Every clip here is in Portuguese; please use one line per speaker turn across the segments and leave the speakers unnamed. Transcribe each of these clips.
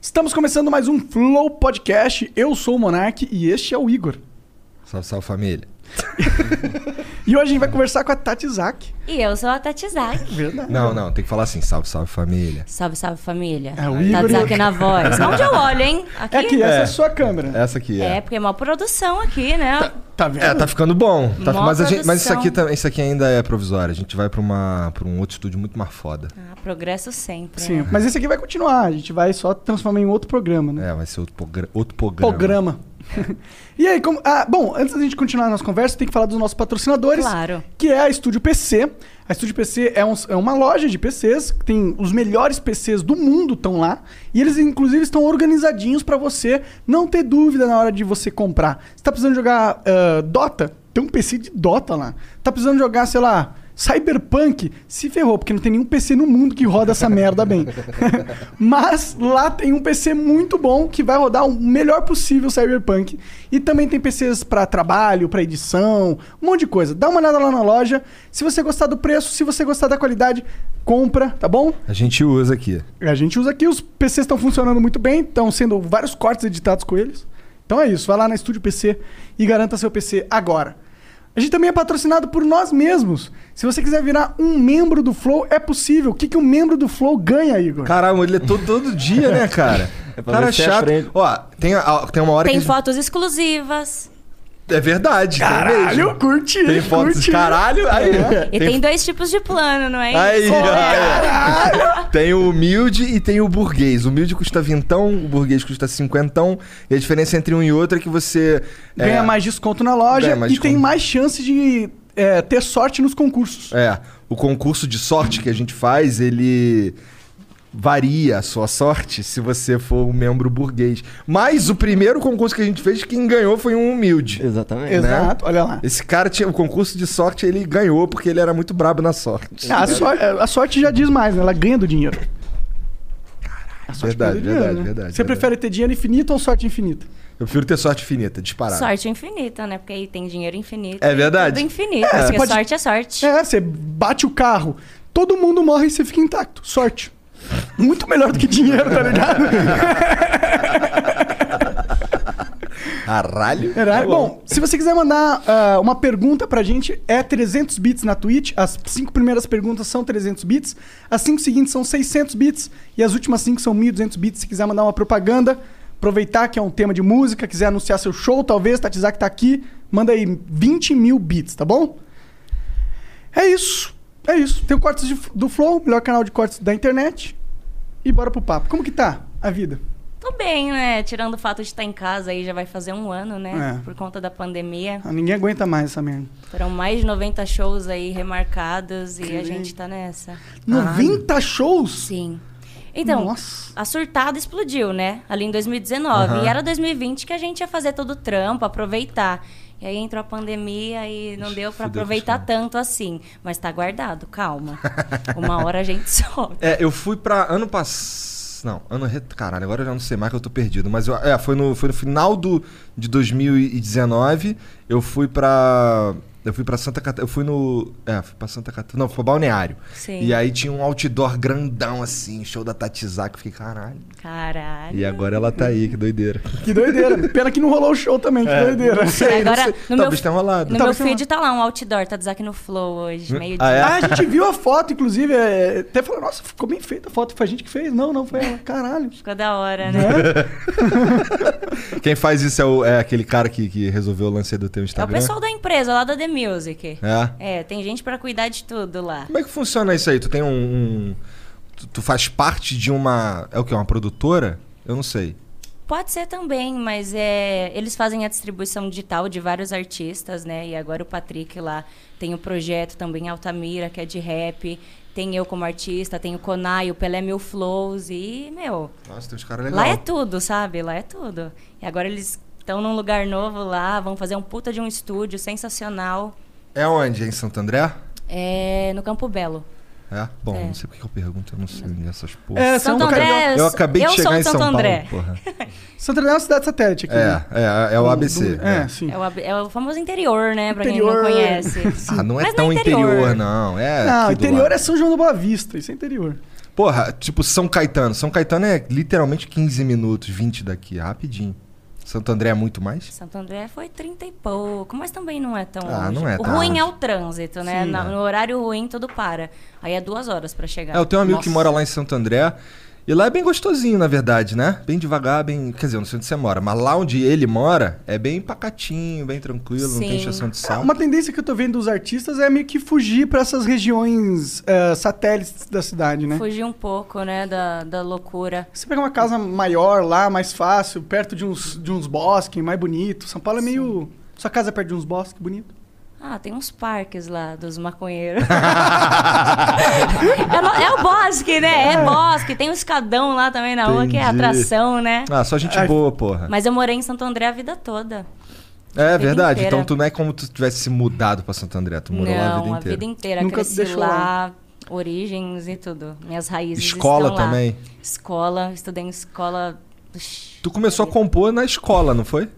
Estamos começando mais um Flow Podcast. Eu sou o Monark e este é o Igor.
Salve, salve família.
E hoje a gente vai conversar com a Tati Zak.
E eu sou a Tati Zak.
Verdade.
Não, não, tem que falar assim, salve, salve família.
Salve, salve família.
É, o Igor
Tati
e a-
Zak na voz. Onde eu olho, hein? Aqui?
É que essa é a
É.
sua câmera.
Essa aqui
É,
é.
porque é uma produção aqui, né?
Tá vendo?
É, tá ficando bom. Tá-
Mó
mas, a gente- mas isso
produção.
aqui também, isso aqui ainda é provisório. A gente vai pra, uma, pra um outro estúdio muito mais foda.
Ah, progresso sempre.
Sim,
né?
mas esse aqui vai continuar. A gente vai só transformar em outro programa, né?
É, vai ser outro, pogra- outro programa.
Programa. e aí, como. Ah, bom, antes da gente continuar a nossa conversa, tem que falar dos nossos patrocinadores.
Claro.
Que é a Estúdio PC. A Estúdio PC é, um- é uma loja de PCs, que tem os melhores PCs do mundo estão lá. E eles, inclusive, estão organizadinhos pra você não ter dúvida na hora de você comprar. Você tá precisando jogar ah, Dota? Tem um PC de Dota lá. Tá precisando jogar, sei lá. Cyberpunk se ferrou, porque não tem nenhum PC no mundo que roda essa merda bem. Mas lá tem um PC muito bom que vai rodar o melhor possível Cyberpunk. E também tem PCs pra trabalho, pra edição, um monte de coisa. Dá uma olhada lá na loja. Se você gostar do preço, se você gostar da qualidade, compra, tá bom?
A gente usa aqui.
A gente usa aqui, os PCs estão funcionando muito bem, estão sendo vários cortes editados com eles. Então é isso, vai lá na Estúdio PC e garanta seu PC agora. A gente também é patrocinado por nós mesmos. Se você quiser virar um membro do Flow, é possível. O que, que um membro do Flow ganha, Igor?
Caralho, ele é todo, todo dia, né, cara?
pra
cara
ver se
chato.
aprende.
Ó, tem, a- tem uma hora
Tem
que. a gente-
fotos exclusivas.
É verdade, tem mesmo.
curti,
Tem fotos. Caralho, aí.
É. E tem, dois tipos de plano, não é isso?
Aí, ó. Tem o humilde e tem o burguês. O humilde custa vintão, o burguês custa cinquentão. E a diferença entre um e outro é que você. é,
Ganha mais desconto na loja
Ganha
e
mais
tem
desconto.
mais chance de é, ter sorte nos concursos.
É. O concurso de sorte que a gente faz, ele. Varia a sua sorte se você for um membro burguês. Mas o primeiro concurso que a gente fez, quem ganhou foi um humilde.
Exatamente.
Exato, olha lá.
Esse cara tinha o concurso de sorte, ele ganhou porque ele era muito brabo na sorte.
Ah, A, sor- a sorte já diz mais, né? Ela ganha do dinheiro. A sorte
Verdade,
ganha do dinheiro,
verdade,
né? Você
verdade, verdade.
prefere ter dinheiro infinito ou sorte infinita?
Eu prefiro ter sorte infinita, disparado.
Sorte infinita, né? Porque aí tem dinheiro infinito.
É
e
verdade.
Tudo infinito.
você
porque
pode-
sorte é sorte.
É, você bate o carro, todo mundo morre e você fica intacto. Sorte. Muito melhor do que dinheiro, tá ligado?
Caralho. Tá
Era- bom, se você quiser mandar ah, uma pergunta pra gente, é 300 bits na Twitch. As cinco primeiras perguntas são 300 bits. As cinco seguintes são 600 bits. E as últimas cinco são 1.200 bits. Se quiser mandar uma propaganda, aproveitar que é um tema de música, quiser anunciar seu show, talvez, Tatizak tá aqui, manda aí 20 mil bits, tá bom? É isso. É isso. Tem o Cortes de- do Flow, melhor canal de cortes da internet. E bora pro papo. Como que tá a vida?
Tô bem, né? Tirando o fato de estar em casa aí, já vai fazer um ano, né?
É.
Por conta da pandemia.
Ah, ninguém aguenta mais essa merda.
Foram mais de 90 shows aí remarcados e a gente tá nessa.
90 shows?
Sim. Então,
Nossa.
a surtada explodiu, né? Ali em 2019. E era 2020 que a gente ia fazer todo o trampo, aproveitar. E aí entrou a pandemia e não deu pra
fudeu
aproveitar
com
tanto assim. Mas tá guardado, calma. Uma hora a gente sobe.
É, eu fui pra ano passado. Não, ano. re- Caralho, agora eu já não sei mais que eu tô perdido. Mas eu- é, foi no, foi no final do, de 2019. Eu fui pra. Eu fui pra Santa Catarina. Eu fui no. É, fui pra Santa Catarina. Não, fui pra Balneário.
Sim.
E aí tinha um outdoor grandão assim, show da Tatizak. Fiquei, caralho.
Caralho.
E agora ela tá aí, que doideira.
Que doideira. Pena que não rolou o show também, que doideira.
E
não
agora,
sei. Talvez tenha rolado.
No
Talvez
meu
tenha
feed tá lá um outdoor, tá dizendo que no Flow hoje, meio
Ah, é?
dia.
Ah, a gente viu a foto, inclusive, é, até falou, nossa, ficou bem feita a foto, foi a gente que fez. Não, não, foi ela. Caralho. É.
Ficou da hora, né?
Quem faz isso é, o- é aquele cara que, que resolveu o lance do teu
É o
Instagram.
pessoal da empresa, lá da The Music.
É.
É, tem gente pra cuidar de tudo lá.
Como é que funciona isso aí? Tu tem um. um- tu, tu faz parte de uma. É o que? Uma produtora? Eu não sei.
Pode ser também, mas é, eles fazem a distribuição digital de vários artistas, né? E agora o Patrick lá tem o projeto também Altamira, que é de rap. Tem eu como artista, tem o Conai, o Pelé Mil Flows e, meu,
Nossa, tem uns caras
lá é
legais.
tudo, sabe? Lá é tudo. E agora eles estão num lugar novo lá, vão fazer um puta de um estúdio sensacional
É... onde? É em Santo André?
é, no Campo Belo.
É? Bom,
É.
não sei porque que eu pergunto, eu não sei essas porra.
É, você é um
Santo
bocadinho-
André,
Eu acabei de
eu
chegar
sou
em
de
São
Santo
Paulo,
André.
porra.
Santo André é uma cidade satélite aqui. né?
É, é, é o
Do-
ABC.
do-
né?
É, sim.
É o, ab- é o famoso interior, né? Pra
Interior.
quem não conhece.
Ah, não é
Mas
tão
não é
interior.
interior.
não. É
Não,
aqui do
interior
lado.
é São João da Boa Vista, isso é interior.
Porra, tipo São Caetano. São Caetano é literalmente 15 minutos, 20 daqui, é rapidinho. Santo André é muito mais?
Santo André foi 30 e pouco, mas também não é tão
Ah,
longe.
não é
o
tão
ruim
longe.
é o trânsito, né?
Sim.
Na- no horário ruim, tudo para. Aí é duas horas pra chegar.
É, eu tenho um amigo que
Nossa.
mora lá em Santo André. E lá é bem gostosinho, na verdade, né? Bem devagar, bem. Quer dizer, eu não sei onde você mora, mas lá onde ele mora é bem pacatinho, bem tranquilo, não tem
Sim.
inchação de sal.
Uma tendência que eu tô vendo dos artistas é meio que fugir pra essas regiões eh, satélites da cidade, né?
Fugir um pouco, né, da, da loucura.
Você pega uma casa maior lá, mais fácil, perto de uns, de uns bosques, mais bonito. São Paulo é meio. Sua casa é perto de uns bosques, bonito.
Ah, tem uns parques lá dos maconheiros. é, no- é o bosque, né? É bosque. Tem um escadão lá também na rua, que é
Entendi.
atração, né?
Ah, só gente
Ai,
boa, porra.
Mas eu morei em Santo André a vida toda.
É
vida
verdade.
inteira.
Então tu não é como tu tivesse se mudado pra Santo André, tu morou lá a
Não,
vida inteira.
inteira.
Nunca
Cresci
deixou
lá, origens e tudo. Minhas raízes
Escola
estão lá.
também?
Escola, estudei em escola... Ux.
Tu começou a compor na escola, não foi?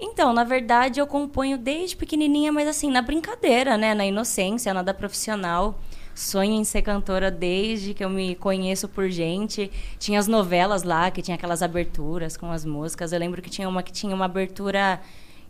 Então, na verdade, eu componho desde pequenininha, mas assim, na brincadeira, né? Na inocência, nada profissional. Sonho em ser cantora desde que eu me conheço por gente. Tinha as novelas lá, que tinha aquelas aberturas com as músicas. Eu lembro que tinha uma que tinha uma abertura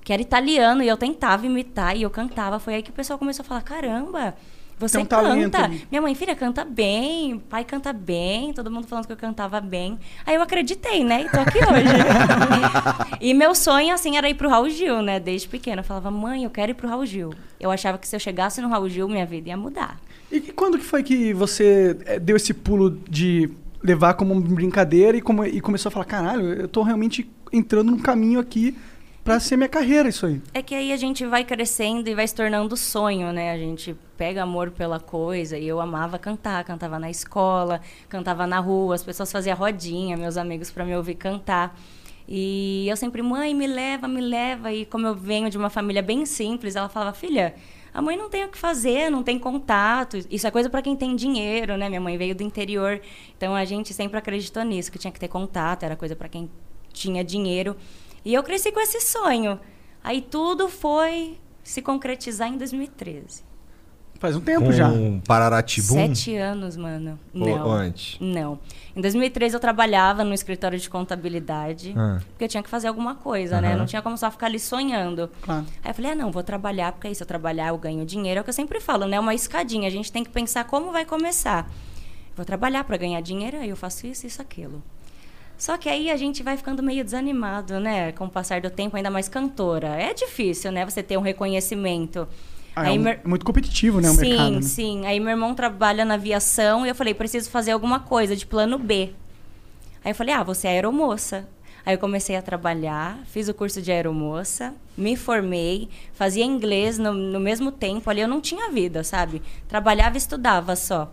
que era italiano e eu tentava imitar e eu cantava. Foi aí que o pessoal começou a falar: caramba, você
Tem um talento
canta.
ali.
Minha mãe, filha, canta bem, pai canta bem, todo mundo falando que eu cantava bem. Aí eu acreditei, né? E tô aqui hoje. e meu sonho, assim, era ir pro Raul Gil, né? Desde pequena. Eu falava, mãe, eu quero ir pro Raul Gil. Eu achava que se eu chegasse no Raul Gil, minha vida ia mudar.
E, e quando que foi que você eh, deu esse pulo de levar como uma brincadeira e, come- e começou a falar: caralho, eu tô realmente entrando num caminho aqui pra ser minha carreira, isso aí?
É que aí a gente vai crescendo e vai se tornando sonho, né? A gente pega amor pela coisa. E eu amava cantar, cantava na escola, cantava na rua, as pessoas faziam rodinha, meus amigos, para me ouvir cantar. E eu sempre, mãe, me leva, me leva. E como eu venho de uma família bem simples, ela falava, filha, a mãe não tem o que fazer, não tem contato. Isso é coisa para quem tem dinheiro, né? Minha mãe veio do interior. Então a gente sempre acreditou nisso, que tinha que ter contato, era coisa para quem tinha dinheiro. E eu cresci com esse sonho. Aí tudo foi se concretizar em 2013.
Faz um tempo
Com
já.
Pararatibu?
Sete anos, mano.
Ou
Não.
antes?
Não. Em 2013 eu trabalhava no escritório de contabilidade,
Ah.
porque eu tinha que fazer alguma coisa, né?
Aham.
Não tinha como só ficar ali sonhando.
Claro.
Aí eu falei, ah, não, vou trabalhar, porque aí se eu trabalhar eu ganho dinheiro. É o que eu sempre falo, né? É uma escadinha, a gente tem que pensar como vai começar. Vou trabalhar para ganhar dinheiro, aí eu faço isso, isso, aquilo. Só que aí a gente vai ficando meio desanimado, né? Com o passar do tempo, ainda mais cantora. É difícil, né? Você ter um reconhecimento.
Ah, é
Aí
um-
meu-
é muito competitivo, né? O
sim,
mercado. né?
sim. Aí meu irmão trabalha na aviação e eu falei, preciso fazer alguma coisa de plano B. Aí eu falei, ah, você é aeromoça. Aí eu comecei a trabalhar, fiz o curso de aeromoça, me formei, fazia inglês no, no mesmo tempo ali, eu não tinha vida, sabe? Trabalhava e estudava só.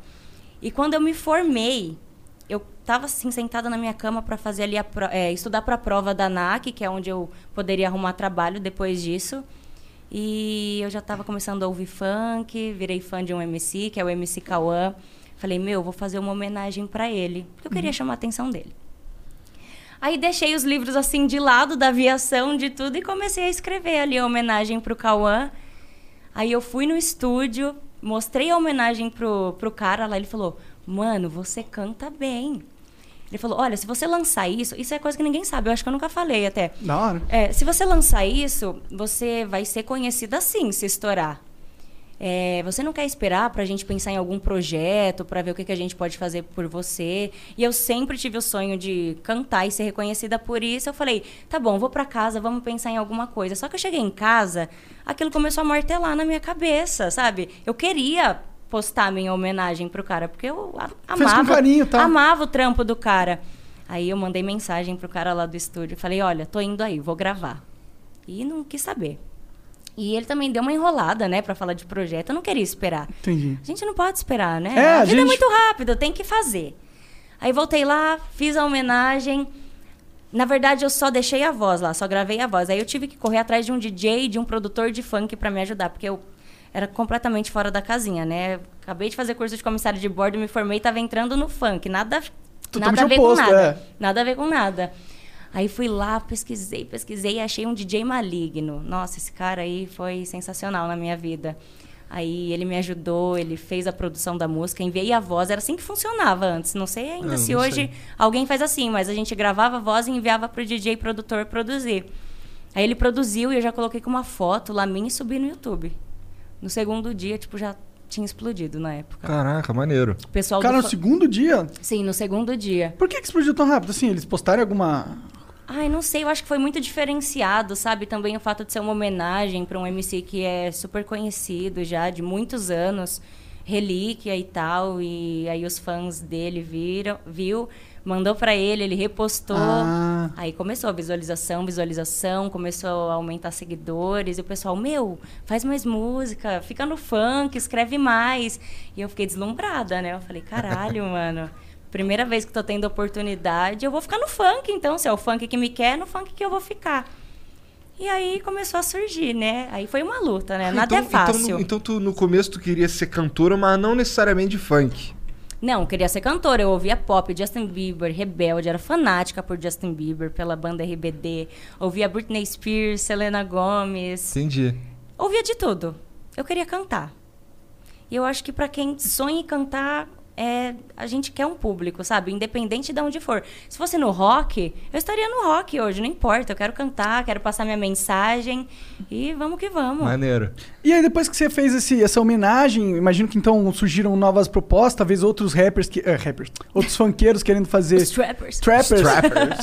E quando eu me formei, eu estava assim sentada na minha cama para fazer ali a pro- é, estudar para a prova da ANAC, que é onde eu poderia arrumar trabalho depois disso. E eu já estava começando a ouvir funk, virei fã de um MC, que é o MC Cauã. Falei, meu, vou fazer uma homenagem para ele, porque eu queria chamar a atenção dele. Aí deixei os livros assim de lado, da aviação, de tudo, e comecei a escrever ali a homenagem pro Cauã. Aí eu fui no estúdio, mostrei a homenagem pro, pro cara lá, ele falou, mano, você canta bem. Ele falou, olha, se você lançar isso, isso é coisa que ninguém sabe, eu acho que eu nunca falei até.
Da hora.
É, se você lançar isso, você vai ser conhecida sim, se estourar. É, você não quer esperar pra gente pensar em algum projeto, pra ver o que, que a gente pode fazer por você. E eu sempre tive o sonho de cantar e ser reconhecida por isso. Eu falei, tá bom, vou pra casa, vamos pensar em alguma coisa. Só que eu cheguei em casa, aquilo começou a martelar na minha cabeça, sabe? Eu queria postar minha homenagem pro cara, porque eu a-
Fez com
amava,
carinho, tá?
amava o trampo do cara. Aí eu mandei mensagem pro cara lá do estúdio, falei, olha, tô indo aí, vou gravar. E não quis saber. E ele também deu uma enrolada, né, para falar de projeto. Eu não queria esperar.
Entendi.
A gente não pode esperar, né?
É, a
a vida é
gente-
muito rápida, tem que fazer. Aí voltei lá, fiz a homenagem. Na verdade, eu só deixei a voz lá, só gravei a voz. Aí eu tive que correr atrás de um DJ, e de um produtor de funk para me ajudar, porque eu era completamente fora da casinha, né? Acabei de fazer curso de comissário de bordo, me formei, tava entrando no funk, nada
Totalmente
nada a ver
oposto,
com nada.
é.
Nada a ver com nada. Aí fui lá, pesquisei, pesquisei e achei um DJ maligno. Nossa, esse cara aí foi sensacional na minha vida. Aí ele me ajudou, ele fez a produção da música, enviei a voz. Era assim que funcionava antes. Não sei ainda
Ah,
se
não
hoje
sei.
alguém faz assim, mas a gente gravava a voz e enviava pro DJ produtor produzir. Aí ele produziu e eu já coloquei com uma foto lá minha e subi no YouTube. No segundo dia, tipo, já tinha explodido na época.
Caraca, maneiro.
O pessoal
Cara,
do
no
fa-
segundo dia.
Sim, no segundo dia.
Por que, que explodiu tão rápido? Assim, eles postaram alguma.
Ai, não sei, eu acho que foi muito diferenciado, sabe? Também o fato de ser uma homenagem para um MC que é super conhecido já de muitos anos, relíquia e tal, e aí os fãs dele viram, viu, mandou para ele, ele repostou.
Ah.
Aí começou a visualização, visualização, começou a aumentar seguidores, e o pessoal, meu, faz mais música, fica no funk, escreve mais. E eu fiquei deslumbrada, né? Eu falei, caralho, mano. Primeira vez que tô tendo oportunidade, eu vou ficar no funk, então. Se é o funk que me quer, é no funk que eu vou ficar. E aí começou a surgir, né? Aí foi uma luta, né?
então,
Nada é fácil.
Então, no- então tu, no começo tu queria ser cantora, mas não necessariamente de funk.
Não, eu queria ser cantora. Eu ouvia pop, Justin Bieber, Rebelde, era fanática por Justin Bieber, pela banda RBD. Ouvia Britney Spears, Selena Gomez.
Entendi.
Ouvia de tudo. Eu queria cantar. E eu acho que pra quem sonha em cantar, é, a gente quer um público, sabe? Independente de onde for. Se fosse no rock, eu estaria no rock hoje, não importa. Eu quero cantar, quero passar minha mensagem. E vamos que vamos.
Maneiro.
E aí, depois que você fez esse- essa homenagem, imagino que então surgiram novas propostas, talvez outros rappers que. eh, rappers. Outros funkeiros querendo fazer.
Os trappers.
Trappers.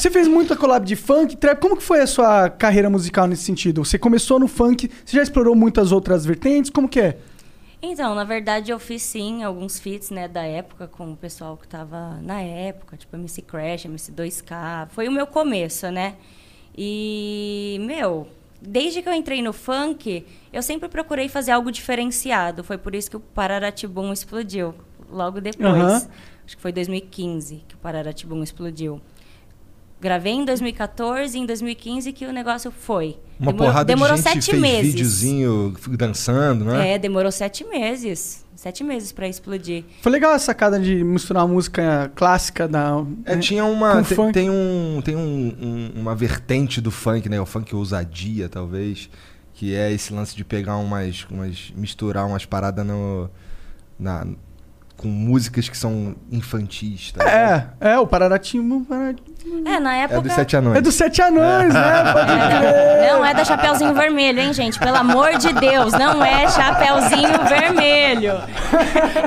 Você fez muita collab de funk, trap. Como que foi a sua carreira musical nesse sentido? Você começou no funk, você já explorou muitas outras vertentes? Como que é?
Então, na verdade, eu fiz sim alguns feats, né, da época com o pessoal que tava na época, tipo MC Crash, MC 2K. Foi o meu começo, né? E, meu, desde que eu entrei no funk, eu sempre procurei fazer algo diferenciado. Foi por isso que o Parararatibum explodiu logo depois.
Aham.
Acho que foi 2015 que o Parararatibum explodiu. Gravei em 2014 e em 2015 que o negócio foi.
Uma
Demorou-
porrada
demorou
de gente
sete
fez
meses.
videozinho dançando, né?
É, demorou sete meses. Sete meses pra explodir.
Foi legal a sacada de misturar a música clássica da.
É,
né?
tinha uma.
Com
te- Tem,
funk.
um, tem um- um- uma vertente do funk, né? O funk ousadia, talvez. Que é esse lance de pegar umas. umas misturar umas paradas no. Na, com músicas que são infantis. Tá?
É, é, o Pararatimbo. Pararatimbo.
É, na
É
época.
dos Sete Anões.
É dos Sete Anões, né? Pode
É, Não é da Chapeuzinho Vermelho, hein, gente? Pelo amor de Deus, não é Chapeuzinho Vermelho.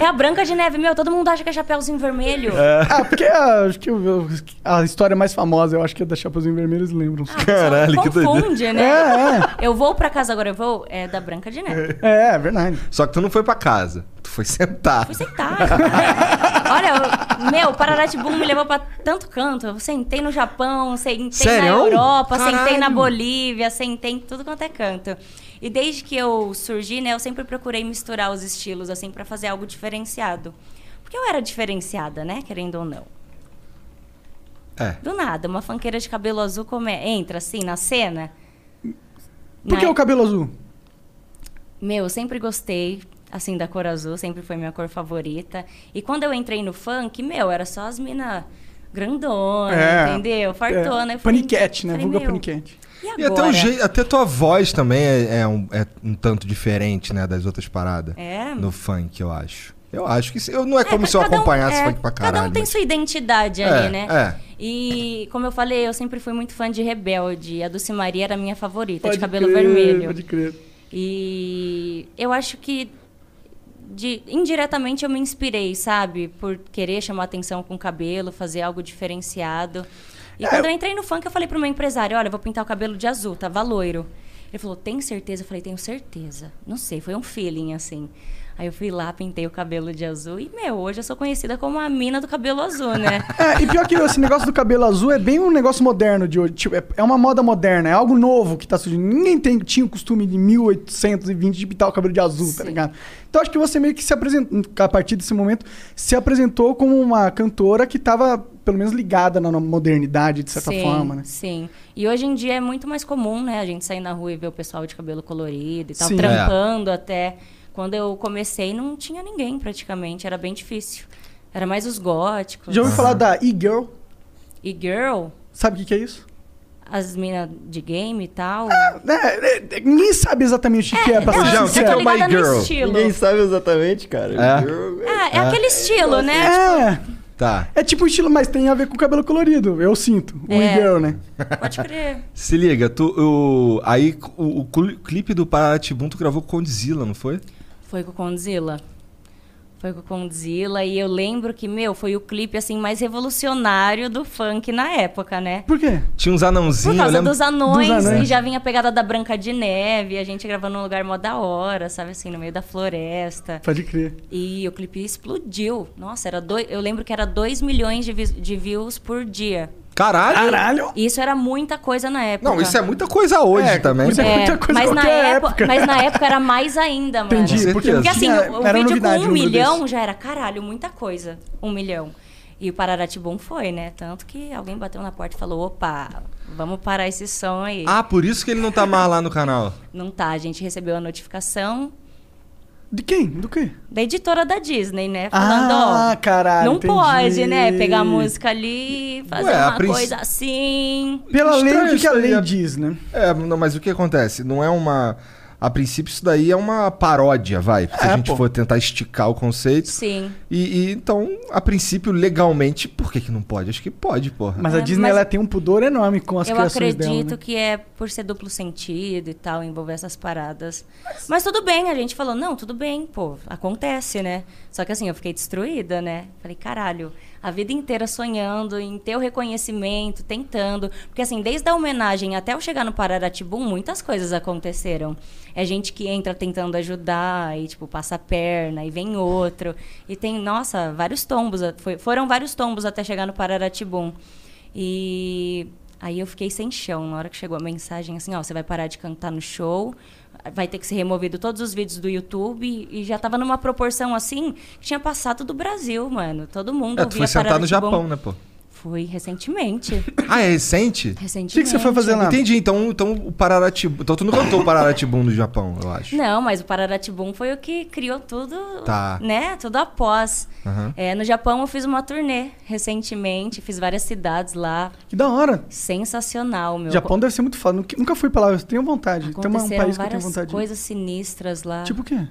É a Branca de Neve, meu, todo mundo acha que é Chapeuzinho Vermelho.
Ah, porque ah, acho que o- a história mais famosa, eu acho que é da Chapeuzinho Vermelho, eles lembram.
Ah, Caralho,
que doideira.
Confunde, né?
É,
Eu vou pra casa agora, eu vou. É da Branca de Neve.
é, é, é verdade.
Só que tu não foi pra casa. Tu foi sentar.
Fui sentar. Olha, eu- meu, o Pararatimbu me levou pra tanto canto. Eu sentei no Japão, sentei na
Sério?
Europa, sentei na
Caralho.
Bolívia, sentei em tudo quanto é canto. E desde que eu surgi, né, eu sempre procurei misturar os estilos, assim, pra fazer algo diferenciado. Porque eu era diferenciada, né, querendo ou não.
É.
Do nada, uma fanqueira de cabelo azul come... entra, assim, na cena. Né?
Por que
Na-
o cabelo azul?
meu, eu sempre gostei, assim, da cor azul, sempre foi minha cor favorita. E quando eu entrei no funk, meu, era só as minas grandona,
É.
entendeu? Fartona.
É,
Eu falei-
paniquete, né?
falei,
Vulga
meu,
paniquete.
E agora?
E até, o jeito, até tua voz também é, é um, é um tanto diferente, né? Das outras paradas.
É.
No funk, eu acho. Eu acho que. se- Eu, não é como
É,
se eu
cada um-
acompanhasse
é,
funk pra caralho. né?
Cada um tem
mas-
sua identidade
É,
ali, né?
é.
E, como eu falei, eu sempre fui muito fã de Rebelde. A Dulce Maria era a minha favorita,
Pode
de cabelo
crer,
vermelho.
Pode crer.
E eu acho que de- indiretamente eu me inspirei, sabe? Por querer chamar atenção com o cabelo, fazer algo diferenciado. E quando eu entrei no funk, eu falei pro meu empresário, olha, eu vou pintar o cabelo de azul, tava loiro. Ele falou, tem certeza? Eu falei, tenho certeza. Não sei, foi um feeling, assim. Aí eu fui lá, pintei o cabelo de azul e, meu, hoje eu sou conhecida como a mina do cabelo azul, né?
É, e pior que esse negócio do cabelo azul é bem um negócio moderno de hoje. Tipo, é, é uma moda moderna, é algo novo que tá surgindo. Ninguém tem, tinha o costume de 1820 de pintar o cabelo de azul, tá
Sim.
ligado? Então acho que você meio que se apresentou, a partir desse momento, se apresentou como uma cantora que tava, pelo menos, ligada na modernidade, de certa
sim,
forma, né?
Sim. E hoje em dia é muito mais comum, né? A gente sair na rua e ver o pessoal de cabelo colorido e tal,
Sim.
trampando até. Quando eu comecei, não tinha ninguém praticamente, era bem difícil. Era mais os góticos.
Já ouviu falar da e-girl?
E girl,
Sabe o que, que é isso?
as minas de game e tal.
É, é, é, ninguém sabe exatamente o que, que é pra
Ô,
ser
Jean, o que
sincero.
que é o
Tá ligada
My
no
Girl?
estilo.
Ninguém sabe exatamente, cara.
É.
Eu-
Ah, é aquele estilo, né?
É,
Tá.
é tipo um estilo, mas tem a ver com o cabelo colorido, eu sinto. O
É.
e-girl, né?
Pode crer.
Se liga, tu, o, aí o, o clu- clipe do Paratibum tu gravou com o Condzilla, não foi?
Foi com o Condzilla. Foi com o Condzilla. E eu lembro que, meu, foi o clipe assim mais revolucionário do funk na época, né?
Por quê?
Tinha uns anãozinhos,
Por
eu
causa
lembro.
dos anões,
Dos anões.
e já vinha a pegada da Branca de Neve, a gente gravando num lugar mó da hora, sabe assim, no meio da floresta.
Pode crer.
E o clipe explodiu. Nossa, era dois, eu lembro que era 2 milhões de, vis- de views por dia.
Ah, Caralho!
Caralho!
E isso era muita coisa na época.
Não, isso é muita coisa hoje
É,
também.
muita
pô.
É,
coisa
mas, na
qualquer
época,
época.
mas na época era mais ainda, mano.
Entendi,
Com
porque
certeza.
Porque assim,
tinha-
o, o
era
vídeo com
novidade
um
número
milhão
desse.
já era, caralho, muita coisa. Um milhão. E o Pararatimbu foi, né? Tanto que alguém bateu na porta e falou, opa, vamos parar esse som aí.
Ah, por isso que ele não tá mais lá no canal.
Não tá, a gente recebeu a notificação
De quem? Do quê?
da editora da Disney, né? Falando,
Ah,
ó,
caralho.
não
entendi.
pode, né? Pegar a música ali, fazer
Ué, a
uma
princ-
coisa assim.
Pela lei, o
Estranho
que que a
isso
lei
aí,
diz, né?
É, não, mas o que acontece? Não é uma. A princípio, isso daí é uma paródia, vai. Se
É,
a gente
pô.
for tentar esticar o conceito.
Sim.
E, e, então, a princípio, legalmente, por que, que não pode? Acho que pode, porra.
Mas a
É,
Disney
mas-
ela tem um pudor enorme com as
eu
criações
acredito
dela. né?
que é por ser duplo sentido e tal, envolver essas paradas. Mas tudo bem, a gente falou, não, tudo bem, pô, acontece, né? Só que assim, eu fiquei destruída, né? Falei, caralho, a vida inteira sonhando em ter o reconhecimento, tentando. Porque assim, desde a homenagem até eu chegar no Pararatimbu, muitas coisas aconteceram. É gente que entra tentando ajudar e, tipo, passa a perna e vem outro. E tem, nossa, vários tombos. a- foi- foram vários tombos até chegar no Pararatimbu. E aí eu fiquei sem chão na hora que chegou a mensagem assim, ó, você vai parar de cantar no show, vai ter que ser removido todos os vídeos do YouTube e já tava numa proporção assim que tinha passado do Brasil, mano. Todo mundo
É, tu
ouvia
foi sentar no
Pararati Bom.
Japão, né, pô?
Fui recentemente.
Ah, é recente?
recentemente.
O que que você foi fazer lá?
Entendi, então, então o Pararatibu. Então tu não cantou o Pararatibu no Japão, eu acho.
Não, mas o Pararatimbu foi o que criou tudo,
Tá.
né? Tudo após.
Aham.
É, no Japão eu fiz uma turnê recentemente, fiz várias cidades lá,
Que da hora.
sensacional, meu.
Japão deve ser muito foda. Nunca- Nunca fui pra lá, eu tenho vontade. Tem uma- um
Aconteceram
país que eu tenho
várias
vontade. de ir.
coisas sinistras lá.
Tipo o quê?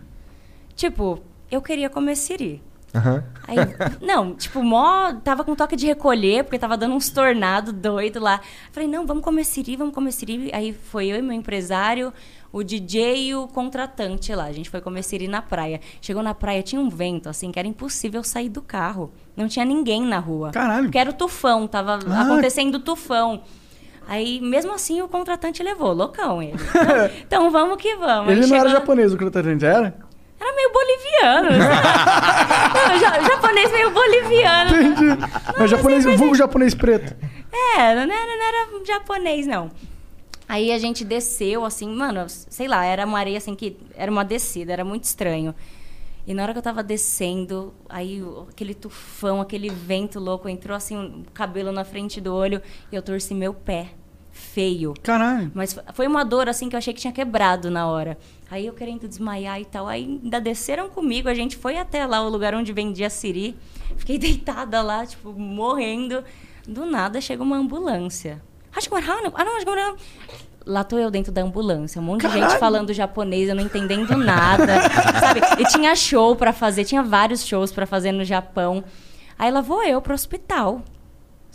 Tipo, eu queria comer siri.
Aham.
Aí, não, tipo, mó. Tava com toque de recolher, porque tava dando uns tornado doido lá. Falei, não, vamos comer siri, vamos comer siri. Aí foi eu e meu empresário, o DJ e o contratante lá. A gente foi comer siri na praia. Chegou na praia, tinha um vento, assim, que era impossível sair do carro. Não tinha ninguém na rua.
Caralho.
Porque era o tufão, tava
Ah.
acontecendo tufão. Aí, mesmo assim, o contratante levou, loucão ele. então, vamos que vamos. Aí
Ele não era
chegou-
japonês, o Crotarante, era?
era meio boliviano. sabe? Não, ja- japonês meio boliviano.
Entendi. Mas japonês, vulgo japonês preto.
É, não era, não era japonês, não. Aí a gente desceu, assim, mano, sei lá, era uma areia assim que. Era uma descida, era muito estranho. E na hora que eu tava descendo, aí o- aquele tufão, aquele vento louco, entrou assim, o cabelo na frente do olho e eu torci meu pé. Feio.
Caralho.
Mas fo- foi uma dor assim que eu achei que tinha quebrado na hora. Aí eu querendo desmaiar e tal. Aí ainda desceram comigo. A gente foi até lá, o lugar onde vendia siri. Fiquei deitada lá, tipo, morrendo. Do nada chega uma ambulância. Hashimoto, ah, não, Hashimoto. Lá tô eu dentro da ambulância, um monte de gente falando japonês, eu não entendendo nada, sabe? E tinha show pra fazer, tinha vários shows pra fazer no Japão. Aí lá vou eu pro hospital.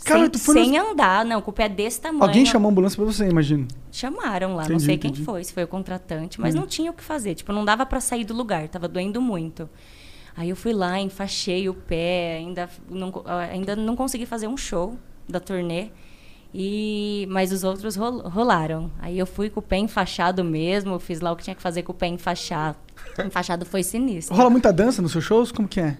Cara,
sem
tu foi no-
sem andar, não, é com o pé desse tamanho.
Alguém chamou a ambulância pra você, imagino.
Chamaram lá, não
Entendi,
sei quem
entendi. Hum.
foi, se foi o contratante, mas não tinha o que fazer. Tipo, não dava pra sair do lugar, tava doendo muito. Aí eu fui lá, enfaixei o pé, ainda não, co- ah, ainda não consegui fazer um show da turnê. E, mas os outros rol- rolaram. Aí eu fui com o pé enfaixado mesmo, fiz lá o que tinha que fazer com o pé enfaixado. Enfaixado foi sinistro.
Rola muita dança nos seus shows? Como que é?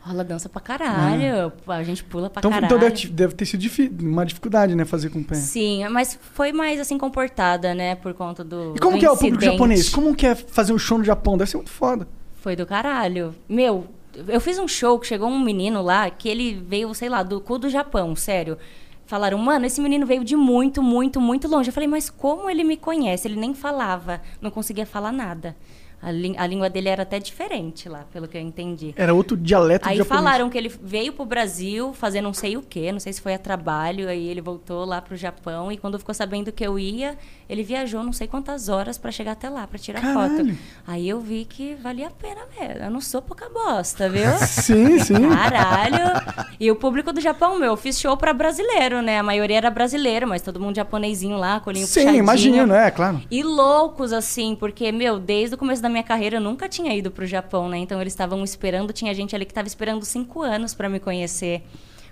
Rola dança pra caralho, a gente pula pra
então
caralho.
então deve, te- deve ter sido difi- uma dificuldade, né? Fazer com o pé.
Sim, mas foi mais assim comportada, né, por conta do
E como
do
que é o público
incidente.
japonês? Como que é fazer um show no Japão? Deve ser muito foda.
Foi do caralho. Meu, eu fiz um show que chegou um menino lá que ele veio, sei lá, do cu do Japão, sério. Falaram, mano, esse menino veio de muito, muito, muito longe. Eu falei, mas como ele me conhece? Ele nem falava, não conseguia falar nada. A, lí- a língua dele era até diferente lá, pelo que eu entendi.
Era outro dialeto
Aí
de japonês.
falaram que ele veio pro Brasil fazer não sei o quê, não sei se foi a trabalho, aí ele voltou lá pro Japão e quando ficou sabendo que eu ia, ele viajou não sei quantas horas pra chegar até lá pra tirar
Caralho.
foto. Aí eu vi que valia a pena mesmo. Eu não sou pouca bosta, viu?
Sim, sim.
Caralho! E o público do Japão, meu, eu fiz show pra brasileiro, né? A maioria era brasileiro, mas todo mundo japonesinho lá, colinho
Sim,
puxadinho.
imagino, né? Claro.
E loucos, assim, porque, meu, desde o começo da minha carreira eu nunca tinha ido pro Japão, né? Então eles estavam esperando, tinha gente ali que tava esperando cinco anos pra me conhecer.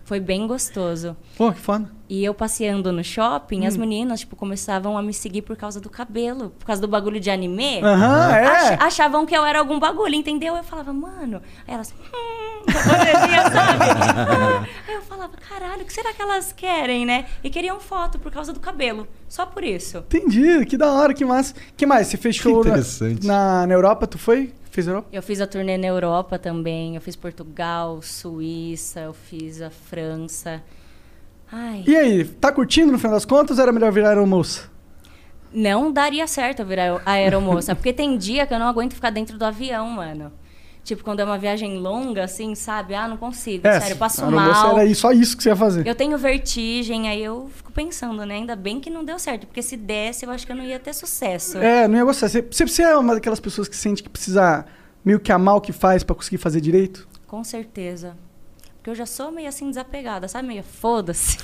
Foi bem gostoso.
Pô, que foda.
E eu passeando no shopping, as
Hum.
meninas, tipo, começavam a me seguir por causa do cabelo, por causa do bagulho de anime.
Aham,
Ach-
é.
achavam que eu era algum bagulho, entendeu? Eu falava, mano. Aí elas. Hum, japonesinha, sabe? Ah. Aí eu falava, caralho, o que será que elas querem, né? E queriam foto por causa do cabelo. Só por isso.
Entendi, que da hora, que massa. que mais? Você fez show na-
interessante.
Na, na Europa? Tu foi? Fez Europa?
Eu fiz a turnê na Europa também. Eu fiz Portugal, Suíça, eu fiz a França. Ai.
E aí, tá curtindo no final das contas ou era melhor virar aeromoça?
Não daria certo eu virar a aeromoça, porque tem dia que eu não aguento ficar dentro do avião, mano. Tipo, quando é uma viagem longa, assim, sabe? Ah, não consigo, sério, eu passo
É, aeromoça
mal.
era isso, só isso que você ia fazer.
Eu tenho vertigem, aí eu fico pensando, né? Ainda bem que não deu certo, porque se desse, eu acho que eu não ia ter sucesso.
É, não ia gostar. Você, você- você é uma daquelas pessoas que sente que precisa meio que amar o que faz pra conseguir fazer direito?
Com certeza. Porque eu já sou meio assim desapegada, sabe? Meio foda-se.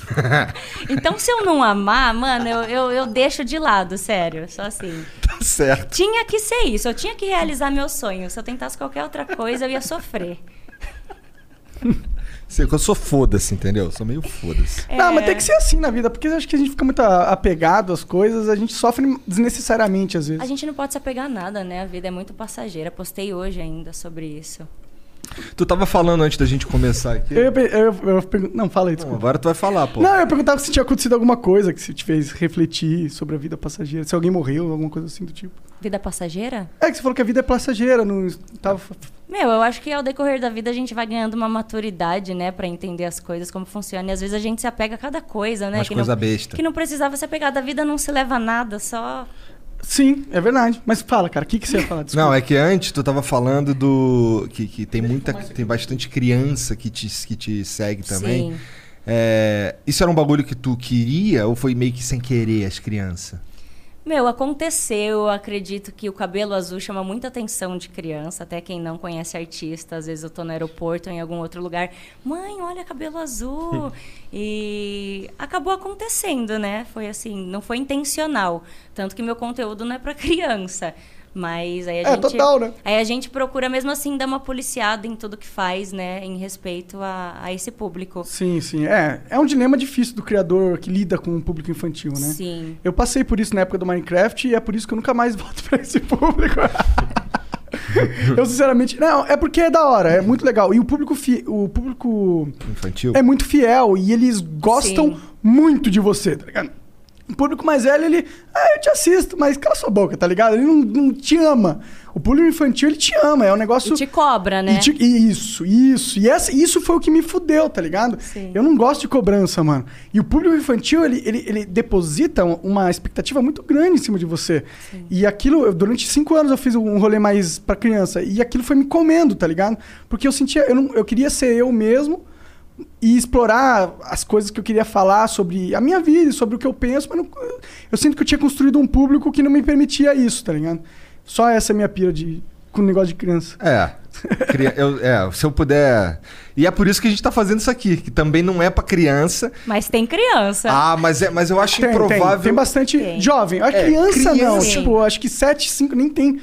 então, se eu não amar, mano, eu, eu, eu deixo de lado, sério. Só assim.
Tá certo.
Tinha que ser isso, eu tinha que realizar meu sonho. Se eu tentasse qualquer outra coisa, eu ia sofrer.
Sei que Eu sou foda-se, entendeu? Eu sou meio foda-se.
Não,
É.
mas tem que ser assim na vida, porque eu acho que a gente fica muito a- apegado às coisas, a gente sofre desnecessariamente às vezes.
A gente não pode se apegar a nada, né? A vida é muito passageira. Postei hoje ainda sobre isso.
Tu tava falando antes da gente começar aqui.
Eu, ia pe- eu, eu, ia pergun- não, fala aí,
Bom,
desculpa.
agora tu vai falar, pô.
Não, eu perguntava se tinha acontecido alguma coisa que se te fez refletir sobre a vida passageira, se alguém morreu, alguma coisa assim do tipo.
Vida passageira?
É que você falou que a vida é passageira, não tava.
Meu, eu acho que ao decorrer da vida a gente vai ganhando uma maturidade, né, Pra entender as coisas, como funciona. E às vezes a gente se apega a cada coisa, né?
Umas
que
coisa
não,
besta.
Que não precisava se apegar. Da vida não se leva a nada, só.
Sim, é verdade. Mas fala, cara, o que, que você ia falar disso?
Não, é que antes tu tava falando do. Que, que tem muita. Tem bastante criança que te, que te segue também.
Sim.
É, isso era um bagulho que tu queria ou foi meio que sem querer as crianças?
Meu, aconteceu. Eu acredito que o cabelo azul chama muita atenção de criança, até quem não conhece artista. Às vezes eu tô no aeroporto ou em algum outro lugar. Mãe, olha cabelo azul. e acabou acontecendo, né? Foi assim, não foi intencional. Tanto que meu conteúdo não é pra criança. Mas aí a
É,
gente.
total, né?
Aí a gente procura mesmo assim dar uma policiada em tudo que faz, né? Em respeito a, a esse público.
Sim, sim. É, é um dilema difícil do criador que lida com o público infantil, né?
Sim.
Eu passei por isso na época do Minecraft e é por isso que eu nunca mais volto pra esse público. eu sinceramente, não, é porque é da hora, é muito legal. E o público fi- o público
Infantil?
é muito fiel e eles gostam
Sim.
muito de você, tá ligado? O público mais velho, ele. Ah, eu te assisto, mas cala sua boca, tá ligado? Ele não, não te ama. O público infantil, ele te ama. É um negócio.
E te cobra, né?
E ti- e isso, isso. E essa, isso foi o que me fudeu, tá ligado?
Sim.
Eu não gosto de cobrança, mano. E o público infantil, ele, ele, ele deposita um- uma expectativa muito grande em cima de você. E aquilo, eu- durante cinco anos eu fiz um rolê mais pra criança. E aquilo foi me comendo, tá ligado? Porque eu sentia, eu, não, eu queria ser eu mesmo e explorar as coisas que eu queria falar sobre a minha vida, e sobre o que eu penso, mas não- eu sinto que eu tinha construído um público que não me permitia isso, tá ligado? Só essa é a minha pira de, com o negócio de criança.
É. Cria- eu- é, se eu puder. E é por isso que a gente tá fazendo isso aqui, que também não é pra criança.
Mas tem criança.
Ah, mas, é, mas eu acho
Tem,
improvável.
tem, tem bastante
Tem.
jovem. A
É,
criança, não,
criança.
tipo, acho que 7, 5 nem tem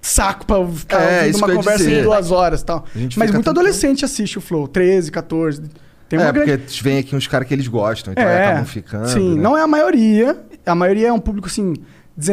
saco pra ficar
É,
ouvindo
isso que
uma
eu ia
conversa
dizer.
de duas horas e tal.
A gente
Mas
fica
muito
tentando-
adolescente assiste o Flow, 13, 14. Tem
é,
uma grande...
porque vem aqui uns caras que eles gostam, então é, acabam ficando.
Sim,
né?
não é a maioria. A maioria é um público assim,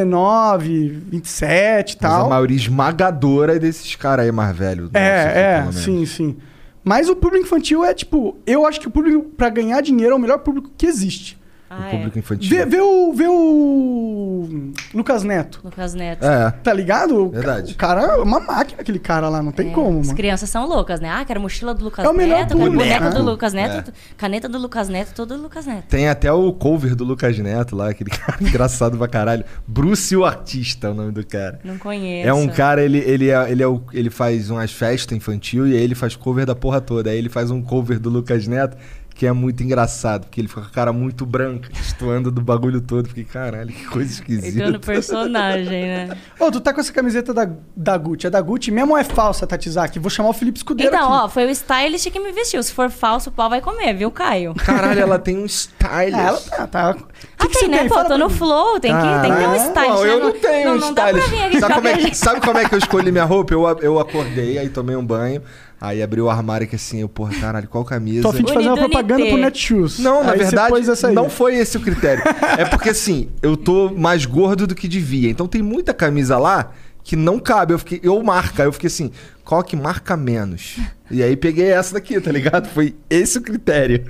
19, 27 e
Mas
tal.
a maioria esmagadora é desses caras aí mais velhos. né? Assim,
É, é, sim, sim. Mas o público infantil é tipo, eu acho que o público pra ganhar dinheiro é o melhor público que existe.
O
Ah, é.
público infantil.
Vê, vê o vê o hum, Lucas Neto,
Lucas Neto.
É.
tá ligado? O ca-
Verdade.
O cara é uma máquina aquele cara lá, não tem
É,
como,
As
mano.
crianças são loucas, né? Ah, quero mochila do Lucas
É o melhor
Neto, quero
público,
boneco
né?
do Lucas Neto, caneta do Lucas Neto, tudo do Lucas Neto.
Tem até o cover do Lucas Neto lá, aquele cara engraçado pra caralho. Bruce o Artista é o nome do cara.
Não conheço.
É um cara, ele, ele, é, ele, é o- ele faz umas festas infantil e aí ele faz cover da porra toda. Aí ele faz um cover do Lucas Neto, que é muito engraçado, porque ele fica com a cara muito branca, estuando do bagulho todo. Fiquei, caralho, que coisa
Ficando
esquisita.
personagem, né?
Ô, tu tá com essa camiseta da, da Gucci. É da Gucci mesmo ou é falsa, Tatizaki? Vou chamar o Felipe Escudeiro
Então,
aqui.
ó, foi o stylist que me vestiu. Se for falso, o pau vai comer, viu, Caio?
Caralho, ela tem um style.
É, ela tá, tá. O que
Ah,
que você
tem, né? Pô,
Fala
tô
pra
no
mim.
flow, tem que, tem que ter um
Caralho.
stylist.
Não,
né?
Ah, é? eu não tenho
não,
um
não dá pra vir
stylist.
aqui de
Sabe como, é
qualquer
que,
jeito.
sabe como é que eu escolhi minha roupa? Eu, eu acordei, aí tomei um banho, aí abri o armário que assim, eu, porra, caralho, qual camisa?
Tô a fim de fazer uma
Unidunité.
propaganda pro Netshoes.
Não, na
Aí você
verdade,
pôs essa aí.
não foi esse o critério. é porque assim, eu tô mais gordo do que devia. Então tem muita camisa lá que não cabe. Eu fiquei, eu marca, eu fiquei assim, qual que marca menos? E aí peguei essa daqui, tá ligado? Foi esse o critério.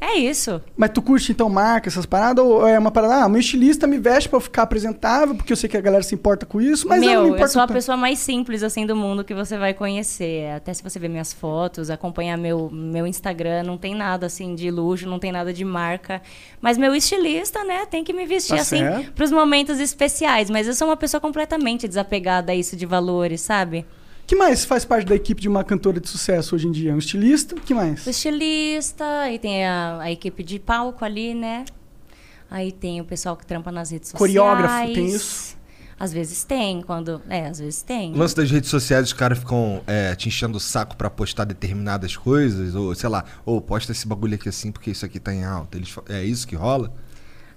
É isso.
Mas tu curte então marca, essas paradas? Ou é uma parada, ah, meu estilista me veste pra eu ficar apresentável, porque eu sei que a galera se importa com isso, mas eu não me
Meu, eu
importo.
sou a
tanto.
pessoa mais simples, assim, do mundo que você vai conhecer. Até se você ver minhas fotos, acompanhar meu, meu Instagram, não tem nada, assim, de luxo, não tem nada de marca. Mas meu estilista, né, tem que me vestir,
Tá
assim,
certo.
pros momentos especiais. Mas eu sou uma pessoa completamente desapegada a isso de valores, sabe?
que mais faz parte da equipe de uma cantora de sucesso hoje em dia? Um estilista? que mais?
O estilista, aí tem a, a equipe de palco ali, né? Aí tem o pessoal que trampa nas redes sociais.
Coreógrafo, tem isso?
Às vezes tem, quando... É, às vezes tem.
O lance das redes sociais, os caras ficam é, te enchendo o saco pra postar determinadas coisas, ou sei lá, ou posta esse bagulho aqui assim porque isso aqui tá em alta. Eles, fa- é isso que rola?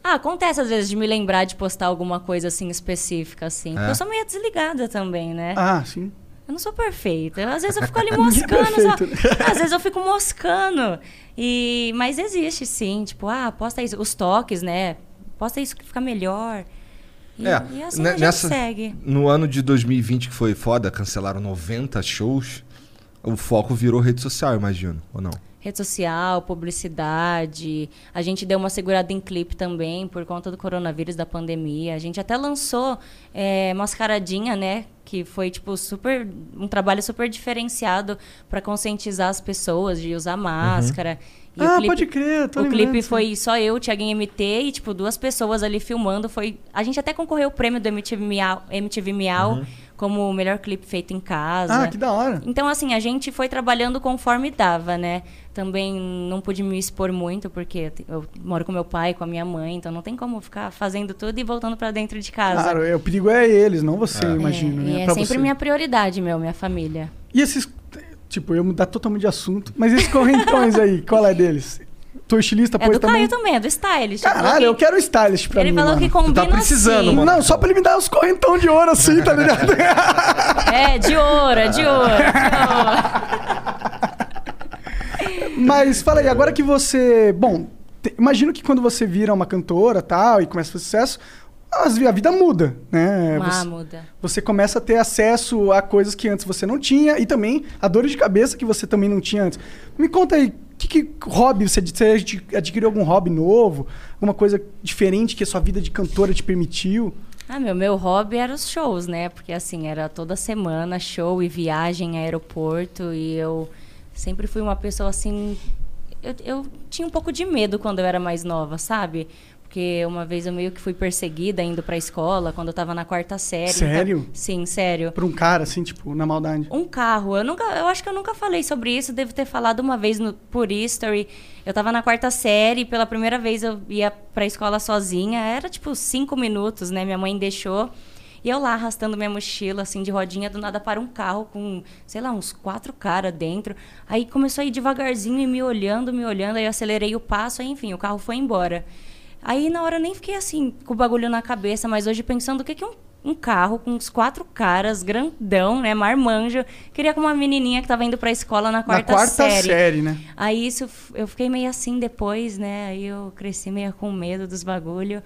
Ah, acontece às vezes de me lembrar de postar alguma coisa assim específica, assim. Porque
É.
eu sou meio desligada também, né?
Ah, sim.
Eu não sou perfeita. Às vezes eu fico ali
Ninguém é
moscando.
perfeito,
só... Às vezes eu fico moscando. E... Mas existe sim. Tipo, ah, posta isso. Os toques, né? Posta isso que fica melhor. E,
É,
e assim
né,
ne-
a gente segue.
É, né, No ano de 2020, que foi foda, cancelaram 90 shows, o foco virou rede social, imagino, ou não?
Rede social, publicidade. A gente deu uma segurada em clipe também por conta do coronavírus, da pandemia. A gente até lançou é, Mascaradinha, né? Que foi, tipo, super. Um trabalho super diferenciado para conscientizar as pessoas de usar máscara. E
Uhum. ah,
o clipe,
pode crer, tô
O
lembrando
clipe
disso.
foi só eu, Thiaguinho MT e, tipo, duas pessoas ali filmando. Foi... A gente até concorreu o prêmio do MTV Miau, MTV Miau como o melhor clipe feito em casa.
Uhum. Ah, que da hora.
Então, assim, a gente foi trabalhando conforme dava, né? Também não pude me expor muito, porque eu te- eu moro com meu pai, com a minha mãe, então não tem como ficar fazendo tudo e voltando pra dentro de casa.
Claro, é, o perigo é eles, não você, eu
É,
imagino.
e
né?
é
Pra
sempre
você.
minha prioridade, meu, minha família.
E esses. Tipo, eu ia mudar totalmente de assunto. Mas esses correntões aí, qual é deles? Tô estilista,
É
pois
do
também.
Caio também, é do stylist.
Caralho, eu quero stylist pra
Ele
mim.
falou
mano. tá
que combina
precisando,
assim.
mano.
Não, só pra ele me dar os correntão de ouro assim, tá ligado?
É, de ouro, é de ouro, de ouro.
Mas fala aí, agora que você. Bom, te- imagino que quando você vira uma cantora tal e começa a fazer sucesso, as vi- a vida muda, né?
Ah,
Você,
muda.
você começa a ter acesso a coisas que antes você não tinha e também a dor de cabeça que você também não tinha antes. Me conta aí, que, que hobby você, ad- você ad- adquiriu algum hobby novo? Alguma coisa diferente que a sua vida de cantora te permitiu?
Ah, meu, meu hobby era os shows, né? Porque assim, era toda semana show e viagem, aeroporto. E eu sempre fui uma pessoa assim. Eu, eu tinha um pouco de medo quando eu era mais nova, sabe? Porque uma vez eu meio que fui perseguida indo pra escola quando eu tava na quarta série. então-
Sério?
sim, sério.
Pra um cara, assim, tipo, na maldade.
Um carro. Eu, nunca, eu acho que eu nunca falei sobre isso. Devo ter falado uma vez no, por history. Eu tava na quarta série. Pela primeira vez eu ia pra escola sozinha. Era tipo cinco minutos, né? Minha mãe deixou. E eu lá arrastando minha mochila, assim, de rodinha, do nada para um carro com, sei lá, uns quatro caras dentro. Aí começou a ir devagarzinho e me olhando, me olhando. Aí eu acelerei o passo. Aí, enfim, o carro foi embora. Aí na hora eu nem fiquei assim, com o bagulho na cabeça, mas hoje pensando o que, que um um carro com uns quatro caras, grandão, né? Marmanjo. Queria com uma menininha que tava indo pra escola na quarta,
Na quarta série. né?
Aí isso, f- eu fiquei meio assim depois, né? Aí eu cresci meio com medo dos bagulho.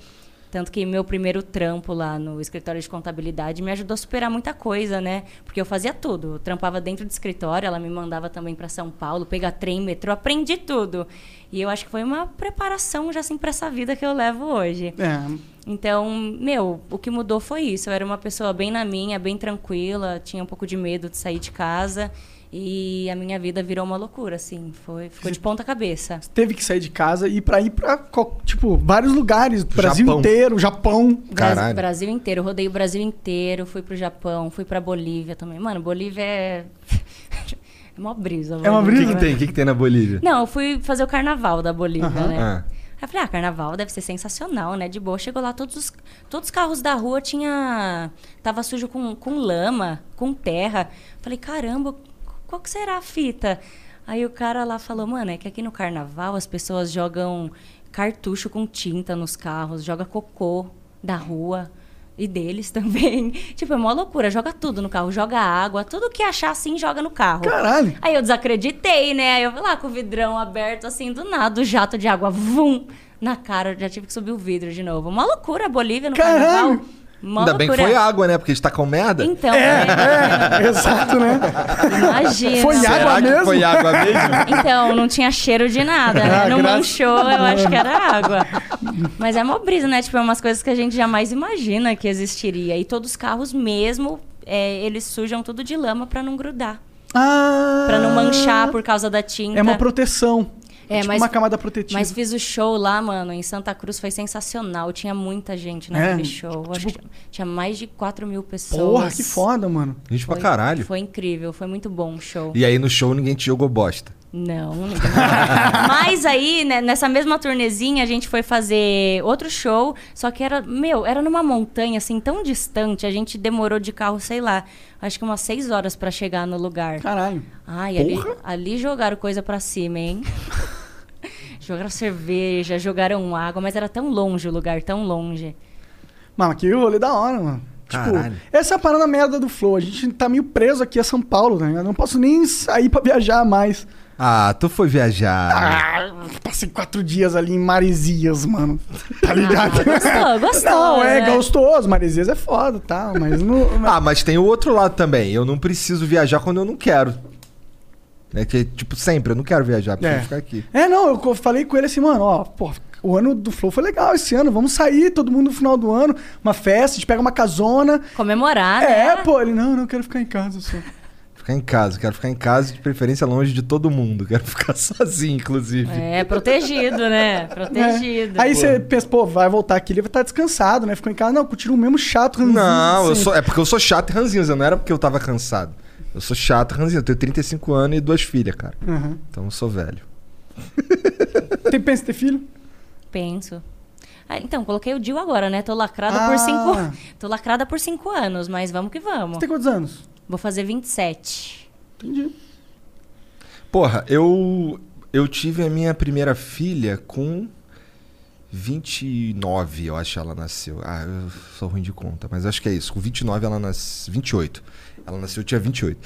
Tanto que meu primeiro trampo lá no escritório de contabilidade me ajudou a superar muita coisa, né? Porque eu fazia tudo. Eu trampava dentro do escritório, ela me mandava também para São Paulo, pegar trem, metrô, aprendi tudo. E eu acho que foi uma preparação já assim para essa vida que eu levo hoje.
É.
Então, meu, o que mudou foi isso. Eu era uma pessoa bem na minha, bem tranquila, tinha um pouco de medo de sair de casa. E a minha vida virou uma loucura, assim. Foi, ficou de ponta cabeça.
Teve que sair de casa e ir pra ir pra, qual- tipo, vários lugares. Brasil
Japão.
inteiro, Japão.
Bras-
Caralho.
Brasil inteiro, eu rodei o Brasil inteiro, fui pro Japão, fui pra Bolívia também. Mano, Bolívia é. é uma brisa.
uma
O que,
brisa?
Bolívia.
que tem? O que, que tem na Bolívia?
Não, eu fui fazer o carnaval da Bolívia,
Aham.
né?
Ah.
Aí eu falei, ah, carnaval deve ser sensacional, né? De boa. Chegou lá, todos os, todos os carros da rua tinha... Tava sujo com, com lama, com terra. Falei, caramba, qual que será a fita? Aí o cara lá falou, mano, é que aqui no carnaval as pessoas jogam cartucho com tinta nos carros, joga cocô da rua. E deles também. tipo, é uma loucura. Joga tudo no carro. Joga água. Tudo que achar assim, joga no carro.
Caralho.
Aí eu desacreditei, né? Aí eu fui lá com o vidrão aberto, assim, do nada, o jato de água, vum, na cara. Eu já tive que subir o vidro de novo. Uma loucura, Bolívia no
Caralho!
carnaval. Uma
Ainda bem
loucura.
que foi água, né? Porque a gente tá com merda.
Então,
É, exato, né?
né? imagina.
Foi água
Será que
mesmo?
foi água mesmo?
Então, não tinha cheiro de nada, né?
Ah,
Não
graças-
manchou, eu acho que era água. Mas é uma brisa, né? Tipo, é umas coisas que a gente jamais imagina que existiria. E todos os carros mesmo, é, eles sujam tudo de lama pra não grudar.
Ah.
Pra não manchar por causa da tinta.
É uma proteção.
É,
tipo
mas-
uma camada protetiva.
Mas fiz o show lá, mano, em Santa Cruz, foi sensacional. Tinha muita gente naquele
É,
show.
tipo-
Acho que tinha mais de 4 mil pessoas.
Porra, que foda, mano.
Gente pra
Foi-
caralho.
Foi incrível, foi muito bom o show.
E aí no show ninguém te jogou bosta.
Não, ninguém. Mas aí, né, nessa mesma turnezinha, a gente foi fazer outro show, só que era, meu, era numa montanha, assim, tão distante, a gente demorou de carro, sei lá, acho que umas seis horas pra chegar no lugar.
Caralho.
Ai, ali,
Porra!
ali jogaram coisa pra cima, hein? jogaram cerveja, jogaram água, mas era tão longe o lugar, tão longe.
Mano, que rolê da hora, mano. Tipo,
Caralho.
essa é a parada merda do Flow. A gente tá meio preso aqui a São Paulo, né? Eu não posso nem sair pra viajar mais.
Ah, tu foi viajar.
Ah, passei quatro dias ali em Maresias, mano. Tá ligado?
Ah, gostou, gostou,
Não, é
né?
gostoso. Maresias é foda, tá? Mas não.
Ah, mas tem o outro lado também. Eu não preciso viajar quando eu não quero. É que, tipo, sempre, eu não quero viajar, preciso
É.
ficar aqui.
É, não, eu co- falei com ele assim, mano, ó, pô, o ano do Flow foi legal esse ano, vamos sair, todo mundo no final do ano, uma festa, a gente pega uma casona.
Comemorar, né?
É, pô, ele, não, não quero ficar em casa só.
Ficar em casa, quero ficar em casa, de preferência longe de todo mundo. Quero ficar sozinho, inclusive.
É, protegido, né? Protegido.
É. Aí você pensa, pô, vai voltar aqui, ele vai estar descansado, né? Ficou em casa, não, continua o mesmo chato, ranzinho,
Não, eu
assim.
sou, é porque eu sou chato e ranzinza, não era porque eu tava cansado. Eu sou chato e ranzinza, eu tenho 35 anos e duas filhas, cara.
Aham.
Então eu sou velho.
Tem pensa em ter filho?
Penso. Ah, então, coloquei o Dil agora, né? Tô lacrada
Ah.
por cinco... Tô lacrada por cinco anos, mas vamos que vamos.
Você tem quantos anos?
Vou fazer 27.
Entendi.
Porra, eu eu tive a minha primeira filha com 29, eu acho que ela nasceu. Ah, eu sou ruim de conta, mas acho que é isso. Com 29 ela nasceu, 28. Ela nasceu eu tinha 28.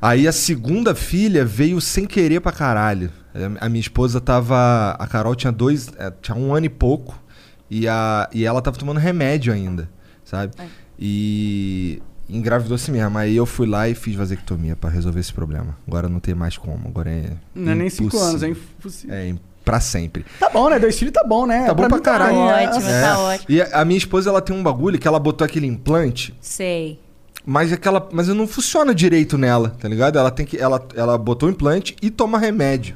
Aí a segunda filha veio sem querer pra caralho. É, A minha esposa tava. A Carol tinha dois. é, Tinha um ano e pouco. E, a, e ela tava tomando remédio ainda, sabe? E engravidou assim mesmo. Aí eu fui lá e fiz vasectomia pra resolver esse problema. Agora não tem mais como. Agora é.
Não é nem cinco
impossível.
anos, é impossível.
É, pra sempre.
Tá bom, né? Dois filhos tá bom, né?
Tá bom pra
mim
caralho.
bom, é.
Ótimo. Mas tá ótimo.
E a a minha esposa, ela tem um bagulho que ela botou aquele implante
Sei.
mas aquela, mas não funciona direito nela, tá ligado? Ela tem que ela, ela botou o implante e toma remédio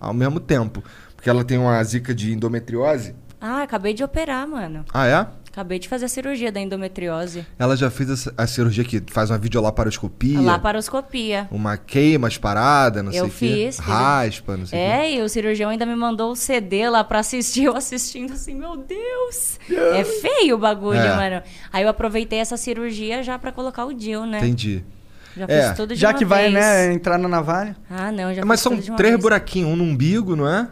ao mesmo tempo, porque ela tem uma zica de endometriose.
Ah, acabei de operar, mano.
Ah, é?
Acabei de fazer a cirurgia da endometriose.
Ela já fez a, a cirurgia que faz uma videolaparoscopia,
A laparoscopia.
uma queima as paradas, não
Eu
sei o quê.
fiz, fiz.
Raspa, não sei o quê.
É, e o cirurgião ainda me mandou o CD lá pra assistir, eu assistindo assim, meu Deus! É feio o bagulho,
É.
mano. Aí eu aproveitei essa cirurgia já pra colocar o Dil, né?
Entendi.
Já
É,
fiz tudo de
Já
uma
que vai,
vez.
né, entrar na navalha.
Ah, não, já
Mas
fiz
são
tudo de uma
três
vez.
buraquinhos, um no umbigo, não é?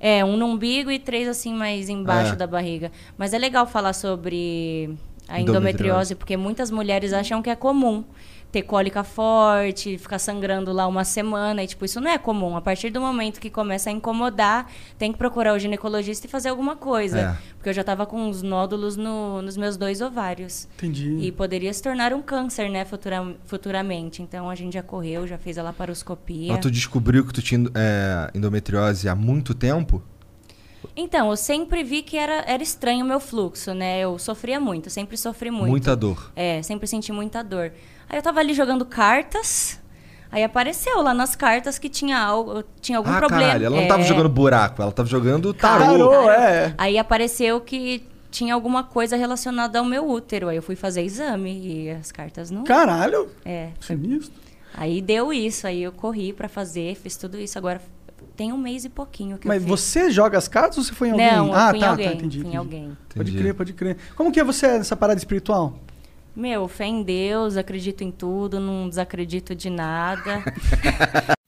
É, um no umbigo e três assim mais embaixo
É.
da barriga. Mas é legal falar sobre A endometriose, porque muitas mulheres acham que é comum ter cólica forte, ficar sangrando lá uma semana. E, tipo, isso não é comum. A partir do momento que começa a incomodar, tem que procurar o ginecologista e fazer alguma coisa.
É.
Porque eu já tava com uns nódulos no- nos meus dois ovários.
Entendi.
E poderia se tornar um câncer, né, futura- futuramente. Então a gente já correu, já fez a laparoscopia.
Mas tu descobriu que tu tinha é, endometriose há muito tempo?
Então, eu sempre vi que era, era estranho o meu fluxo, né? Eu sofria muito, sempre sofri muito.
Muita dor.
É, sempre senti muita dor. Aí eu tava ali jogando cartas, aí apareceu lá nas cartas que tinha algo, tinha algum
ah,
problema.
caralho, ela não tava
É.
jogando buraco, ela tava jogando tarô.
Tarô, é.
Aí apareceu que tinha alguma coisa relacionada ao meu útero. Aí eu fui fazer exame e as cartas não.
Caralho.
É,
Sinistro.
Aí deu isso, aí eu corri pra fazer, fiz tudo isso. Agora tem um mês e pouquinho que
Mas
eu fiz.
você joga as cartas ou você foi em alguém?
Não, eu
ah,
fui em
tá,
alguém,
tá, entendi.
fui em
entendi.
alguém.
Pode
Entendi.
crer, pode crer. Como que é você nessa parada espiritual?
Meu, fé em Deus, acredito em tudo, não desacredito de nada.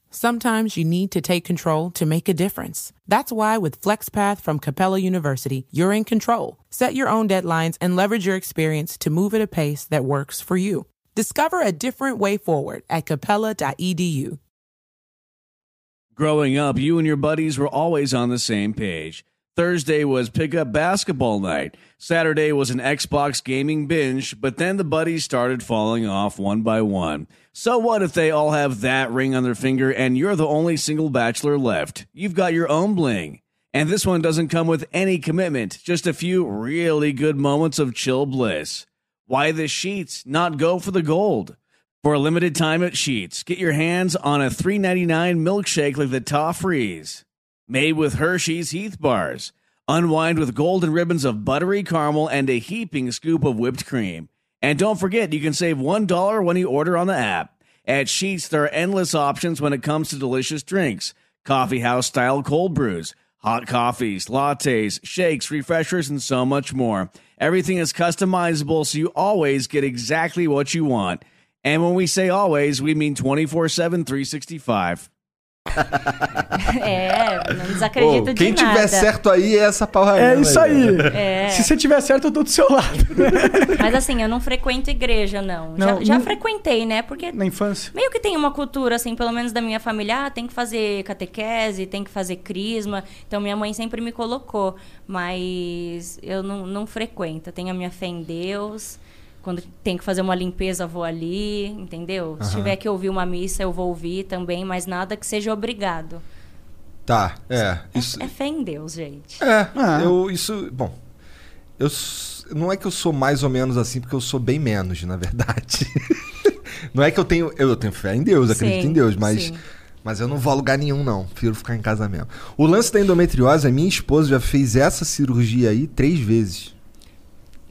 Sometimes you need to take control to make a difference. That's why with FlexPath from Capella University, you're in control. Set your own deadlines and leverage your experience to move at a pace that works for you. Discover a different way forward at E capella.edu.
Growing up, you and your buddies were always on the same page. Thursday was pickup basketball night. Saturday was an Xbox gaming binge, but then the buddies started falling off one by one. So what if they all have that ring on their finger and you're the only single bachelor left? You've got your own bling. And this one doesn't come with any commitment, just a few really good moments of chill bliss. Why the sheets not go for the gold? For a limited time at Sheets, get your hands on a $3.99 milkshake like the Toffrees, made with Hershey's Heath bars. Unwind with golden ribbons of buttery caramel and a heaping scoop of whipped cream. And don't forget, you can save $1 when you order on the app. At Sheets, there are endless options when it comes to delicious drinks coffee house style cold brews, hot coffees, lattes, shakes, refreshers, and so much more. Everything is customizable, so you always get exactly what you want. And when we say always, we mean 24 7, 365.
é, não
Pô,
desacredito de
quem
nada.
tiver certo aí é essa né? porra
É isso aí.
É.
Se você tiver certo, eu tô do seu lado.
Mas assim, eu não frequento igreja, não.
Não,
já já
não-
frequentei, né? Porque
Na infância.
meio que tem uma cultura, assim, pelo menos da minha família, ah, tem que fazer catequese, tem que fazer crisma. Então minha mãe sempre me colocou. Mas eu não, não frequento. Eu tenho a minha fé em Deus. Quando tem que fazer uma limpeza, eu vou ali, entendeu? Se tiver que ouvir uma missa, eu vou ouvir também, mas nada que seja obrigado.
Tá, é. Isso,
É fé em Deus, gente.
É,
Ah.
eu isso, bom. Eu s- não é que eu sou mais ou menos assim, porque eu sou bem menos, na verdade. não é que eu tenho, eu tenho fé em Deus, acredito
Sim,
em Deus, mas
sim.
mas eu não vou a lugar nenhum não, prefiro ficar em casa mesmo. O lance da endometriose, a minha esposa já fez essa cirurgia aí três vezes.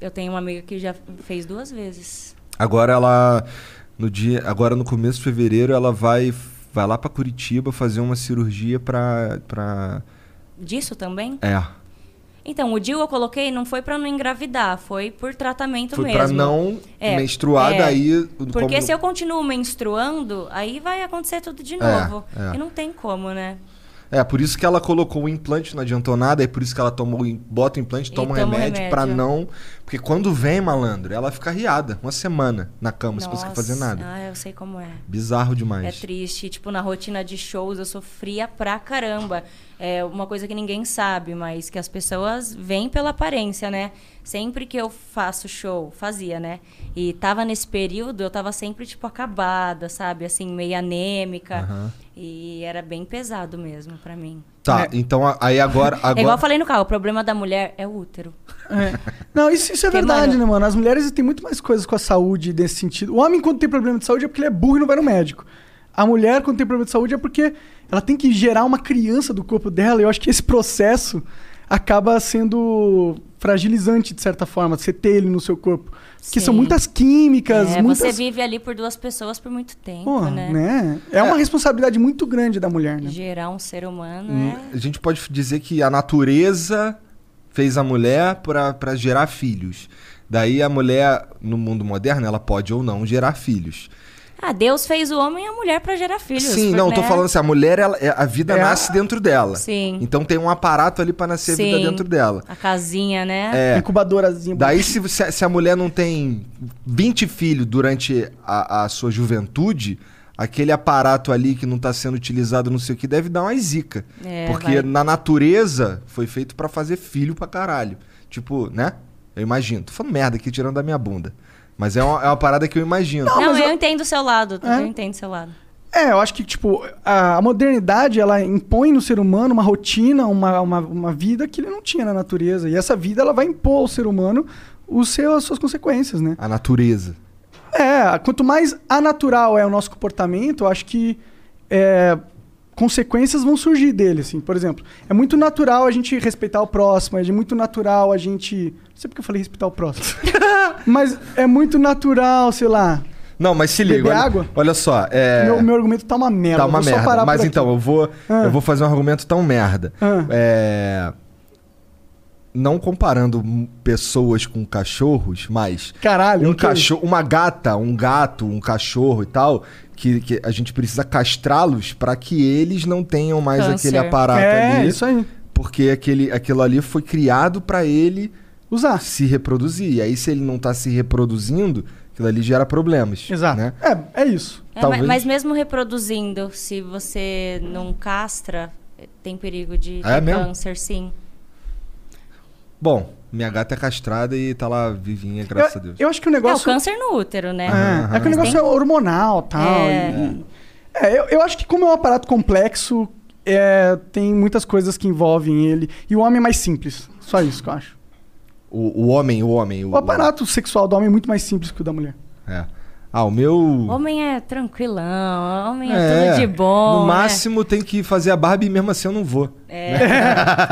Eu tenho uma amiga que já fez duas vezes.
Agora ela no dia, agora no começo de fevereiro ela vai vai lá pra Curitiba fazer uma cirurgia pra... para
Disso também?
é,
Então, o DIU eu coloquei não foi pra não engravidar, foi por tratamento
foi
mesmo.
pra não
É,
menstruar
é.
daí
Porque
como-
se eu continuo menstruando, aí vai acontecer tudo de
É,
novo.
é.
E não tem como, né?
É, por isso que ela colocou o implante, não adiantou nada, é por isso que ela toma, o im- bota o implante,
E
toma o
toma o
remédio pra
remédio.
não. Porque quando vem, malandro, ela fica riada, uma semana na cama, sem conseguir fazer
Nossa,
nada.
Ah, eu sei como é.
Bizarro demais.
É triste. Tipo, na rotina de shows eu sofria pra caramba. É uma coisa que ninguém sabe, mas que as pessoas veem pela aparência, né? Sempre que eu faço show, fazia, né? E tava nesse período, eu tava sempre, tipo, acabada, sabe? Assim, meio anêmica. E era bem pesado mesmo pra mim.
Tá, então a- aí agora.
É igual eu
agora...
falei no carro, o problema da mulher é o útero.
É. Não, isso, isso é
Porque,
verdade,
mano-
né, mano? As mulheres têm muito mais coisas com a saúde nesse sentido. O homem, quando tem problema de saúde, é porque ele é burro e não vai no médico. A mulher, quando tem problema de saúde, é porque ela tem que gerar uma criança do corpo dela. E eu acho que esse processo acaba sendo fragilizante, de certa forma, você ter ele no seu corpo. Porque são
Sim.
muitas químicas,
É,
muitas...
Você vive ali por duas pessoas por muito tempo,
Pô,
né?
né? É uma responsabilidade muito grande da mulher, né?
Gerar um ser humano é...
A gente pode dizer que a natureza fez a mulher pra pra gerar filhos. Daí a mulher, no mundo moderno, ela pode ou não gerar filhos.
Ah, Deus fez o homem e a mulher pra gerar filhos.
Sim, não,
né?
tô falando assim, a mulher, ela, é- a vida
É a-
nasce dentro dela.
Sim.
Então tem um aparato ali pra nascer a
Sim.
vida dentro dela.
A casinha, né?
É. Incubadorazinha.
Daí, se, se se a mulher não tem 20 filhos durante a, a sua juventude, aquele aparato ali que não tá sendo utilizado, não sei o que, deve dar uma zica.
É,
Porque
vai.
na natureza foi feito pra fazer filho pra caralho. Tipo, né? Eu imagino. Tô falando merda aqui, tirando da minha bunda. Mas é uma, é uma parada que eu imagino.
Não,
mas
eu
eu-
entendo o seu lado.
É.
Eu entendo o seu lado.
É, eu acho que, tipo, a, a modernidade, ela impõe no ser humano uma rotina, uma, uma, uma vida que ele não tinha na natureza. E essa vida, ela vai impor ao ser humano os seus, as suas consequências, né?
A natureza.
É, quanto mais anatural é o nosso comportamento, eu acho que é, consequências vão surgir dele, assim. Por exemplo, é muito natural a gente respeitar o próximo, é de muito natural a gente... Não sei porque eu falei respeitar o próximo. Mas é muito natural, sei lá...
Não, mas se
Beber
liga. Olha,
água?
olha só. É...
Meu, meu argumento tá uma merda.
Tá
eu
uma
vou só
merda.
parar
Mas
por aqui.
então, eu vou,
Ah.
eu vou fazer um argumento tão merda.
Ah.
É, Não comparando m- pessoas com cachorros, mas.
Caralho,
Um
ok.
cachorro, uma gata, um gato, um cachorro e tal, que, que a gente precisa castrá-los pra que eles não tenham mais
Câncer.
aquele aparato
É,
ali.
isso aí.
Porque aquele, aquilo ali foi criado pra ele
Usar.
se reproduzir. E aí, se ele não tá se reproduzindo, aquilo ali gera problemas. né?
É, é isso.
É,
Talvez.
mas, mas mesmo reproduzindo, se você não castra, tem perigo de
É
ter
mesmo?
câncer, sim.
Bom, minha gata é castrada e tá lá vivinha, graças
eu,
a Deus.
eu acho que o
É o
negócio.
câncer no útero, né?
É, é que o negócio é hormonal tal,
É.
e tal. É, eu, eu acho que como é um aparato complexo, é, tem muitas coisas que envolvem ele. E o homem é mais simples. Só isso que eu acho.
O, o homem, o homem.
O aparato sexual do homem é muito mais simples que o da mulher.
É. Ah, o meu.
Homem é tranquilão, homem é, tudo de
No
bom. né?
máximo tem que fazer a Barbie e mesmo assim eu não vou.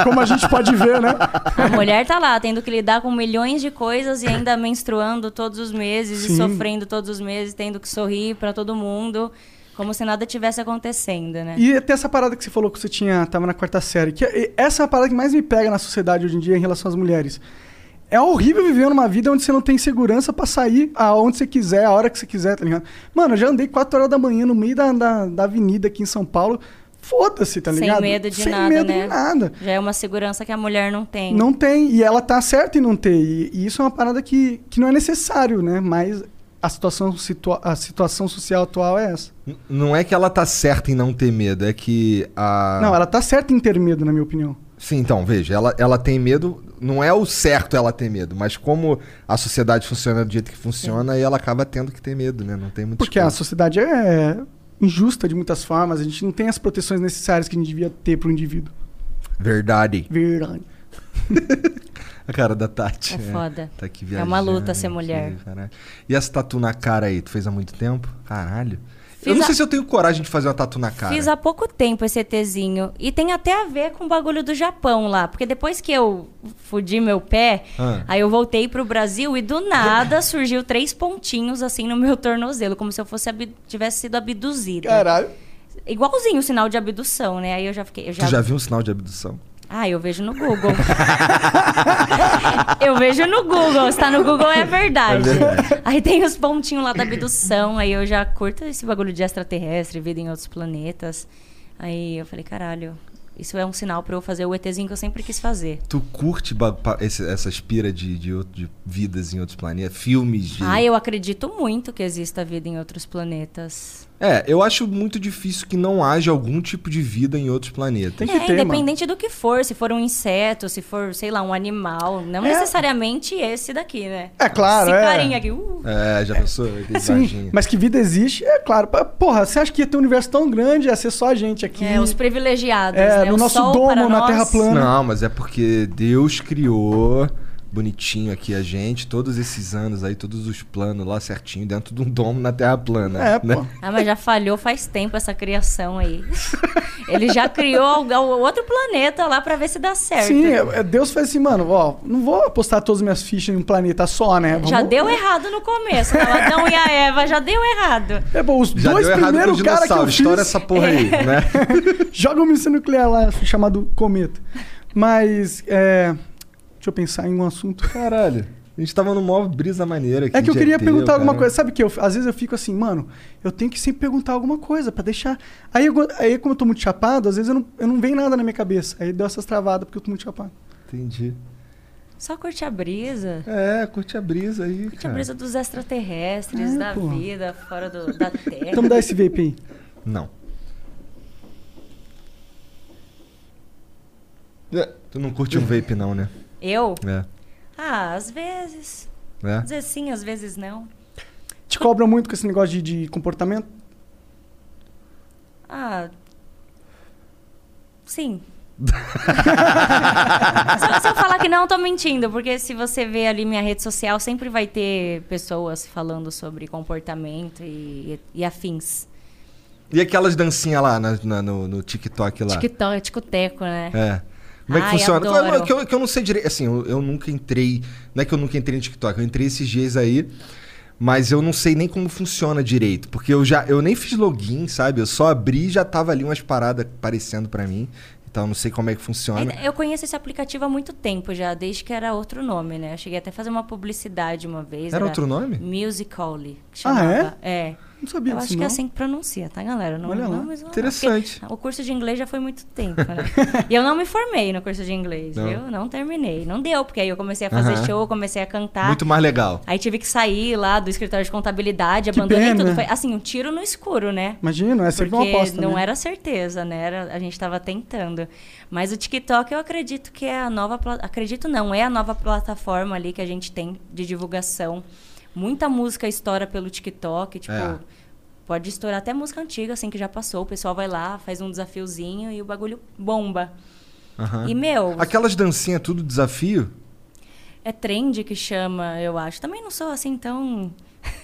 Como a gente pode ver, né?
A mulher tá lá, tendo que lidar com milhões de coisas e ainda menstruando todos os meses
Sim.
e sofrendo todos os meses, tendo que sorrir pra todo mundo, como se nada tivesse acontecendo, né?
É. E até essa parada que você falou que você tinha, tava na quarta série, que é- essa é a parada que mais me pega na sociedade hoje em dia em relação às mulheres. É horrível viver numa vida onde você não tem segurança pra sair aonde você quiser, a hora que você quiser, tá ligado? Mano, eu já andei 4 horas da manhã no meio da, da, da avenida aqui em São Paulo. Foda-se, tá
Sem
ligado?
medo de
Sem
nada,
medo
né?
de nada.
Já é uma segurança que a mulher não tem.
Não tem, e ela tá certa em não ter. E, e isso é uma parada que, que não é necessário, né? Mas a situação, situa a situação social atual é essa.
N- Não é que ela tá certa em não ter medo, é que a.
Não, ela tá certa em ter medo, na minha opinião.
Sim, então, veja, ela, ela tem medo. Não é o certo ela ter medo, mas como a sociedade funciona do jeito que funciona, aí ela acaba tendo que ter medo, né? Não tem muito
Porque a
escolha.
sociedade é injusta de muitas formas, a gente não tem as proteções necessárias que a gente devia ter para o indivíduo.
Verdade.
Verdade.
A cara da Tati.
É foda.
Tá aqui
É uma luta
viajando
ser mulher.
aqui, caralho. E essa tatu na cara aí, tu fez há muito tempo? Caralho. eu
Fiz
não
a-
sei se eu tenho coragem de fazer uma tatu na cara.
Fiz há pouco tempo esse ETzinho. E tem até a ver com o bagulho do Japão lá. Porque depois que eu fudi meu pé,
Ah.
aí eu voltei pro Brasil e do nada surgiu três pontinhos assim no meu tornozelo, como se eu fosse abdu- tivesse sido abduzida.
Caralho.
Igualzinho o sinal de abdução, né? Aí eu já fiquei. Eu já...
Tu já viu um sinal de abdução?
Ah, eu vejo no Google. eu vejo no Google. Se tá no Google é verdade.
É verdade.
Aí tem os pontinhos lá da abdução. Aí eu já curto esse bagulho de extraterrestre, vida em outros planetas. Aí eu falei, caralho, isso é um sinal pra eu fazer o ETzinho que eu sempre quis fazer.
Tu curte ba- pa- esse- essas piras de, de, outro- de vidas em outros planetas, filmes de.
Ah, eu acredito muito que exista vida em outros planetas.
É, eu acho muito difícil que não haja algum tipo de vida em outros planetas.
Tem que
é,
ter,
independente do que for, se for um inseto, se for, sei lá, um animal. Não
É.
necessariamente esse daqui, né?
É claro,
Esse
é.
carinha aqui. uh.
É, já pensou? Aquele
Sim,
vaginho.
mas que vida existe, é claro. Pa- Porra, você acha que ia ter um universo tão grande, ia ser só a gente aqui.
É, os privilegiados,
É,
né?
no
o
nosso
sol
domo,
para
na
nós.
terra plana.
Não, mas é porque Deus criou bonitinho aqui a gente, todos esses anos aí, todos os planos lá certinho, dentro de um domo na Terra plana.
É,
né?
pô.
Ah, mas já falhou faz tempo essa criação aí. Ele já criou alga- outro planeta lá pra ver se dá certo.
Sim, é- é- Deus faz assim, mano, ó, não vou apostar todas as minhas fichas em um planeta só, né?
Já
Vamos-
deu errado no começo, né? o Adão e a Eva já deu errado.
É bom, os
Já
dois
deu errado com o
primeiros caras que eu
dinossauro,
fiz, É.
estoura essa porra aí, né?
joga um míssil nuclear lá, chamado cometa. Mas, é... Deixa eu pensar em um assunto.
Caralho. A gente tava numa brisa maneira aqui.
É que eu
de
queria
ET,
perguntar alguma
cara.
coisa. Sabe que eu, às vezes eu fico assim, mano, eu tenho que sempre perguntar alguma coisa pra deixar. Aí, eu- aí como eu tô muito chapado, às vezes eu não, eu não venho nada na minha cabeça. Aí deu essas travadas porque eu tô muito chapado.
Entendi.
Só curte a brisa.
É, curte a brisa aí,
Curte a
cara.
brisa dos extraterrestres,
É,
da
pô.
vida, fora do, da Terra.
Então me dá esse vape aí.
Não. É, tu não curte um vape não, né?
Eu?
É.
Ah, às vezes.
É.
Às vezes sim, às vezes não.
Te cobram muito com esse negócio de, de comportamento?
Ah. Sim. se, eu, se eu falar que não, eu tô mentindo, porque se você vê ali minha rede social, sempre vai ter pessoas falando sobre comportamento e, e afins.
E aquelas dancinhas lá na- na- no, no TikTok lá?
TikTok, ticoteco, né?
É. Como é que
Ai,
funciona?
adoro.
Que eu, que eu- que eu não sei direito. Assim, eu, eu nunca entrei. Não é que eu nunca entrei no TikTok, eu entrei esses dias aí. Mas eu não sei nem como funciona direito. Porque eu já eu nem fiz login, sabe? Eu só abri e já tava ali umas paradas aparecendo pra mim. Então eu não sei como é que funciona.
Eu conheço esse aplicativo há muito tempo já, desde que era outro nome, né? Eu cheguei até a fazer uma publicidade uma vez.
Era outro nome?
Musical.ly. que
Ah,
chamava. É.
Não sabia
Eu
disso,
acho que
não.
é assim que pronuncia, tá, galera? Eu Não,
Olha lá.
não, mas não-
Interessante.
porque O curso de inglês já foi muito tempo, né? e eu não me formei no curso de inglês,
Não.
viu? Não terminei. Não deu, porque aí eu comecei a fazer
Aham.
show, comecei a cantar.
Muito mais legal.
Aí tive que sair lá do escritório de contabilidade,
Que
abandonei
pena.
tudo. Foi assim, um tiro no escuro, né?
Imagina, é sempre
Porque
uma aposta.
não
né?
era certeza, né? Era, a gente estava tentando. Mas o TikTok eu acredito que é a nova... pla- Acredito não, é a nova plataforma ali que a gente tem de divulgação. Muita música estoura pelo TikTok, tipo...
É.
Pode estourar até música antiga, assim, que já passou. O pessoal vai lá, faz um desafiozinho e o bagulho bomba.
Aham.
Ah.
E, meu,
Aquelas dancinhas, tudo desafio?
é trend que chama, eu acho. Também não sou, assim, tão...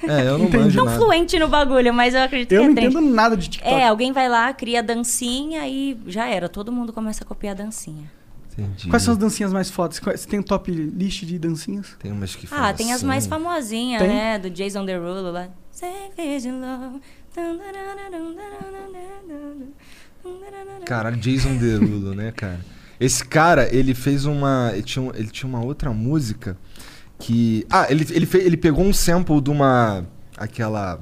É, eu não
Entendi.
manjo
tão
nada.
fluente no bagulho, mas eu acredito
né? Eu
que
não
é trend.
entendo nada de TikTok.
Tá.
É, alguém vai lá, cria a dancinha e já era. Todo mundo começa a copiar a dancinha.
Entendi.
Quais são as dancinhas mais fodas? Quais- Você tem um top list de dancinhas?
Tem umas que
Ah, tem as
assim.
mais famosinhas,
Tem?
né? Do Jason Derulo lá. Savage Love.
Caralho, Jason Derulo, né, cara? Esse cara, ele fez uma. Ele tinha, um- ele tinha uma outra música que. Ah, ele, ele, fe- ele pegou um sample de uma. Aquela.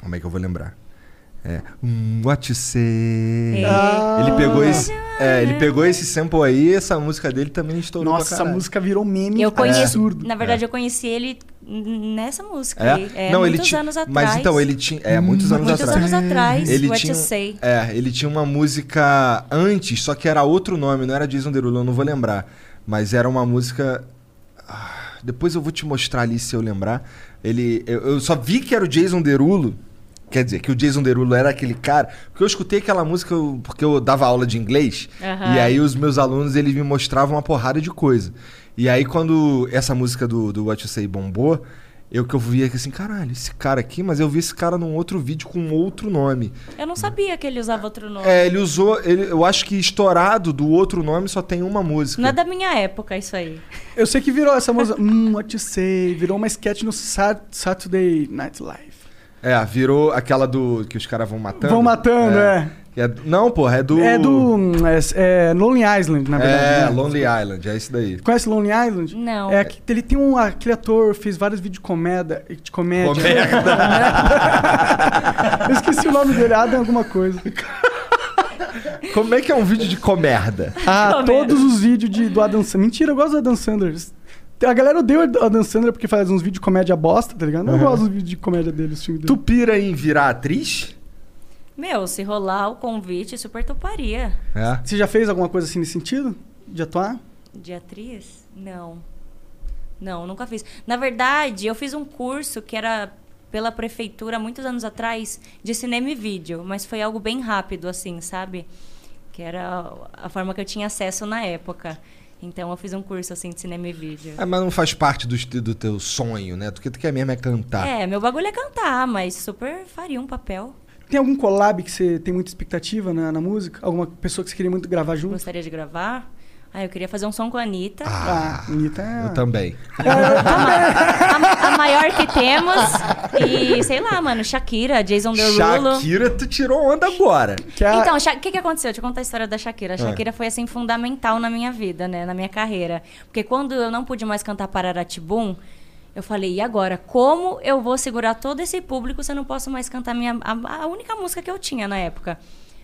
Como é que eu vou lembrar? É. "Hum, What you say.
É.
Ah.
Ele pegou esse. É, ele pegou esse sample aí, essa música dele também estourou. pra
Nossa, essa
caralho.
música virou meme
é
Eu conheço.
absurdo.
Na verdade, eu conheci ele n- nessa música. aí.
É?
É,
Não, ele
muitos
tinha.
anos atrás.
Mas então, ele tinha. É, muitos anos
Muitos
atrás.
anos atrás,
Ele
What
tinha,
You Say.
É, ele tinha uma música antes, só que era outro nome, não era Jason Derulo, eu não vou lembrar. Mas era uma música. Ah, Depois eu vou te mostrar ali se eu lembrar. Ele, eu, eu só vi que era o Jason Derulo. Quer dizer, que o Jason Derulo era aquele cara. Porque eu escutei aquela música eu- porque eu dava aula de inglês.
Aham.
E aí os meus alunos eles me mostravam uma porrada de coisa. E aí quando essa música do, do What You Say bombou, eu que eu vi aqui assim, caralho, esse cara aqui, mas eu vi esse cara num outro vídeo com um outro nome.
Eu não sabia que ele usava outro nome.
É, ele usou. ele- eu acho que estourado do outro nome só tem uma música.
Não é da minha época isso aí.
Eu sei que virou essa música. hum, what you say? Virou uma sketch no Sat- Saturday Night Live.
É, virou aquela do. que os caras vão matando.
Vão matando, é.
É do- não, porra, é do.
É do. hum, É, é Lonely Island, na verdade.
É,
né?
Lonely Island, é isso daí.
Conhece Lonely Island?
Não.
É, que- ele tem um. Aquele ator fez vários vídeos de comédia. É, De comédia. Eu esqueci o nome dele, Adam alguma coisa.
Como é que é um vídeo de comerda?
Ah,
Comédia.
todos os vídeos de, do Adam Sandler. Mentira, eu gosto do Adam Sandler. A galera odeia o Adam Sandler porque faz uns vídeos de comédia bosta, tá ligado? Eu gosto dos vídeos de comédia dele, os filmes
Tu
dele.
pira em virar atriz?
Meu, se rolar o convite, super toparia.
É.
Você já fez alguma coisa assim nesse sentido? De atuar?
De atriz? Não. Não, nunca fiz. Na verdade, eu fiz um curso que era pela prefeitura muitos anos atrás de cinema e vídeo, mas foi algo bem rápido, assim, sabe? Que era a forma que eu tinha acesso na época. Então eu fiz um curso assim de cinema e vídeo.
Ah, mas não faz parte do, est- do teu sonho, né? Do que tu quer mesmo é cantar.
É, meu bagulho é cantar, mas super faria um papel.
Tem algum collab que você tem muita expectativa na, na música? Alguma pessoa que você queria muito gravar junto?
Gostaria de gravar. Ah, eu queria fazer um som com a Anitta.
Ah, Anitta é...
Eu também.
A, Ma- a a maior que temos. E sei lá, mano, Shakira, Jason Derulo.
Shakira, tu tirou onda agora.
Que é a-
Então, Sha- o que, que aconteceu? Deixa eu contar a história da Shakira. A Shakira foi, assim, fundamental na minha vida, né? Na minha carreira. Porque quando eu não pude mais cantar Pararatibum, eu falei, e agora? Como eu vou segurar todo esse público se eu não posso mais cantar minha, a, a única música que eu tinha na época?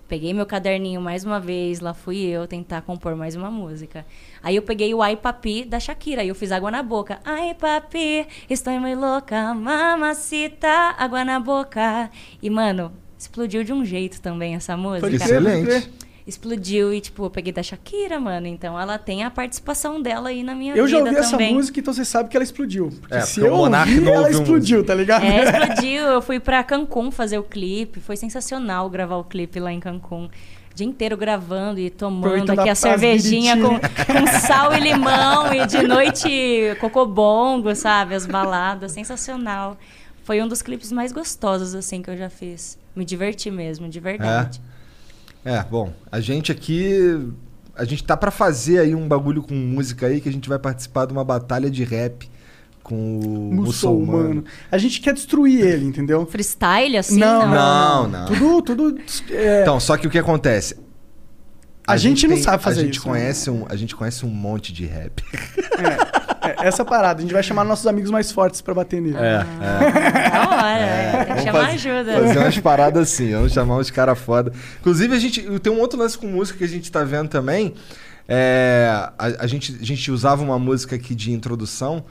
Peguei meu caderninho mais uma vez, lá fui eu tentar compor mais uma música. Aí eu peguei o Ai Papi da Shakira e eu fiz água na boca. Ai Papi, estou muito louca, mamacita, água na boca. E, mano, explodiu de um jeito também essa música.
Pode crer, pode
Excelente.
crer.
Explodiu e, tipo, eu peguei da Shakira, mano. Então ela tem a participação dela aí na minha
Eu já
vida
ouvi
também.
essa música, então você sabe que ela explodiu. Porque
É,
se
porque o
eu
Monark
ouvi,
não
ela
ouviu um-
explodiu, tá ligado?
É, explodiu. Eu fui pra Cancún fazer o clipe. Foi sensacional gravar o clipe lá em Cancún. O dia inteiro gravando e tomando
Aproveitando
aqui
a-
a,
as
cervejinha com,
biritinhas.
com sal e limão. E de noite, cocobongo, sabe? As baladas. Sensacional. Foi um dos clipes mais gostosos, assim, que eu já fiz. Me diverti mesmo, de verdade.
É, bom, a gente aqui. A gente tá pra fazer aí um bagulho com música aí que a gente vai participar de uma batalha de rap com o
Muçulmano.
muçulmano.
A gente quer destruir ele, entendeu?
Freestyle, assim?
Não,
Não, não.
Tudo, tudo. é,
Então, só que o que acontece?
A gente não sabe fazer
a gente
isso, né?
Conhece um, a gente conhece um monte de rap.
é, essa parada. A gente vai chamar nossos amigos mais fortes pra bater nele.
É.
Da hora. é. Tem que
Vamos
chamar
fazer-
ajuda.
Fazer umas paradas assim, vamos chamar uns caras foda. Inclusive, a gente. Tem um outro lance com música que a gente tá vendo também. É, a, a gente, a gente usava uma música aqui de introdução,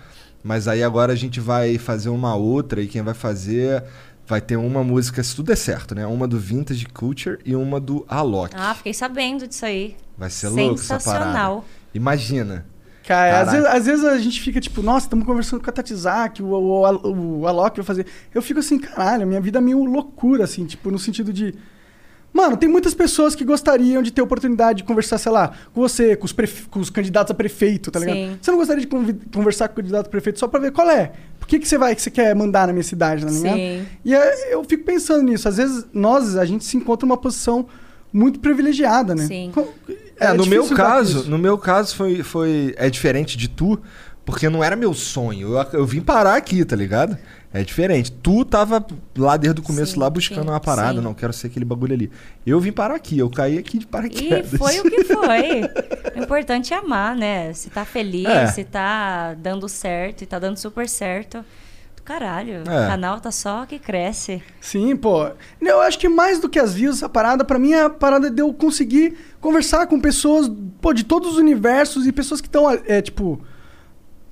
mas aí agora a gente vai fazer uma outra e quem vai fazer. Vai ter uma música, se tudo der certo, né? Uma do Vintage Culture e uma do Alok.
Ah, fiquei sabendo disso aí.
Vai ser louco essa parada.
Sensacional.
Imagina.
Cara, às
Caraca.
vezes, às vezes a gente fica tipo, nossa, estamos conversando com a Tatizak, o, o, o, o Alok vai fazer. Eu fico assim, caralho, minha vida é meio loucura, assim, tipo, no sentido de. Mano, tem muitas pessoas que gostariam de ter oportunidade de conversar, sei lá, com você, com os, prefe- com os candidatos a prefeito, tá ligado?
Sim.
Você não gostaria de convi- conversar com o candidato a prefeito só pra ver qual é? Por que, que você vai, que você quer mandar na minha cidade, tá ligado?
Sim.
E é, eu fico pensando nisso. Às vezes, nós, a gente se encontra numa posição muito privilegiada, né?
Sim.
Com-
É, no
difícil
meu
lidar com isso.
caso, no meu caso foi, foi é diferente de tu, porque não era meu sonho. Eu, eu vim parar aqui, tá ligado? É diferente. Tu tava lá desde o começo
Sim,
lá buscando
sim,
uma parada,
sim.
não quero ser aquele bagulho ali. Eu vim parar aqui, eu caí aqui de
E
paraquedas.
foi o que foi. O importante é amar, né? Se tá feliz,
É.
se tá dando certo e tá dando super certo. Do caralho. O
É.
canal tá só que cresce.
Sim, pô. Eu acho que mais do que as views, a parada, pra mim, é a parada de eu conseguir conversar com pessoas, pô, de todos os universos e pessoas que estão, é, tipo,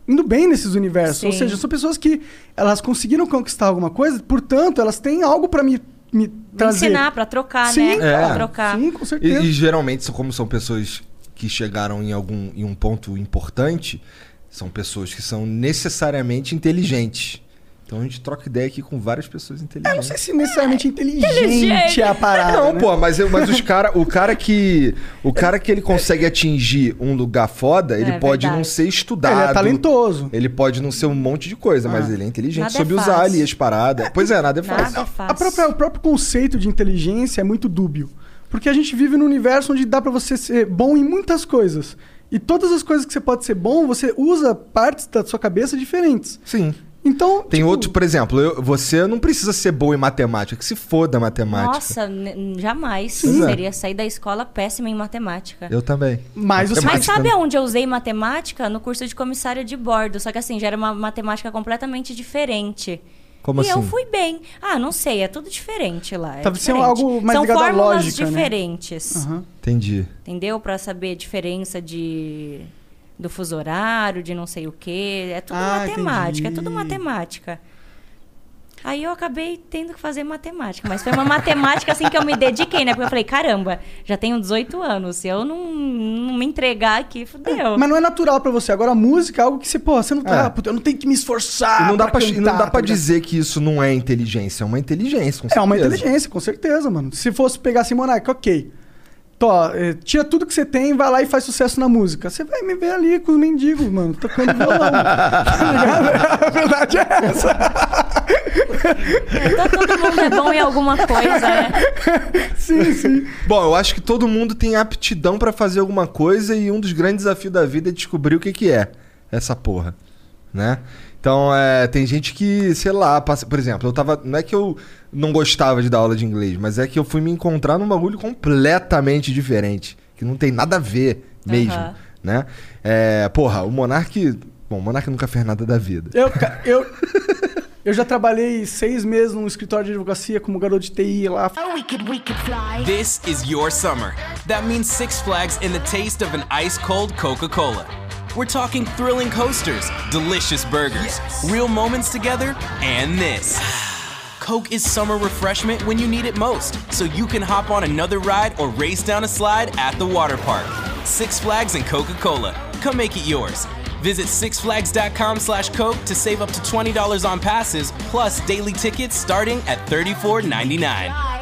indo bem nesses universos. Ou
Sim.
seja, são pessoas que elas conseguiram conquistar alguma coisa, portanto, elas têm algo pra me, me
Pra
trazer.
ensinar, pra trocar,
Sim,
né? Pra
é.
trocar.
Sim, com
E,
certeza.
e geralmente, são- como são pessoas que chegaram em algum em um ponto importante, são pessoas que são necessariamente inteligentes. Então a gente troca ideia aqui com várias pessoas inteligentes.
É,
Eu não sei se necessariamente inteligente,
inteligente.
é a parada.
Não,
né?
pô, mas, eu- mas os cara, o cara que o cara que ele consegue atingir um lugar foda, ele
É
pode
verdade.
não ser estudado.
Ele é talentoso. Ah.
Ele pode não ser um monte de coisa, mas ele é inteligente,
Nada é
soube usar
fácil.
ali as paradas. Pois é, nada é fácil.
Nada é fácil.
A própria- o próprio conceito de inteligência é muito dúbio. Porque a gente vive num universo onde dá pra você ser bom em muitas coisas. E todas as coisas que você pode ser bom, você usa partes da sua cabeça diferentes.
Sim.
Então.
Tem
tipo,
outro, por exemplo, eu- você não precisa ser bom em matemática, que se foda a matemática.
Nossa, n- jamais.
Sim.
Seria sair da escola péssima em matemática.
Eu também.
Mas você.
Mas
Matemática,
sabe
né?
aonde eu usei matemática? No curso de comissária de bordo. Só que assim, já era uma matemática completamente diferente.
Como
e eu
assim?
fui bem. Ah, não sei, é tudo diferente lá. É
Talvez seja
diferente.
algo mais
São
ligado à
fórmulas
lógica, né?
diferentes.
Aham.
Entendi.
Entendeu? Pra saber a diferença de do fuso horário, de não sei o quê. É tudo
Ah,
matemática, é tudo
entendi.
matemática. Aí eu acabei tendo que fazer matemática, mas foi uma matemática assim que eu me dediquei, né? Porque eu falei, caramba, já tenho 18 anos, se eu não, não me entregar aqui, fudeu.
Mas não é natural pra você. Agora, a música é algo que você, pô, você não tá.
É.
puta, eu não tenho que me esforçar.
e não dá pra, e não
cantar,
dá pra
tá ligado?
dizer que isso não é inteligência, é uma inteligência, com
É uma
certeza.
inteligência, com certeza, mano. Se fosse pegar assim, Monark, ok. Tó, eh, tira tudo que você tem, vai lá e faz sucesso na música. Você vai me ver ali com os mendigos, mano, tocando violão. Tá ligado? A verdade é essa.
Então todo mundo é bom em alguma coisa, né?
Sim, sim.
Bom, eu acho que todo mundo tem aptidão pra fazer alguma coisa e um dos grandes desafios da vida é descobrir o que, que é essa porra. né? Então, é, tem gente que, sei lá, passa- por exemplo, eu tava. Não é que eu não gostava de dar aula de inglês, mas é que eu fui me encontrar num bagulho completamente diferente, que não tem nada a ver mesmo,
Aham.
né? É, porra, o Monark. Bom, o Monark nunca fez nada da vida.
Eu, ca- eu, eu já trabalhei seis meses num escritório de advocacia como garoto de TI lá.
This is your summer. That means Six Flags and the taste of an ice cold Coca Cola. We're talking thrilling coasters, delicious burgers, real moments together, and this. Coke is summer refreshment when you need it most, so you can hop on another ride or race down a slide at the water park. Six Flags and Coca Cola. Come make it yours. Visit sixflags.com slash Coke to save up to $20 on passes, plus daily tickets starting at $34.99.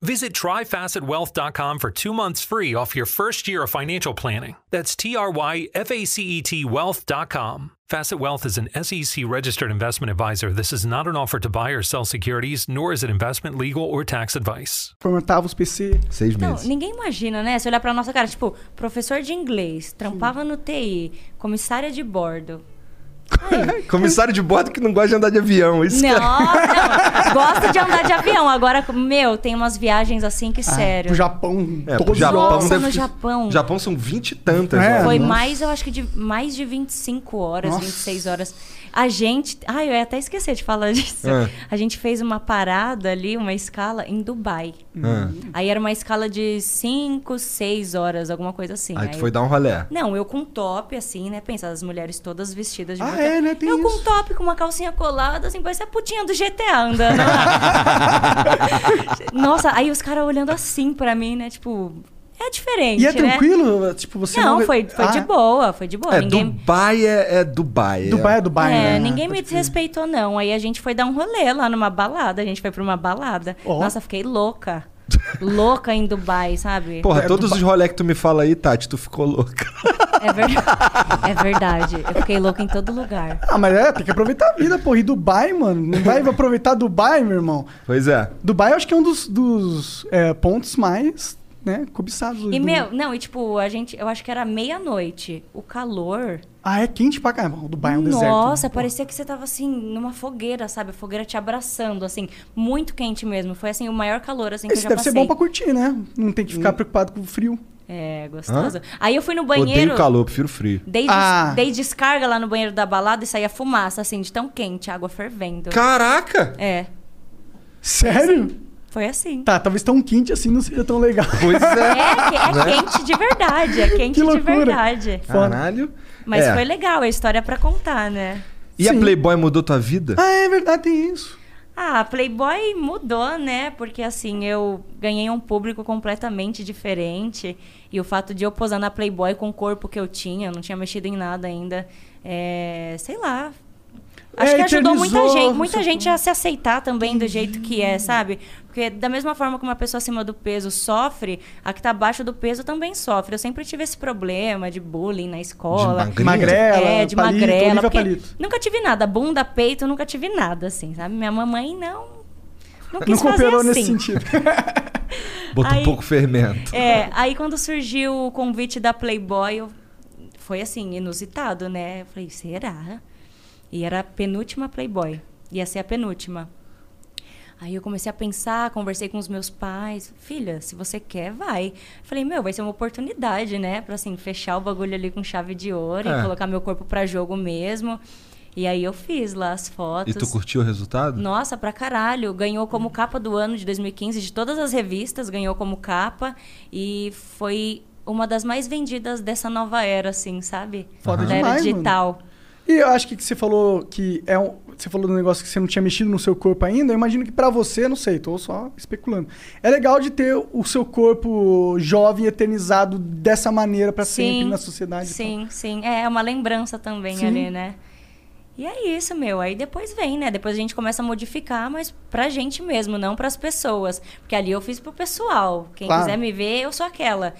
Visit tryfacetwealth.com for two months free off your first year of financial planning. That's T R Y F A C E T wealth.com. Facet Wealth is an SEC registered investment advisor. This is not an offer to buy or sell securities, nor is it investment, legal, or tax advice.
Formatava os PC.
Seis
Não,
meses.
ninguém imagina, né? Se olhar pra nossa cara, tipo, professor de inglês, trampava no TI, comissária de bordo.
Comissário de bordo que não gosta de andar de avião. Isso que
Não,
é-
não, gosto de andar de avião. Agora, meu, tem umas viagens assim
Ah,
que, sério.
Pro Japão.
É, pro
todos
Japão
os
Nossa,
deve-
no Japão.
Japão são 20 e tantas.
É,
horas.
Foi
nossa.
mais, eu acho que de mais de 25 horas,
Nossa.
26 horas. A gente. Ai, eu ia até esquecer de falar disso.
Ah.
A gente fez uma parada ali, uma escala em Dubai.
Ah.
Aí era uma escala de 5, 6 horas, alguma coisa assim.
Aí
Aí
tu
eu-
foi dar um rolé.
Não, eu com top, assim, né? Pensa, as mulheres todas vestidas de
Ah,
burca.
é, né? Tem
eu com
isso.
top, com uma calcinha colada, assim, parece a putinha do GTA andando lá. Nossa, aí os caras olhando assim pra mim, né? Tipo, é diferente,
E é
né?
tranquilo? Tipo, você
Não,
vê-
foi, foi
Ah,
de boa, foi de boa.
É,
ninguém...
Dubai é, é Dubai.
Dubai é Dubai,
É,
né?
ninguém
Pode
me
crer.
desrespeitou, não. Aí a gente foi dar um rolê lá numa balada. A gente foi pra uma balada.
Ó.
Nossa, fiquei louca. louca em Dubai, sabe?
Porra,
É
todos
Dubai.
os rolé que tu me fala aí, Tati, tu ficou louca.
É, verdade. é verdade. Eu fiquei louca em todo lugar.
Ah, mas é, tem que aproveitar a vida, porra. E Dubai, mano? Não vai aproveitar Dubai, meu irmão?
Pois é.
Dubai eu acho que é um dos, dos, é, pontos mais, né, cobiçados.
E
do-
meu, não, e tipo, a gente, eu acho que era meia-noite. O calor.
Ah, é quente pra caramba. O Dubai é um deserto.
Nossa,
né? Porra.
parecia que você tava assim, numa fogueira, sabe? A fogueira te abraçando, assim, muito quente mesmo. Foi assim, o maior calor assim, que eu
Esse
já
deve
passei.
ser bom pra curtir, né? Não tem que ficar
Hum.
preocupado com o frio.
É, gostoso.
Hã?
Aí eu fui no
Odeio
banheiro.
calor, prefiro frio.
Dei,
Ah.
des- dei descarga lá no banheiro da balada e saía fumaça, assim, de tão quente, água fervendo.
Caraca!
É,
Sério?
foi assim.
Tá, talvez tão quente assim não seja tão legal.
Pois é.
É, que- é quente de verdade, é quente de
Né? loucura. Ah.
verdade.
Caralho.
Mas
É.
foi legal, é história pra contar, né?
E a Playboy mudou tua vida?
Ah, é verdade, tem isso.
Ah, a Playboy mudou, né? Porque assim, eu ganhei um público completamente diferente. E o fato de eu posar na Playboy com o corpo que eu tinha, eu não tinha mexido em nada ainda. É, sei lá. Acho
É,
que ajudou muita
eternizou, Uhum.
gente, muita
você-
gente a se aceitar também do jeito que é, sabe? Porque da mesma forma que uma pessoa acima do peso sofre, a que tá abaixo do peso também sofre. Eu sempre tive esse problema de bullying na escola.
magrinha?
Magrela,
É, de
palito,
magrela.
Olivia
porque
palito.
Nunca tive nada. Bunda, peito, nunca tive nada, assim, sabe? Minha mamãe não. Não quis
Não
fazer
cooperou
assim.
nesse sentido.
Bota um
Aí-
pouco fermento.
É, aí quando surgiu o convite da Playboy, eu... foi assim, inusitado, né? Eu falei, será? E era a penúltima Playboy. Ia ser a penúltima. Aí eu comecei a pensar, conversei com os meus pais. Filha, se você quer, vai. Falei, meu, vai ser uma oportunidade, né? Pra, assim, fechar o bagulho ali com chave de ouro
É.
e colocar meu corpo pra jogo mesmo. E aí eu fiz lá as
E
fotos.
tu curtiu o resultado?
Nossa, pra caralho. Ganhou como capa do ano de 2015, de todas as revistas, ganhou como capa. E foi uma das mais vendidas dessa nova era, assim, sabe?
Foda
da
demais,
era digital.
E eu acho que você falou que é um, você falou do negócio que você não tinha mexido no seu corpo ainda. Eu imagino que pra você, não sei, tô só especulando. É legal de ter o seu corpo jovem eternizado dessa maneira pra sempre na sociedade. e
Sim, sim. É uma lembrança também
Sim.
ali, né? E é isso, meu. Aí depois vem, né? Depois a gente começa a modificar, mas pra gente mesmo, não pras pessoas. Porque ali eu fiz pro pessoal. Quem
Claro.
quiser me ver, eu sou aquela.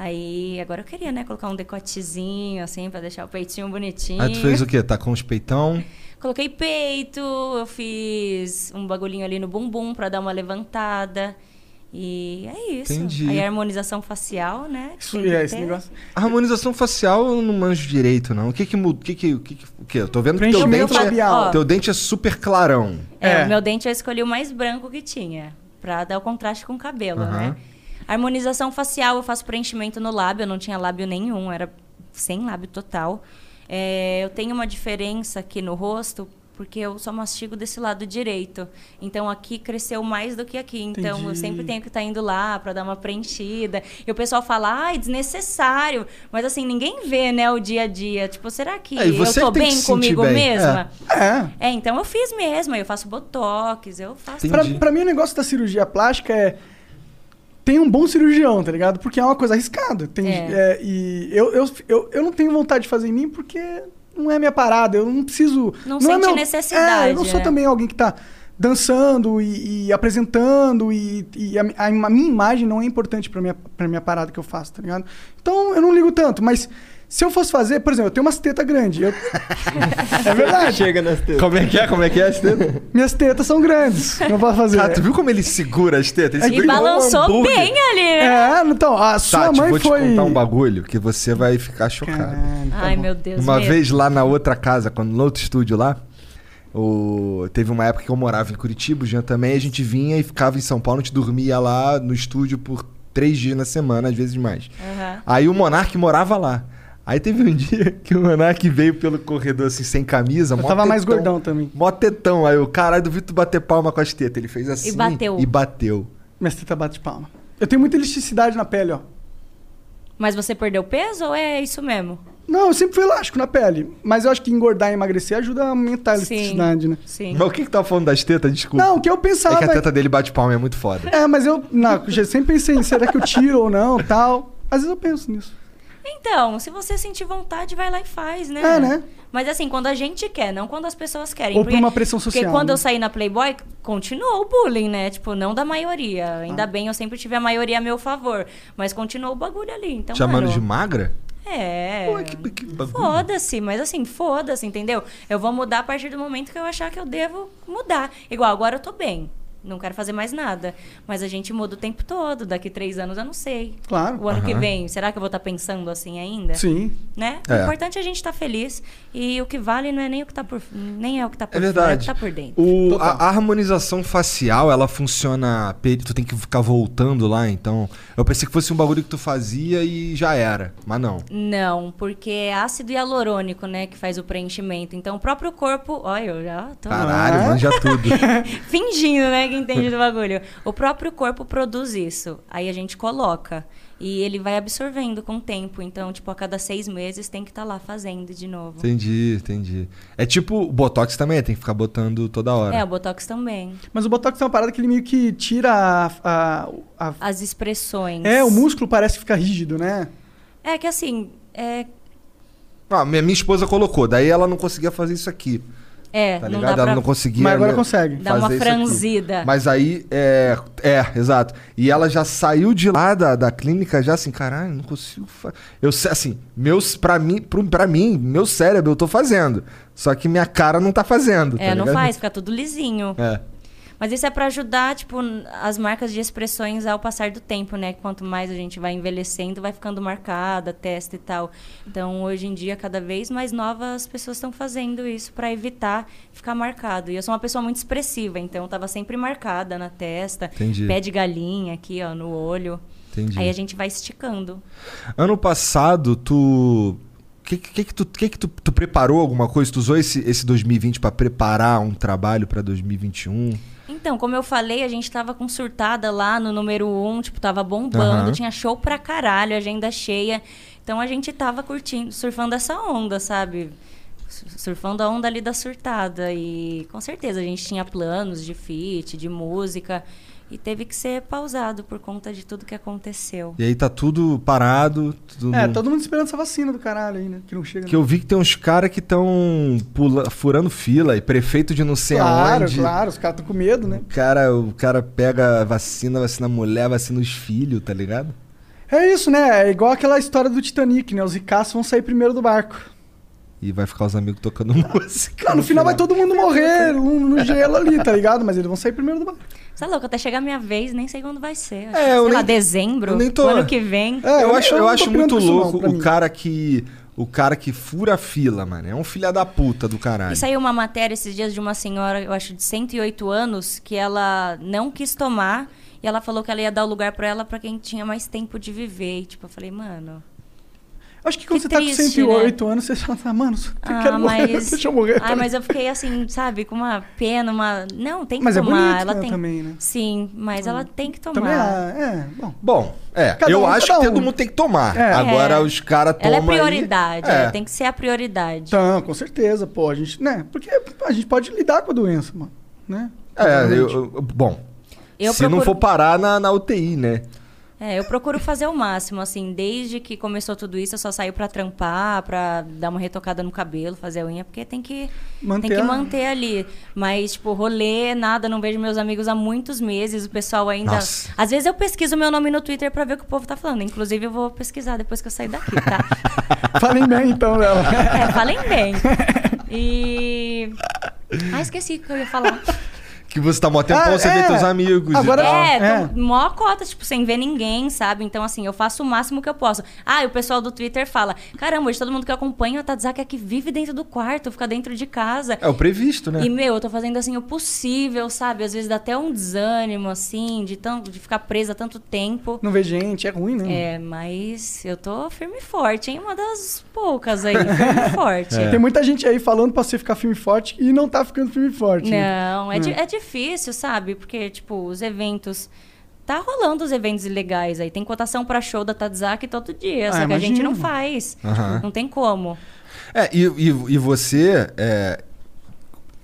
Aí, agora eu queria, né, colocar um decotezinho, assim, pra deixar o peitinho bonitinho.
Aí tu fez o quê? Tá com os peitão?
Coloquei peito, eu fiz um bagulhinho ali no bumbum pra dar uma levantada. E é isso.
Entendi.
Aí a harmonização facial, né? que
Isso,
tem que
é, esse
ter.
negócio.
A harmonização facial eu não manjo direito, não. O que que muda? O que que... O que, que, o que? Eu tô vendo que teu
Preenchimento
dente, é,
labial.
Ó.
teu dente é super clarão.
É,
É.
o meu dente eu escolhi o mais branco que tinha, pra dar o contraste com o cabelo,
Aham.
né? Harmonização facial, eu faço preenchimento no lábio, eu não tinha lábio nenhum, era sem lábio total. É, eu tenho uma diferença aqui no rosto, porque eu só mastigo desse lado direito. Então aqui cresceu mais do que aqui. Então eu
Entendi.
sempre tenho que estar indo lá pra dar uma preenchida. E o pessoal fala, ai, desnecessário. Mas assim, ninguém vê, né, o dia a dia. Tipo, será que
É, e
eu
você
tô
que tem que
bem
se sentir
comigo
bem.
mesma?
É.
É.
É, então eu fiz mesmo. Eu faço botox, eu faço.
Tem-
Pra,
Entendi.
pra mim, o negócio da cirurgia plástica é. Tem um bom cirurgião, tá ligado? Porque é uma coisa arriscada. Tem,
É.
é, e eu, eu, eu, eu não tenho vontade de fazer em mim porque não é a minha parada. Eu não preciso.
Não
é
sente
meu-
necessidade,
É, eu não sou
né?
também alguém que tá dançando e, e apresentando e, e a, mi- a im- a minha imagem não é importante pra minha, pra minha parada que eu faço, tá ligado? Então eu não ligo tanto, mas. Se eu fosse fazer, por exemplo, eu tenho umas tetas grandes. eu- é verdade.
Chega nas tetas.
Como é que é? Como é que é, Estevam?
Minhas tetas são grandes. Não posso fazer.
Cara, Tá, tu viu como ele segura as tetas? Ele
E
segura igual um
balançou
hambúrguer.
bem ali, né?
É, então, a sua
Tati,
mãe
vou
foi.
te contar um bagulho que você vai ficar chocado.
Caralho, tá
Ai,
bom.
meu Deus.
Uma
mesmo.
vez lá na outra casa, quando no outro estúdio lá, o- teve uma época que eu morava em Curitiba, o Jean também, a gente vinha e ficava em São Paulo, a gente dormia lá no estúdio por três dias na semana, às vezes mais.
Aham.
Aí o Monark morava lá. Aí teve um dia que o Monark veio pelo corredor assim, sem camisa.
Eu
mó
tava mais
tetão.
gordão também.
Mó tetão. Aí o caralho, duvido tu bater palma com as tetas. Ele fez assim.
bateu.
E bateu.
Minhas tetas tá bate palma. Eu tenho muita elasticidade na pele, ó.
Mas você perdeu peso ou é isso mesmo?
Não, eu sempre fui elástico na pele. Mas eu acho que engordar e emagrecer ajuda a aumentar a
Sim.
elasticidade, né?
Sim.
Mas o que que tu tava falando das tetas? Desculpa.
Não, o que eu
é
pensava.
que a teta dele bate palma, é muito foda.
É, mas eu, não, eu sempre pensei em será que eu tiro ou não tal. Às vezes eu penso nisso.
Então, se você sentir vontade, vai lá e faz, né?
É, né?
Mas assim, quando a gente quer, não quando as pessoas querem.
Ou por uma pressão social,
Porque quando
né?
eu saí na Playboy, continuou o bullying, né? Tipo, não da maioria.
Ah.
Ainda bem, eu sempre tive a maioria a meu favor. Mas continuou o bagulho ali. Então,
Chamando
mano,
de magra?
É.
Pô, que, que bagulho.
Foda-se, mas assim, foda-se, entendeu? Eu vou mudar a partir do momento que eu achar que eu devo mudar. Igual, agora eu tô bem. Não quero fazer mais nada. Mas a gente muda o tempo todo. Daqui três anos eu não sei.
Claro.
O ano que vem, será que eu vou estar pensando assim ainda?
Sim.
Né?
É.
O importante é a gente estar feliz. E o que vale não é nem o que tá por. Nem é o que tá
É
por fora, é o
verdade.
que tá por dentro.
O- a, a harmonização facial, ela funciona. peri- Tu tem que ficar voltando lá, então. Eu pensei que fosse um bagulho que tu fazia e já era. Mas não.
Não, porque é ácido hialurônico, né? Que faz o preenchimento. Então o próprio corpo. Olha, eu já tô.
Caralho,
Ah.
manja tudo.
Fingindo, né, que entende do bagulho. O próprio corpo produz isso. Aí a gente coloca. E ele vai absorvendo com o tempo. Então, tipo, a cada seis meses tem que estar lá fazendo de novo.
entendi, entendi. É tipo o Botox também, tem que ficar botando toda hora.
É, o Botox também.
Mas o Botox é uma parada que ele meio que tira a. a- a-
As expressões.
É, o músculo parece que fica rígido, né?
É que assim, é.
Ah, minha, minha esposa colocou, daí ela não conseguia fazer isso aqui.
É,
Tá
não
ligado?
dá
Ela
pra.
não conseguia.
Mas agora
né,
consegue.
Dá uma
fazer isso aqui.
franzida.
Mas aí, é, é, exato. E ela já saiu de lá da, da clínica, já assim, caralho, não consigo fazer. Eu, sei- assim, meus, pra mim, pro- pra mim, meu cérebro eu tô fazendo. Só que minha cara não tá fazendo. tá
é, não
ligado?
faz, fica tudo lisinho.
É.
Mas isso é pra ajudar, tipo, n- as marcas de expressões ao passar do tempo, né? Quanto mais a gente vai envelhecendo, vai ficando marcada, testa e tal. Então, hoje em dia, cada vez mais novas pessoas estão fazendo isso pra evitar ficar marcado. E eu sou uma pessoa muito expressiva, então eu tava sempre marcada na testa,
Entendi.
pé de galinha aqui, ó, no olho.
Entendi.
Aí a gente vai esticando.
Ano passado, tu. Que, que, que, tu, que, que tu, tu preparou alguma coisa? Tu usou esse, esse 2020 pra preparar um trabalho pra 2021?
Então, como eu falei, a gente tava com surtada lá no número um, tipo, tava bombando,
Aham.
tinha show pra caralho, agenda cheia. Então a gente tava curtindo, surfando essa onda, sabe? su- surfando a onda ali da surtada. E com certeza a gente tinha planos de feat, de música. E teve que ser pausado por conta de tudo que aconteceu.
E aí tá tudo parado. Tudo
É,
no-
todo mundo esperando essa vacina do caralho aí, né? Que não chega.
Uhum. Que eu vi que tem uns caras que estão furando fila e prefeito de não sei
claro,
aonde.
claro, os caras estão com medo, né?
O cara, o cara pega a vacina, vacina a mulher, vacina os filhos, tá ligado?
É isso, né? É igual aquela história do Titanic, né? Os ricaços vão sair primeiro do barco.
E vai ficar os amigos tocando música.
Cara, no final vai todo mundo morrer no, no gelo ali, tá ligado? Mas eles vão sair primeiro do barco.
Você é louco, até chegar a minha vez, nem sei quando vai ser. Acho,
É,
que, sei
eu
lá,
nem-
dezembro,
eu nem tô-
o ano que vem.
É,
eu,
eu-
acho,
eu
eu,
não tô
acho
pirando
muito
com isso não,
louco
pra
o
mim.
cara que. O cara que fura a fila, mano. É um filha da puta do
Ah,
caralho.
né?
E saiu uma matéria esses dias de uma senhora, eu acho de 108 anos, que ela não quis tomar e ela falou que ela ia dar o lugar pra ela pra quem tinha mais tempo de viver. E, tipo, eu falei, mano.
Acho que quando você
Que
tá com
triste, né?
108 anos, você fala, ah, mano, eu
ah,
quero morrer,
mas...
deixa eu morrer. tá
Ah, mas eu fiquei assim, sabe, com uma pena, uma. Não, tem que
Mas é
tomar.
bonito,
ela
né,
tem...
também, né?
Sim, mas ela tem que tomar.
Também, ah, é, bom.
Bom, é.
Cada
eu
um,
acho que
cada um.
todo mundo tem que tomar.
É.
Agora
É.
os caras tomam.
Ela é prioridade,
aí-
ela tem que ser a prioridade.
Então, com certeza, pô, a gente, né? Porque a gente pode lidar com a doença, mano, né?
É, eu, eu- bom.
Eu
se não
procuro-
for parar na, na UTI, né?
É, eu procuro fazer o máximo, assim, desde que começou tudo isso, eu só saio pra trampar, pra dar uma retocada no cabelo, fazer a unha, porque tem que
Manter
tem que
a-
manter ali. Mas tipo, rolê, nada, não vejo meus amigos há muitos meses, o pessoal ainda
Nossa.
Às vezes eu pesquiso meu nome no Twitter pra ver o que o povo tá falando. Inclusive eu vou pesquisar depois que eu sair daqui, tá?
Falem bem, então, dela.
é, falem bem. E Ah, esqueci o que eu ia falar.
Que você tá mó tempão,
Ah,
você
é.
vê teus amigos. e
Agora-
tal.
É,
É.
tô mó cota, tipo, sem ver ninguém, sabe? Então, assim, eu faço o máximo que eu posso. Ah, e o pessoal do Twitter fala: caramba, hoje todo mundo que eu acompanho, a Tadzaki é que vive dentro do quarto, fica dentro de casa.
É o previsto, né?
E, meu, eu tô fazendo assim o possível, sabe? Às vezes dá até um desânimo, assim, de, tão, de ficar presa tanto tempo.
Não vê gente, é ruim, né?
É, mas eu tô firme e forte, hein? Uma das poucas aí, firme e forte.
Tem muita gente aí falando pra você ficar firme e forte e não tá ficando firme e forte. né?
Não,
Hum.
é, di- é difícil, sabe? Porque, tipo, os eventos. Tá rolando os eventos ilegais aí. Tem cotação pra show da Tadzak todo dia,
Ah,
só que a gente
imagino.
não faz.
Aham.
Não tem como.
É, e, e, e você. É,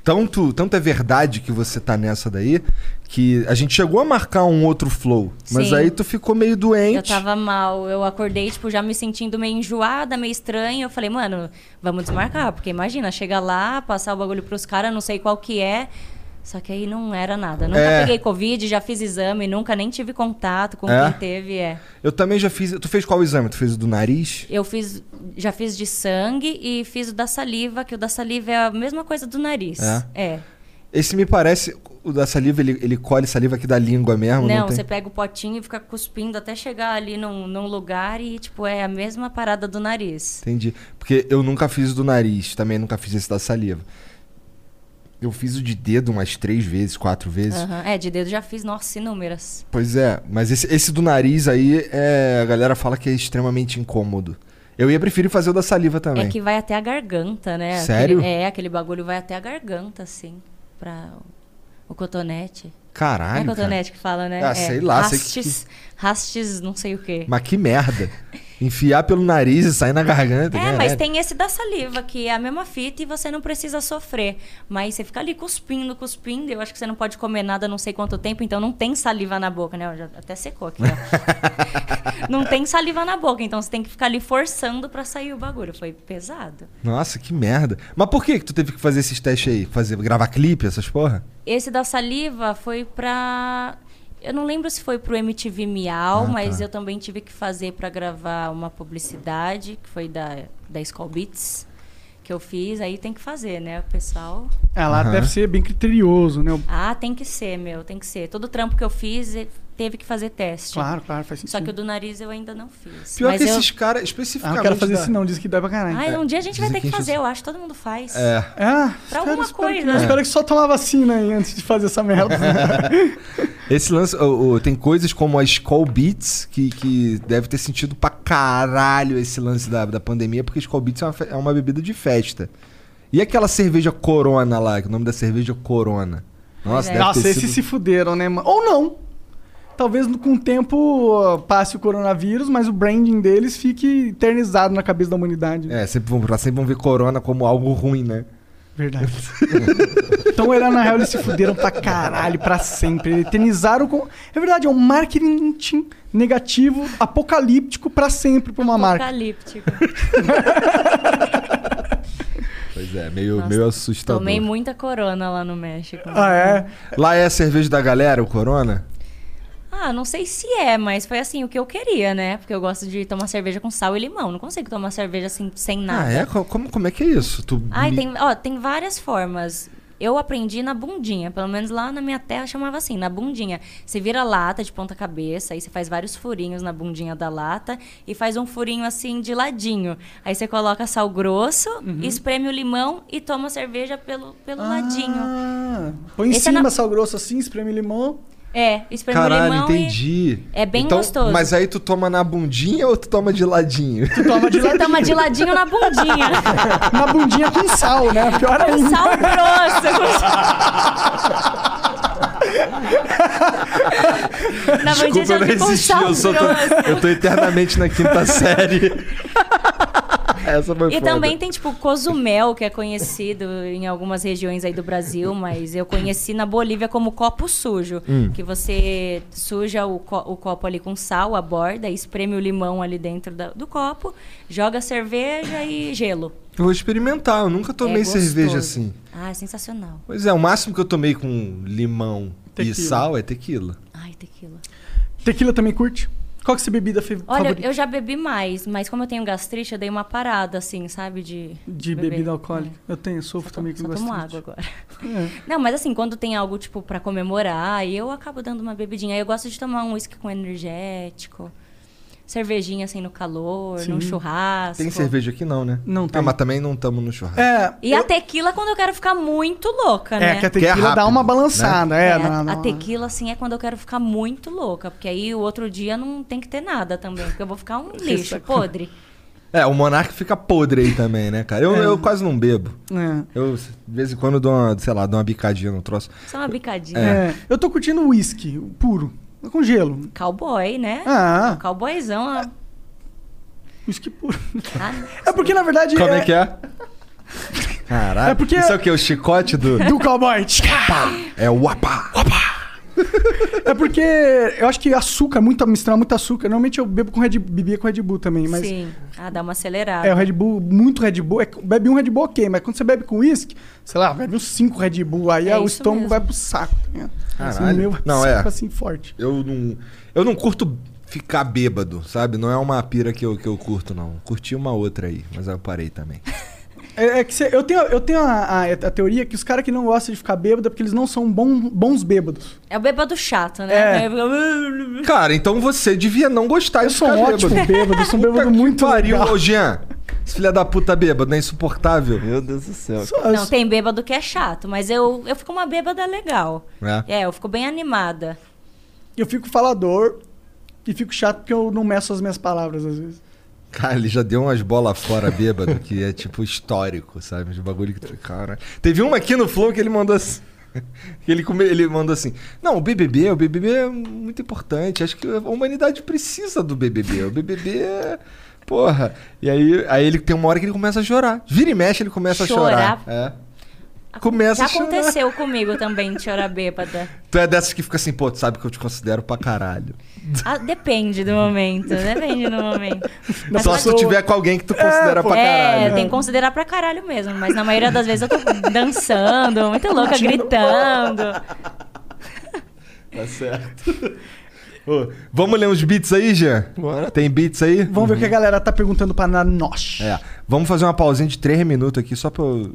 tanto, tanto é verdade que você tá nessa daí, que a gente chegou a marcar um outro flow. Mas
Sim.
aí tu ficou meio doente.
Eu tava mal. Eu acordei, tipo, já me sentindo meio enjoada, meio estranha. Eu falei, mano, vamos desmarcar. Porque imagina, chega lá, passar o bagulho pros caras, não sei qual que é. Só que aí não era nada. Nunca
É.
peguei Covid, já fiz exame, nunca nem tive contato com
É?
quem teve. É.
Eu também já fiz. Tu fez qual exame? Tu fez o do nariz?
Eu fiz, já fiz de sangue e fiz o da saliva, que o da saliva é a mesma coisa do nariz.
É?
É.
Esse me parece. O da saliva, ele, ele colhe saliva aqui da língua mesmo? Não,
Não,
tem...
você pega o potinho e fica cuspindo até chegar ali num, num lugar e, tipo, é a mesma parada do nariz.
Entendi. Porque eu nunca fiz o do nariz, também nunca fiz esse da saliva. Eu fiz o de dedo umas três vezes, quatro vezes.
Aham. É, de dedo já fiz, nossa, inúmeras.
Pois é, mas esse, esse do nariz aí, é, a galera fala que é extremamente incômodo. Eu ia preferir fazer o da saliva também.
É que vai até a garganta, né? Aquele-
Sério?
é, aquele bagulho vai até a garganta, assim, pra o, o cotonete. Não é
Caralho. cara.
cotonete que fala, né?
Ah,
É,
sei lá, sei que-
Rastes, rastes, não sei o quê.
Mas que merda. Enfiar pelo nariz e sair na garganta. né?
É, mas
caralho.
tem esse da saliva, que é a mesma fita e você não precisa sofrer. Mas você fica ali cuspindo, cuspindo, e eu acho que você não pode comer nada não sei quanto tempo, então não tem saliva na boca, né? Ó, Já até secou aqui, ó. não tem saliva na boca, então você tem que ficar ali forçando pra sair o bagulho. Foi pesado.
Nossa, que merda. Mas por que que tu teve que fazer esses testes aí? Fazer, gravar clipe, essas porra?
Esse da saliva foi pra. Eu não lembro se foi pro MTV Miau,
Ah,
mas
tá.
eu também tive que fazer pra gravar uma publicidade, que foi da, da Skull Beats, que eu fiz. Aí tem que fazer, né, o pessoal?
Ah, lá
Aham.
deve ser bem criterioso, né?
Ah, tem que ser, meu, tem que ser. Todo trampo que eu fiz eh, teve que fazer teste.
Claro, claro, faz sentido.
Só que o do nariz eu ainda não fiz.
Pior
Mas
que
eu...
esses caras,
Ah,
especificamente.
não quero fazer
da-
isso não, diz que dá pra caralho.
Ai, um dia a gente vai
Dizem
ter que
que enche
fazer,
os-
eu acho, todo mundo faz.
É.
Ah,
Pra
espero-
alguma
espero que
coisa,
não.
né?
Espero que só tomar vacina aí antes de fazer essa
É,
merda.
Esse lance, ô, ô, tem coisas como a Skull Beats, que, que deve ter sentido pra caralho esse lance da, da pandemia, porque Skull Beats é uma, fe- é uma bebida de festa. E aquela cerveja Corona lá, que o nome da cerveja é Corona. Nossa,
é.
deve
Nossa,
ter
esses
sido...
se fuderam, né, mano? Ou não. Talvez no- com o tempo ó, passe o coronavírus, mas o branding deles fique eternizado na cabeça da humanidade.
É, sempre vão, lá sempre vão ver corona como algo ruim, né?
Verdade. então era na real, eles se fuderam pra caralho, pra sempre. Eternizaram com. É verdade, é um marketing negativo, apocalíptico pra sempre pra uma marca.
Apocalíptico.
Tá Pois é, meio, meio assustador.
Tomei muita corona lá no México.
Ah, é?
Lá é a cerveja da galera, o corona?
Ah, não sei se é, mas foi assim o que eu queria, né? Porque eu gosto de tomar cerveja com sal e limão. Não consigo tomar cerveja assim, sem nada.
Ah, é? Co- Como, como é que é isso? Tu
Ai,
mi-
tem, ó, tem várias formas. Eu aprendi na bundinha, pelo menos lá na minha terra chamava assim, na bundinha. Você vira a lata de ponta cabeça, aí você faz vários furinhos na bundinha da lata e faz um furinho assim de ladinho. Aí você coloca sal grosso,
Uhum.
espreme o limão e toma a cerveja pelo, pelo ladinho.
Ah, põe em
Esse é
cima
na-
sal grosso assim, espreme limão.
É, espreme o
Caralho,
limão e
entendi.
É bem
então,
gostoso.
Mas aí tu toma na bundinha ou tu toma de ladinho?
Toma de
você
ladinho.
toma de ladinho na bundinha.
Na bundinha com sal, né? Pior
com
ainda.
é sal grosso. um na
Desculpa,
bandinha
eu não
de com
resisti,
sal
eu, sou
grosso.
tô, eu tô eternamente na quinta série. Essa foi
E
foda.
também tem, tipo, Cozumel, que é conhecido em algumas regiões aí do Brasil, mas eu conheci na Bolívia como copo sujo.
Hum.
Que você suja o, co- o copo ali com sal, a borda, e espreme o limão ali dentro da- do copo, joga cerveja e gelo.
Eu vou experimentar, eu nunca tomei
É
cerveja
gostoso.
assim.
Ah, é sensacional.
Pois é, o máximo que eu tomei com limão e
Tequila.
sal é tequila.
Ai, tequila.
Tequila também curte? Qual que é a sua bebida fa-
Olha,
favorita
eu já bebi mais, mas como eu tenho gastrite, eu dei uma parada, assim, sabe? De,
de
beber. É.
bebida alcoólica? Eu tenho, sofro também É. com
Só tomo água
gastrite.
agora. Não, mas assim, quando tem algo, tipo, pra comemorar, aí eu acabo dando uma bebidinha. Aí Eu gosto de tomar um uísque com energético, cervejinha, assim, no calor, num churrasco.
Tem cerveja aqui não, né?
Não
Ah,
tem.
mas também não tamo no churrasco.
É,
E a tequila quando eu quero ficar muito louca,
é
né?
que a
Que é
tequila dá
rápido,
uma
né?
balançada.
É,
É,
a-
dá- dá
a
uma-
tequila, assim, é quando eu quero ficar muito louca. Porque aí o outro dia não tem que ter nada também. Porque eu vou ficar um lixo, podre.
É, o Monark fica podre aí também, né, cara? Eu, eu quase não bebo.
É.
Eu, de vez em quando, dou uma, sei lá, dou uma bicadinha no troço.
Isso é uma bicadinha.
É, Eu tô curtindo whisky puro, com gelo.
Cowboy, né?
Ah,
Cowboyzão. ah.
whisky puro.
Ah,
É porque, na verdade.
Como é que é? Caralho.
É porque-
Isso é o quê? O chicote do...
Do cowboy.
É o uapá.
É porque eu acho que açúcar, muito, misturar muito açúcar. Normalmente eu bebo com Red bebia com Red Bull também, mas.
Sim. Ah, dá uma acelerada.
É, o Red Bull, muito Red Bull. É, bebe um Red Bull, ok, mas quando você bebe com uísque, sei lá, bebe uns cinco Red Bull, aí
É
ah, o
isso
estômago
mesmo.
vai pro saco. Tá ligado? Assim,
Caralho.
O meu vai pro
Não,
saco
é.
assim forte.
Eu não, eu não curto ficar bêbado, sabe? Não é uma pira que eu, que eu curto, não. Curti uma outra aí, mas eu parei também.
É, é que cê- eu tenho, eu tenho a, a- a teoria que os caras que não gostam de ficar bêbado é porque eles não são bom- bons bêbados.
É o bêbado chato, né?
É.
Cara, então você devia não gostar
Eu
de
sou
ficar
um ótimo
é bêbado.
bêbado, eu sou um
Puta
bêbado
que
muito
pariu,
legal.
ô Jean. Esse filho da puta bêbado, é insuportável.
Meu Deus do céu.
Sou- eu
Não,
sou-
tem bêbado que é chato, mas eu, eu fico uma bêbada legal.
É.
É, eu fico bem animada.
Eu fico falador e fico chato porque eu não meço as minhas palavras às vezes.
Cara, ele já deu umas bolas fora bêbado, que é tipo histórico, sabe? De bagulho que. tu- Cara. Teve uma aqui no Flow que ele mandou assim. que Ele, come- ele mandou assim: Não, o BBB, o BBB é muito importante. Acho que a humanidade precisa do BBB. O BBB é. Porra. E aí, aí ele tem uma hora que ele começa a chorar. Vira e mexe, ele começa
Chorar?
a chorar. É. Começa
Já
a chorar.
aconteceu comigo também de chorar bêbada.
Tu é dessas que fica assim, pô, tu sabe que eu te considero pra caralho.
Ah, depende do momento, depende do momento. Mas
Só
quando-
se tu tiver com alguém que tu considera pra
É,
caralho. né?
tem que considerar pra caralho mesmo. Mas na maioria das vezes eu tô dançando, muito louca, gritando.
Tá certo. Ô, vamos ler uns beats aí, Jean?
Bora.
Tem beats aí?
Vamos ver o que a galera tá perguntando pra na- nós.
Uhum. É. Vamos fazer uma pausinha de 3 minutos aqui só pra eu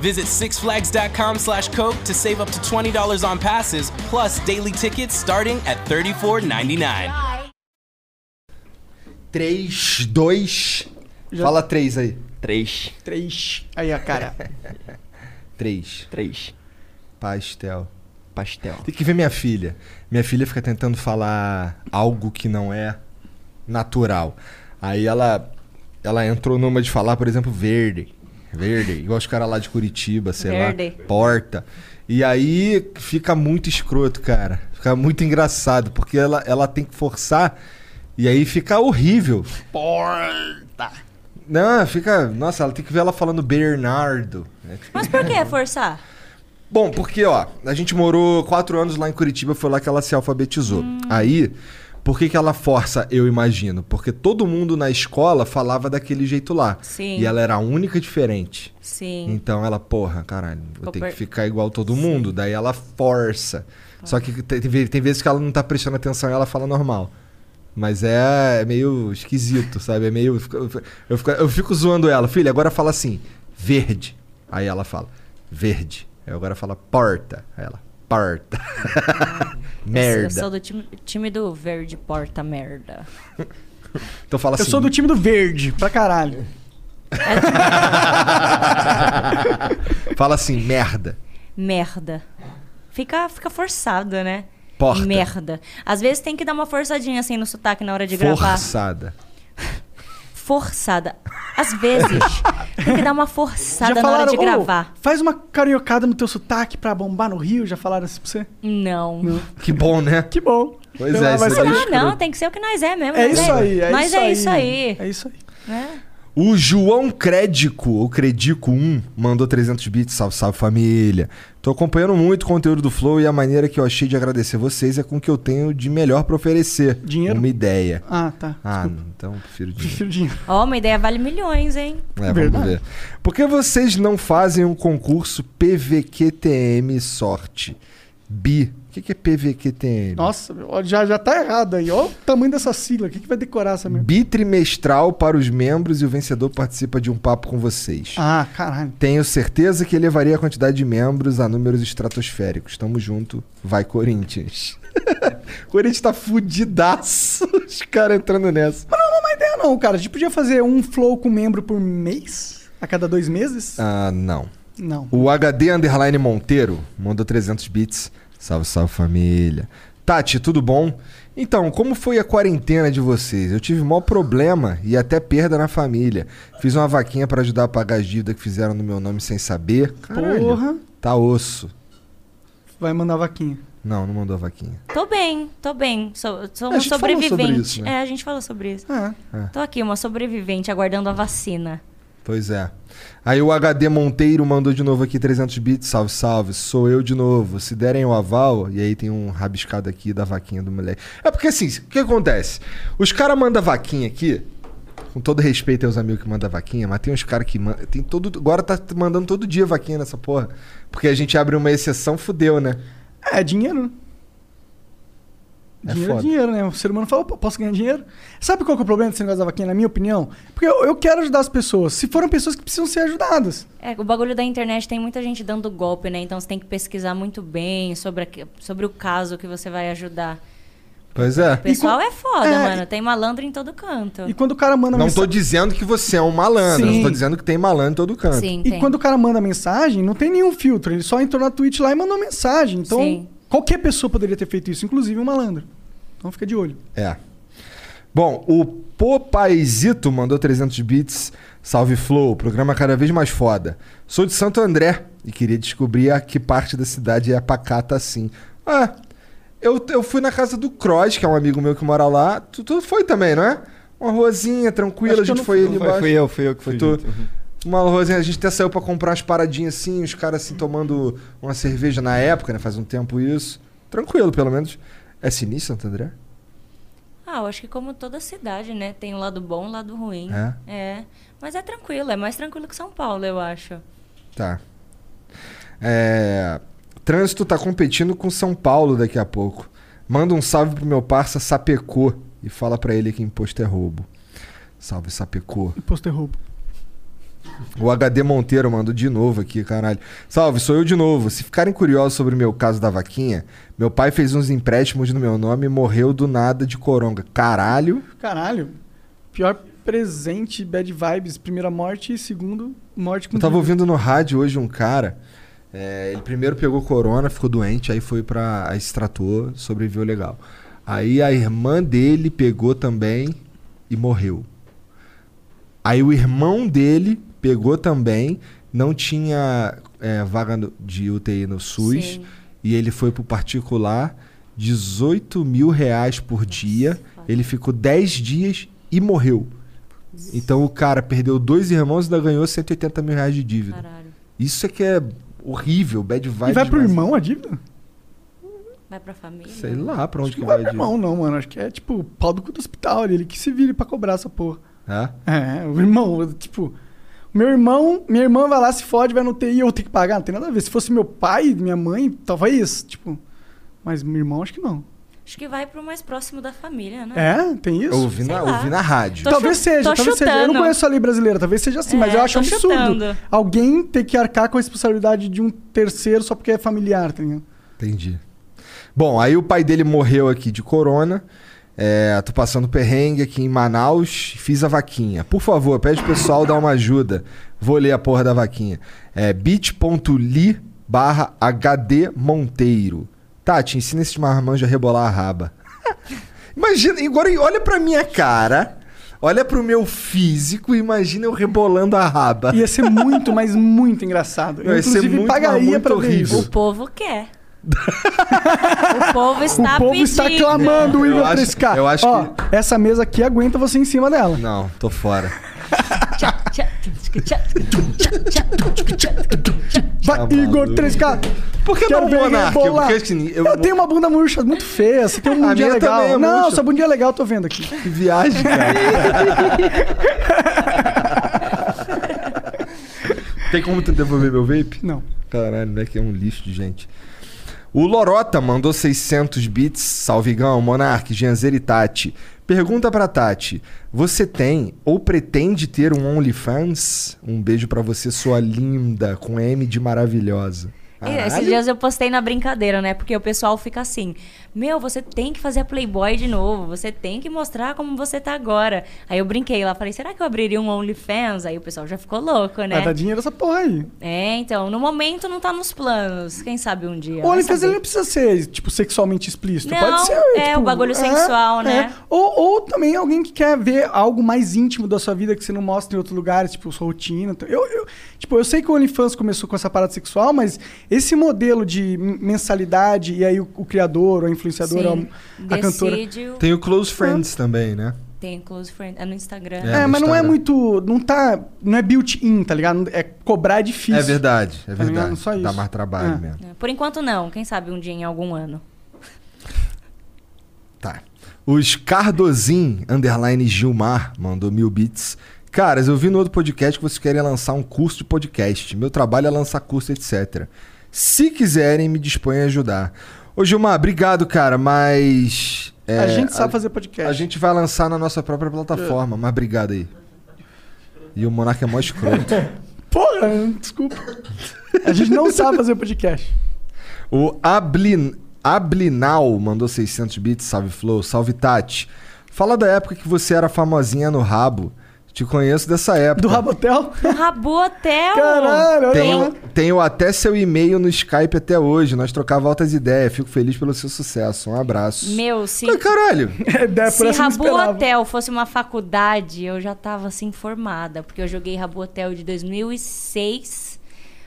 Visit sixflags.com slash Coke to save up to $20 on passes, plus daily tickets starting at $34.99.
3, 2.
Já-
Fala 3 aí.
Três.
Três. Aí, ó, cara.
3.
Três.
Pastel.
Pastel.
Tem que ver minha filha. Minha filha fica tentando falar algo que não é natural. Aí ela ela entrou numa de falar, por exemplo, verde. Verde, igual os caras lá de Curitiba, sei
Verde.
lá, porta. E aí fica muito escroto, cara. Fica muito engraçado, porque ela, ela tem que forçar e aí fica horrível.
Porta.
Não, fica. Nossa, ela tem que ver ela falando Bernardo. né?
Mas por que forçar?
Bom, porque, ó, a gente morou quatro anos lá em Curitiba, foi lá que ela se alfabetizou. Aí, por que, que ela força, eu imagino? Porque todo mundo na escola falava daquele jeito lá.
Sim.
E ela era a única diferente.
Sim.
Então ela, porra, caralho, vou
Ficou
ter que
per- Ah.
ficar igual todo mundo. Daí ela força. Só que tem, tem ve- tem vezes que ela não tá prestando atenção e ela fala normal. Mas é, é meio esquisito, sabe? É meio. eu fico- Eu fico, eu fico- eu fico zoando ela. Filha, agora fala assim: verde. Aí ela fala: verde. Aí agora fala porta. Aí ela: porta.
Eu sou
merda.
do time, time do verde porta merda.
Então fala
Eu
assim:
sou do time do verde, pra caralho.
fala assim: merda.
Merda. Fica, fica forçado, né?
Porta.
Merda. Às vezes tem que dar uma forçadinha assim no sotaque na hora de gravar.
Forçada.
Forçada. Às vezes tem que dar uma forçada na hora de
"Ô,
gravar.
faz uma cariocada no teu sotaque pra bombar no Rio, já falaram isso pra você?
Não.
Que bom, né?
Que bom.
Pois
Então,
é,
ah, vai
isso
ser
aí.
Ah, não, tem que ser o que nós é mesmo.
É
nós
isso aí, é
nós
isso
é
aí.
isso aí.
É isso aí.
né?
O João Crédico, ou Credico 1, mandou 300 bits. Salve, salve família. Tô acompanhando muito o conteúdo do Flow e a maneira que eu achei de agradecer vocês é com o que eu tenho de melhor pra oferecer.
Dinheiro?
Uma ideia.
Ah, tá.
Ah,
Desculpa.
não, então prefiro dinheiro.
Prefiro dinheiro.
Ó, uma ideia vale milhões, hein?
É, vamos
Verdade.
ver. Por que vocês não fazem um concurso PVQTM Sorte? Bi. O que que é PVQTM?
Nossa, ó, já, já tá errado aí. Olha o tamanho dessa sigla. O que, que vai decorar essa merda?
Bitrimestral para os membros e o vencedor participa de um papo com vocês.
Ah, caralho.
Tenho certeza que elevaria a quantidade de membros a números estratosféricos. Tamo junto, vai Corinthians. O Corinthians tá fudidaço. Os caras entrando nessa.
Mas não é uma má ideia, não, cara. A gente podia fazer um flow com membro por mês? A cada dois meses?
Ah, não.
Não.
O HD Underline Monteiro mandou 300 bits. Salve, salve família. Tati, tudo bom? Então, como foi a quarentena de vocês? Eu tive maior problema e até perda na família. Fiz uma vaquinha pra ajudar a pagar as dívidas que fizeram no meu nome sem saber. Caralho,
Porra.
Tá osso.
Vai mandar vaquinha.
Não, não mandou a vaquinha.
Tô bem, tô bem. Sou,
É,
sou
A
uma
gente falou sobre
sobrevivente.
isso, né?
É, a gente falou sobre isso.
Ah,
É.
Tô aqui, uma sobrevivente, aguardando a vacina.
Pois é. Aí o HD Monteiro mandou de novo aqui 300 bits. Salve, salve. Sou eu de novo. Se derem o aval. E aí tem um rabiscado aqui da vaquinha do moleque. É porque assim, o que acontece? Os caras mandam vaquinha aqui. Com todo respeito aos amigos que mandam vaquinha, mas tem uns caras que mandam. Tem todo. Agora tá mandando todo dia vaquinha nessa porra. Porque a gente abre uma exceção, fudeu, né?
é dinheiro, né?
É
Dinheiro é,
foda.
dinheiro, né? O ser humano fala, "Pô, posso ganhar dinheiro? Sabe qual que é o problema desse negócio da vaquinha, na minha opinião? Porque eu, eu quero ajudar as pessoas. Se foram pessoas que precisam ser ajudadas.
É, o bagulho da internet tem muita gente dando golpe, né? Então você tem que pesquisar muito bem sobre, aque- sobre o caso que você vai ajudar.
Pois é.
O pessoal é foda,
é,
mano. Tem malandro em todo canto.
E quando o cara manda
Não tô
mensagem.
dizendo que você é um malandro.
Sim.
Não tô dizendo que tem malandro em todo canto.
Sim,
E
tem.
quando o cara manda mensagem, não tem nenhum filtro. Ele só entrou na Twitch lá e mandou mensagem. Então,
Sim.
qualquer pessoa poderia ter feito isso, inclusive um malandro. Então fica de olho.
É. Bom, o Popaizito mandou 300 bits. Salve Flow, programa é cada vez mais foda. Sou de Santo André e queria descobrir a que parte da cidade é pacata assim. Ah, eu, eu fui na casa do Cross, que é um amigo meu que mora lá. Tu, tu foi também, não é? Uma ruazinha tranquila,
Acho
a
que eu
gente
não
foi
fui,
ali
Foi,
embaixo.
fui eu, fui eu que
Foi
fui.
tu?
junto. Uhum.
Uma ruazinha, a gente até saiu pra comprar umas paradinhas assim, os caras assim tomando uma cerveja na época, né? Faz um tempo isso. Tranquilo, pelo menos. É sinistro, Santo André?
Ah, eu acho que como toda cidade, né? Tem o lado bom e o lado ruim.
É?
Mas é tranquilo, é mais tranquilo que São Paulo, eu acho.
Tá. É, Trânsito tá competindo com São Paulo daqui a pouco. Manda um salve pro meu parça Sapecô e fala pra ele que imposto é roubo. Salve Sapecô.
Imposto é roubo.
O HD Monteiro mandou de novo aqui, caralho. Salve, sou eu de novo. Se ficarem curiosos sobre o meu caso da vaquinha, meu pai fez uns empréstimos no meu nome e morreu do nada de coronga. Caralho.
Caralho. Pior presente, bad vibes. Primeira morte e segundo, morte com
Eu tava
dívida.
ouvindo no rádio hoje um cara. é, ele primeiro pegou corona, ficou doente, aí foi pra. Aí se tratou, sobreviveu legal. Aí a irmã dele pegou também e morreu. Aí o irmão dele pegou também, não tinha é, vaga no- de UTI no SUS.
Sim.
E ele foi pro particular, 18 mil reais por dia. Ele ficou 10 dias e morreu. Então o cara perdeu dois irmãos e ainda ganhou 180 mil reais de dívida.
Caralho.
Isso é que é horrível, bad vibe.
E vai pro
demais.
irmão a dívida?
Vai pra família?
Sei lá pra onde
Acho que não
que
vai
vai.
pro
a
irmão, não, mano. Acho que é tipo pau do cu do hospital ali. Ele que se vire pra cobrar essa porra.
dívida. Hã?
É, o irmão, eu, tipo. Meu irmão, minha irmã vai lá, se fode, vai no TI, eu tenho que pagar, não tem nada a ver. Se fosse meu pai, minha mãe, talvez, tipo. Mas meu irmão, acho que não.
Acho que vai pro mais próximo da família, né?
É? Tem isso?
Eu ouvi na,
lá.
ouvi na rádio.
Tô
talvez
chu-
seja,
tô
talvez seja. Eu não
chutando.
conheço a lei brasileira, talvez seja assim,
É,
mas eu acho
tô
um absurdo.
chutando.
Alguém ter que arcar com a responsabilidade de um terceiro só porque é familiar, tá ligado?
Entendi. Bom, aí o pai dele morreu aqui de corona. É, tô passando perrengue aqui em Manaus. Fiz a vaquinha. Por favor, pede o pessoal dar uma ajuda. Vou ler a porra da vaquinha. É bit.ly barra HD Monteiro. Tati, ensina esse marmanjo a rebolar a raba. Imagina, agora olha pra minha cara. Olha pro meu físico e imagina eu rebolando a raba.
Ia ser muito, mas muito engraçado. Eu,
Ia ser
inclusive,
muito, mas
pagaria
muito
pra ver
horrível.
isso.
O povo quer. o povo está
o povo
Tá pedindo.
está clamando o
É. Eu
Igor
acho-
3K.
eu acho Tá
Ó, essa mesa aqui aguenta você em cima dela.
Não, tô fora.
Vai,
Tá
Igor
maluco.
3K.
Por que
Quero
não
ver
Monark?
rebolar.
Porque assim, eu
Eu,
não-
tenho uma bunda murcha muito feia, você tem um
A
bundinha
minha
legal.
também é
não,
murcha.
sua bundinha é legal, eu tô vendo aqui.
Que viagem, cara. Tem como tu devolver meu vape?
Não.
Caralho, moleque é um lixo de gente. O Lorota mandou 600 bits. Salvigão, Monark, Gianzeri e Tati. Pergunta pra Tati: Você tem ou pretende ter um OnlyFans? Um beijo pra você, sua linda, com M de maravilhosa.
É, Esses
Caralho.
dias eu postei na brincadeira, né? Porque o pessoal fica assim: Meu, você tem que fazer a Playboy de novo, você tem que mostrar como você tá agora. Aí eu brinquei lá, falei: Será que eu abriria um OnlyFans? Aí o pessoal já ficou louco,
Vai dar
né?
dinheiro essa porra aí.
É, então, no momento não tá nos planos. Quem sabe um dia.
O
vai
OnlyFans
saber.
então ele não precisa ser, tipo, sexualmente explícito.
Não,
Pode ser.
é,
tipo,
o bagulho sensual, né?
Ou, ou também alguém que quer ver algo mais íntimo da sua vida que você não mostra em outro lugar, tipo, sua rotina. Eu, eu- tipo, eu sei que o OnlyFans começou com essa parada sexual, mas esse modelo de mensalidade e aí o, o criador, ou a influenciadora,
Sim,
é um- a, a cantora.
decide o-
Tem o Close Friends também, né?
Tem close friend. É no Instagram.
É,
É,
no
mas não é
Instagram.
muito. Não tá. Não é built-in, tá ligado? É cobrar é difícil.
É verdade, é
Tá ligado?
verdade.
Só
Dá
isso.
mais trabalho
É.
mesmo.
É, Por enquanto não, quem sabe um dia em algum ano.
Tá. Os Cardozin, underline Gilmar, mandou mil bits. Caras, eu vi no outro podcast que vocês querem lançar um curso de podcast. Meu trabalho é lançar curso, etc. Se quiserem, me dispõem a ajudar. Ô Gilmar, obrigado, cara, mas. é,
a gente sabe fazer podcast.
a gente vai lançar na nossa própria plataforma, mas obrigado aí. E o Monarca é mó escroto.
Porra, desculpa. A gente não sabe fazer podcast.
O Ablin... Ablinal mandou 600 bits, salve Flow, salve Tati. Fala da época que você era famosinha no rabo. Te conheço dessa época.
Do Rabotel?
O Um Rabu Hotel!
Caralho, olha lá.
Tenho, tenho até seu e-mail no Skype até hoje. Nós trocava altas ideias. Fico feliz pelo seu sucesso. Um abraço.
Meu, se,
Ai, caralho.
É, é, por
se
essa eu não
Rabu
esperava.
Hotel fosse uma faculdade, eu já tava assim formada. Porque eu joguei Rabu Hotel de 2006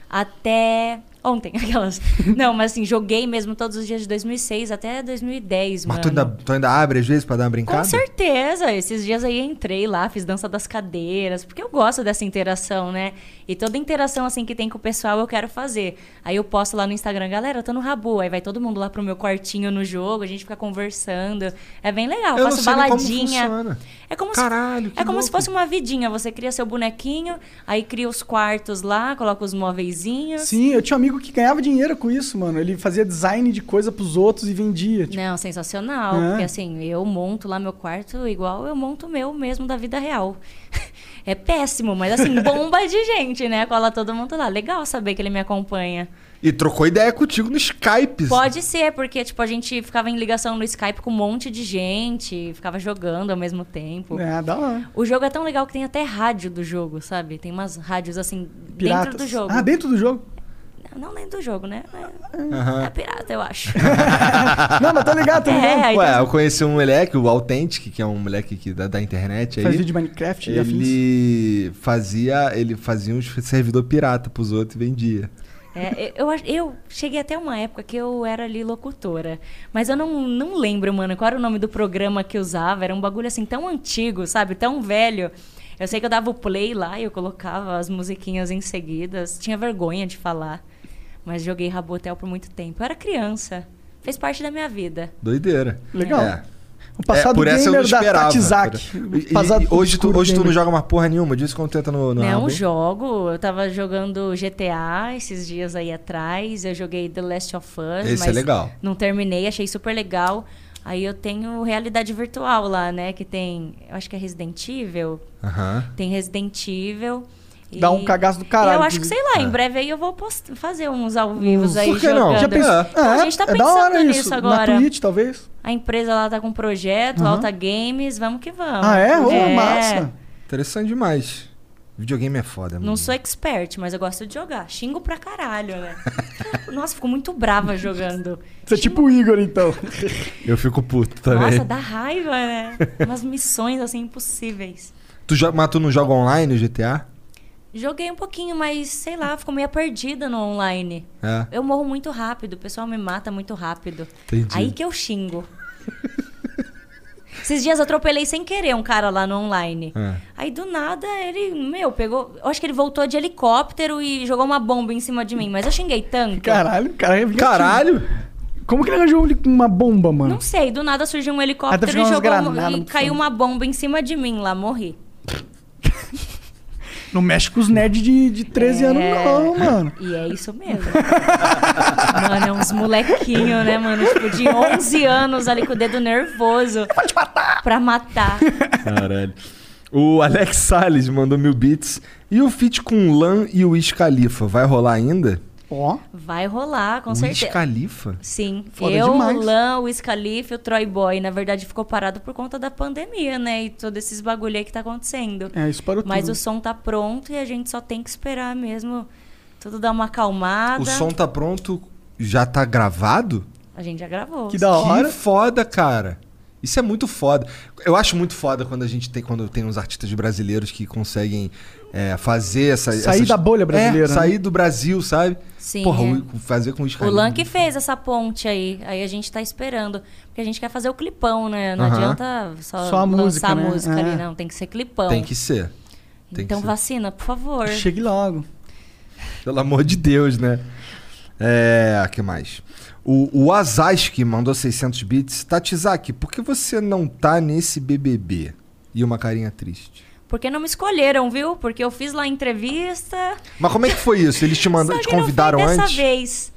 até. Ontem, aquelas. Não, mas assim, joguei mesmo todos os dias de 2006 até 2010,
Mas
mano.
tu ainda, tu ainda abre às vezes pra dar uma brincada?
Com certeza. Esses dias aí entrei lá, fiz dança das cadeiras, porque eu gosto dessa interação, né? E toda interação assim que tem com o pessoal eu quero fazer. Aí eu posto lá no Instagram, galera, eu tô no Rabu. Aí vai todo mundo lá pro meu quartinho no jogo, a gente fica conversando. É bem legal,
Eu não
faço
sei nem como
baladinha.
funciona.
é como
Caralho,
se
que
É como se
louco.
fosse uma vidinha, você cria seu bonequinho, aí cria os quartos lá, coloca os móveizinhos.
Sim, eu tinha um amigo que ganhava dinheiro com isso, mano. Ele fazia design de coisa pros outros e vendia. Tipo,
Não, sensacional.
É.
Porque assim, eu monto lá meu quarto igual eu monto o meu mesmo da vida real. É péssimo, mas assim, bomba de gente, né? Cola todo mundo lá. Legal saber que ele me acompanha.
E trocou ideia contigo no Skype.
Pode ser, porque, tipo, a gente ficava em ligação no Skype com um monte de gente, ficava jogando ao mesmo tempo.
É, dá lá.
O jogo é tão legal que tem até rádio do jogo, sabe? Tem umas rádios, assim,
Piratas.
dentro do jogo.
Ah, dentro do jogo?
Não dentro do jogo, né? É,
ah.
é pirata, eu acho.
Não, mas tá ligado, tá ligado.
é, aí
Ué,
tem-
eu conheci um moleque, o Authentic, que é um moleque que da, da internet aí.
Faz vídeo de Minecraft e afins.
ele fazia, ele fazia um servidor pirata pros outros e vendia.
É, eu, eu ach- eu cheguei até uma época que eu era ali locutora. Mas eu não, não lembro, mano, qual era o nome do programa que eu usava. Era um bagulho assim tão antigo, sabe? Tão velho. Eu sei que eu dava o play lá e eu colocava as musiquinhas em seguidas. Tinha vergonha de falar. Mas joguei Rabotel por muito tempo. Eu era criança. Fez parte da minha vida.
Doideira.
Legal.
É.
O passado
É, por essa eu não
gamer da
esperava.
Tati Zak.
Por-
O
e-
passado
e hoje tu,
obscuro
hoje tu não
gamer.
joga uma porra nenhuma, diz quando tenta no, no
Não,
álbum.
Né, jogo. Eu tava jogando GTA esses dias aí atrás. Eu joguei The Last of Us.
Esse é
mas
legal.
Não terminei, achei super legal. Aí eu tenho realidade virtual lá, né? Que tem. Eu acho que é Resident Evil.
Aham.
Tem Resident Evil. e-
Dá um cagaço do caralho,
Eu acho que, sei
É.
lá, em breve aí eu vou post- fazer uns ao vivos
Hum,
aí.
por que não?
jogando.
Já pensou?
Então, a gente tá
é da
pensando
hora
nisso
isso.
agora.
Na Twitch, talvez.
A empresa lá tá com um projeto, Alta Games, vamos que vamos.
Ah, é? Ô, massa.
Interessante demais. Videogame é foda,
Não
mano.
sou expert, mas eu gosto de jogar. Xingo pra caralho, né? Nossa, fico muito brava jogando.
Você é tipo o Igor, então.
Eu fico puto também.
Nossa, dá raiva, né? Umas missões assim impossíveis.
Tu joga, mas tu não joga online o GTA?
Joguei um pouquinho, mas sei lá, fico meio perdida no online.
É.
Eu morro muito rápido, o pessoal me mata muito rápido.
Entendi.
Aí que eu xingo. Esses dias eu atropelei sem querer um cara lá no online.
Ah.
É.
Aí do nada ele, meu, pegou. Eu acho que ele voltou de helicóptero e jogou uma bomba em cima de mim, mas eu xinguei tanto.
Caralho, o cara é vingativo.
Caralho!
Como que ele arranjou ele com uma bomba, mano?
Não sei, do nada surgiu um helicóptero
Ah,
e
deve
jogou
jogar umas
um-
granadas,
e
muito
caiu
foda.
uma bomba em cima de mim lá, morri.
Não mexe com os nerds de, de 13 anos, não, mano.
E é isso mesmo. mano, é uns molequinhos, né, mano? Tipo, de 11 anos ali com o dedo nervoso. Pode matar! Pra matar.
Caralho. O Alex Salles mandou mil bits. E o feat com o Lan e o Wiz Khalifa, vai rolar ainda?
Ó,
Vai rolar, com
o Wiz
certeza.
Khalifa?
Sim.
Foda
eu,
demais.
o Lan, o Scalife, o Troy Boy. Na verdade, ficou parado por conta da pandemia, né? E todos esses bagulho aí que tá acontecendo.
é, isso parou
Mas
tudo.
o som tá pronto e a gente só tem que esperar mesmo tudo dar uma acalmada.
O som tá pronto, já tá gravado?
A gente já gravou.
Que da hora.
Que foda, cara. Isso é muito foda. Eu acho muito foda quando a gente tem, quando tem uns artistas brasileiros que conseguem é, fazer essa.
Sair
essas-
da bolha brasileira,
É,
né?
sair do Brasil, sabe?
Sim,
Porra,
é.
o- fazer com o Wiz
O
Khalifa.
Lan que fez essa ponte aí. Aí a gente tá esperando. Porque a gente quer fazer o clipão, né? Não
Aham.
adianta só,
Só a
lançar
música,
a
né?
música
É.
ali, não. Tem que ser clipão.
Tem que ser. tem
então
que ser.
vacina, por favor.
Chegue logo.
Pelo amor de Deus, né? É. que mais? O, o Azaski mandou 600 bits. Tatizaki, por que você não tá nesse BBB? E uma carinha triste.
Porque não me escolheram, viu? Porque eu fiz lá a entrevista.
Mas como é que foi isso? Eles te, mandaram,
Só
te
que não
convidaram
foi dessa
antes?
vez.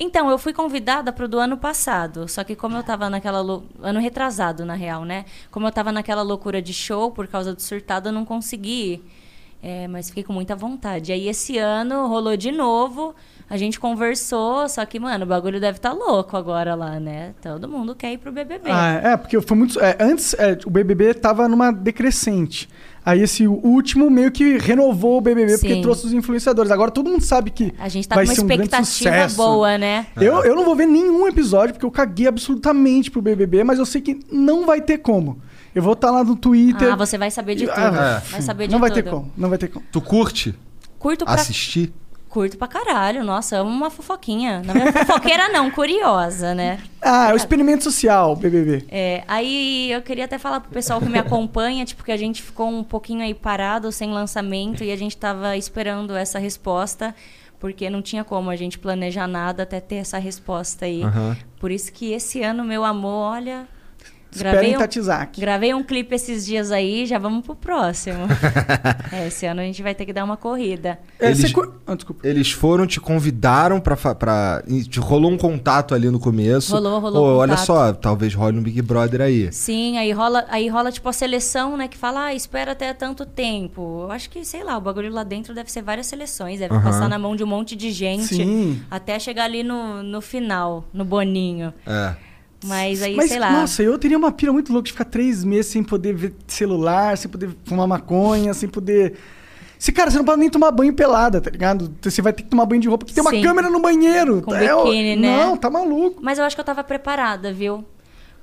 Então, eu fui convidada pro do ano passado. Só que como eu tava naquela... lou- Ano retrasado, na real, né? Como eu tava naquela loucura de show, por causa do surtado, eu não consegui ir. É, mas fiquei com muita vontade. Aí esse ano rolou de novo, a gente conversou, só que, mano, o bagulho deve estar louco agora lá, né? Todo mundo quer ir pro BBB.
Ah, é, porque foi muito. é, antes, é, o BBB tava numa decrescente. Aí esse último meio que renovou o BBB porque
Sim.
trouxe os influenciadores. Agora todo mundo sabe que.
a gente tá
vai
com uma
ser um grande
expectativa
sucesso.
boa, né?
Eu, eu não vou ver nenhum episódio, porque eu caguei absolutamente pro BBB, mas eu sei que não vai ter como. Eu vou estar lá no Twitter.
Ah, você vai saber de tudo.
Ah,
Vai saber de
não vai
tudo.
ter como, não vai ter como.
Tu curte
Curto pra
assistir?
Curto pra caralho, nossa, amo uma fofoquinha. Na minha fofoqueira não, curiosa, né?
Ah, é o experimento social, BBB.
É, aí eu queria até falar pro pessoal que me acompanha, tipo, que a gente ficou um pouquinho aí parado, sem lançamento, e a gente tava esperando essa resposta, porque não tinha como a gente planejar nada até ter essa resposta aí.
Aham.
Por isso que esse ano, meu amor, olha,
Esperem
um-
tá Tatizaki.
Gravei um clipe esses dias aí, já vamos pro próximo. É, esse ano a gente vai ter que dar uma corrida.
É,
Eles-
você cu- Ah, desculpa.
Eles foram, te convidaram pra, fa- pra. e Te rolou um contato ali no começo.
Rolou, rolou
Pô,
um
olha
contato.
só, talvez role um Big Brother aí.
Sim, aí rola, aí rola tipo a seleção, né? Que fala, ah, espera até tanto tempo. Eu acho que, sei lá, o bagulho lá dentro deve ser várias seleções, deve
Aham.
passar na mão de um monte de gente
Sim.
até chegar ali no, no final, no boninho.
É.
Mas aí,
Mas,
sei lá.
nossa, eu teria uma pira muito louca de ficar três meses sem poder ver celular, sem poder fumar maconha, sem poder. Se, cara, você não pode nem tomar banho pelada, tá ligado? Você vai ter que tomar banho de roupa, porque tem uma
Sim.
câmera no banheiro.
Com
o-
biquíni, né?
Não, tá maluco.
Mas eu acho que eu tava preparada, viu?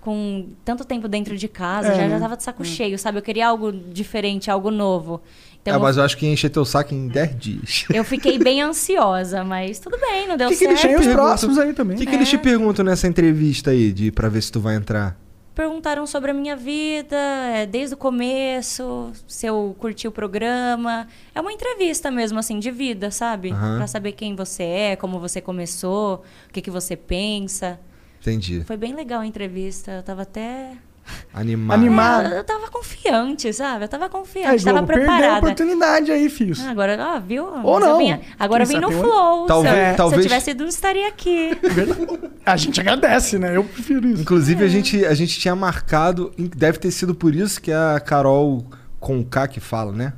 Com tanto tempo dentro de casa,
É,
já,
né?
já tava de saco cheio, sabe? Eu queria algo diferente, algo novo. Então,
É,
eu-
mas eu acho que ia encher teu saco em 10 dias.
eu fiquei bem ansiosa, mas tudo bem, não deu
O que, que
certo.
eles têm os
pergunto-
próximos aí
O
também?
que, que eles te
É.
perguntam nessa entrevista aí, de pra ver se tu vai entrar?
Perguntaram sobre a minha vida, é, desde o começo, se eu curti o programa. É uma entrevista mesmo, assim, de vida, sabe?
Aham.
Pra saber quem você é, como você começou, o que, que você pensa.
Entendi.
Foi bem legal a entrevista, eu tava até
Animar.
Anima-
É,
Mar-
eu, eu tava confiante, sabe? Eu tava
Aí,
confiante, tava
Globo, perdeu a
preparada.
oportunidade aí, filhos.
Ah, agora, ó, viu?
Ou
Mas eu
não.
vim- agora eu
Quem
vim no
sabe, um- eu-
flow.
Talvez-
se, eu, se
talvez-
eu tivesse ido, não estaria aqui.
A gente agradece, né? Eu prefiro isso.
Inclusive, a,
É.
gente, a gente tinha marcado. Deve ter sido por isso que a Carol com K que fala, né?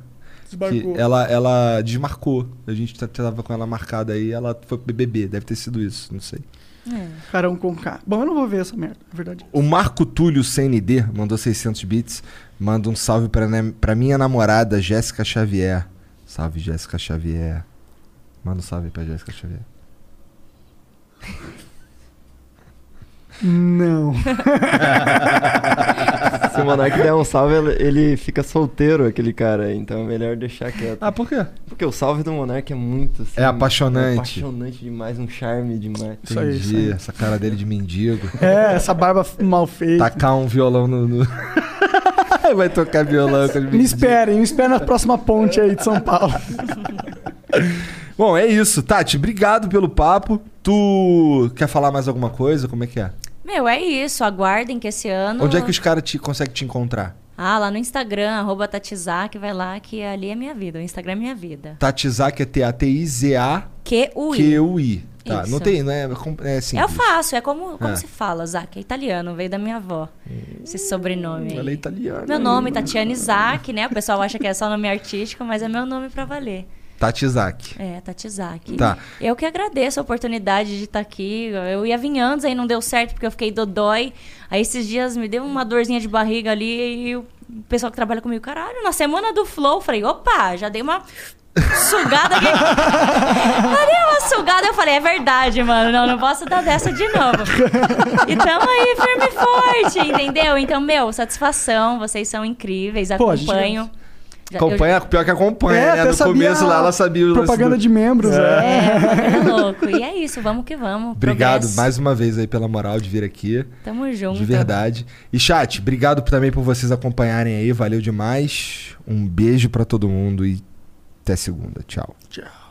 Que
Desbarcou.
ela, ela desmarcou. A gente t- tava com ela marcada aí, ela foi pro BBB. Deve ter sido isso, não sei.
Carão com K. Bom, eu não vou ver essa merda, é verdade.
O Marco Túlio CND mandou 600 bits. Manda um salve pra, ne- pra minha namorada, Jéssica Xavier. Salve, Jéssica Xavier. Manda um salve pra Jéssica Xavier.
Não.
Se o Monark der um salve, ele- ele fica solteiro, aquele cara. Então é melhor deixar quieto.
por quê?
Porque o salve do Monark é muito assim,
É apaixonante.
É apaixonante demais, um charme demais.
Isso aí, isso aí.
Essa cara dele de mendigo.
É, essa barba mal feita.
Tacar um violão no. no- Vai tocar violão com ele
Me esperem, me esperem na próxima ponte aí de São Paulo.
Bom, é isso. Tati, obrigado pelo papo. Tu quer falar mais alguma coisa? Como é que é?
Meu, é isso. Aguardem que esse ano.
Onde é que os caras te, conseguem te encontrar?
Ah, lá no Instagram, arroba Tatizak, vai lá que ali é minha vida. O Instagram é minha vida.
Tatizak é T-A-T-I-Z-A-Q-U-I.
Q-U-I.
Tá,
Isso.
não tem, não é, é assim.
É fácil, é como, como
É.
se fala, Zac. É italiano, veio da minha avó. Esse sobrenome.
Ela é
aí.
italiana.
Meu nome, tá- Tatiane Zac, né? O pessoal acha que é só nome artístico, mas é meu nome pra valer.
Tatizak.
É, Tati Zaki.
Tá.
Eu que agradeço a oportunidade de estar aqui. Eu ia vir antes, aí não deu certo, porque eu fiquei dodói. Aí esses dias me deu uma dorzinha de barriga ali e o pessoal que trabalha comigo, caralho, na semana do Flow, eu falei, opa, já dei uma sugada aqui. Eu dei uma sugada, eu falei, é verdade, mano, não, não posso dar dessa de novo. Então aí, firme e forte, entendeu? Então, meu, satisfação, vocês são incríveis,
Pô, a gente
acompanho. Já- eu-
Acompanha, pior que acompanha, né? No
É, sabia
começo lá
a
ela sabia o lance
Propaganda
do-
de membros, é.
É, bagulho louco. E é isso, vamos que vamos.
Obrigado
Progresso. Então, tá
mais uma vez aí pela moral de vir aqui.
Tamo junto.
De verdade. E chat, obrigado também por vocês acompanharem aí. Valeu demais. Um beijo pra todo mundo e até segunda. Tchau.
Tchau.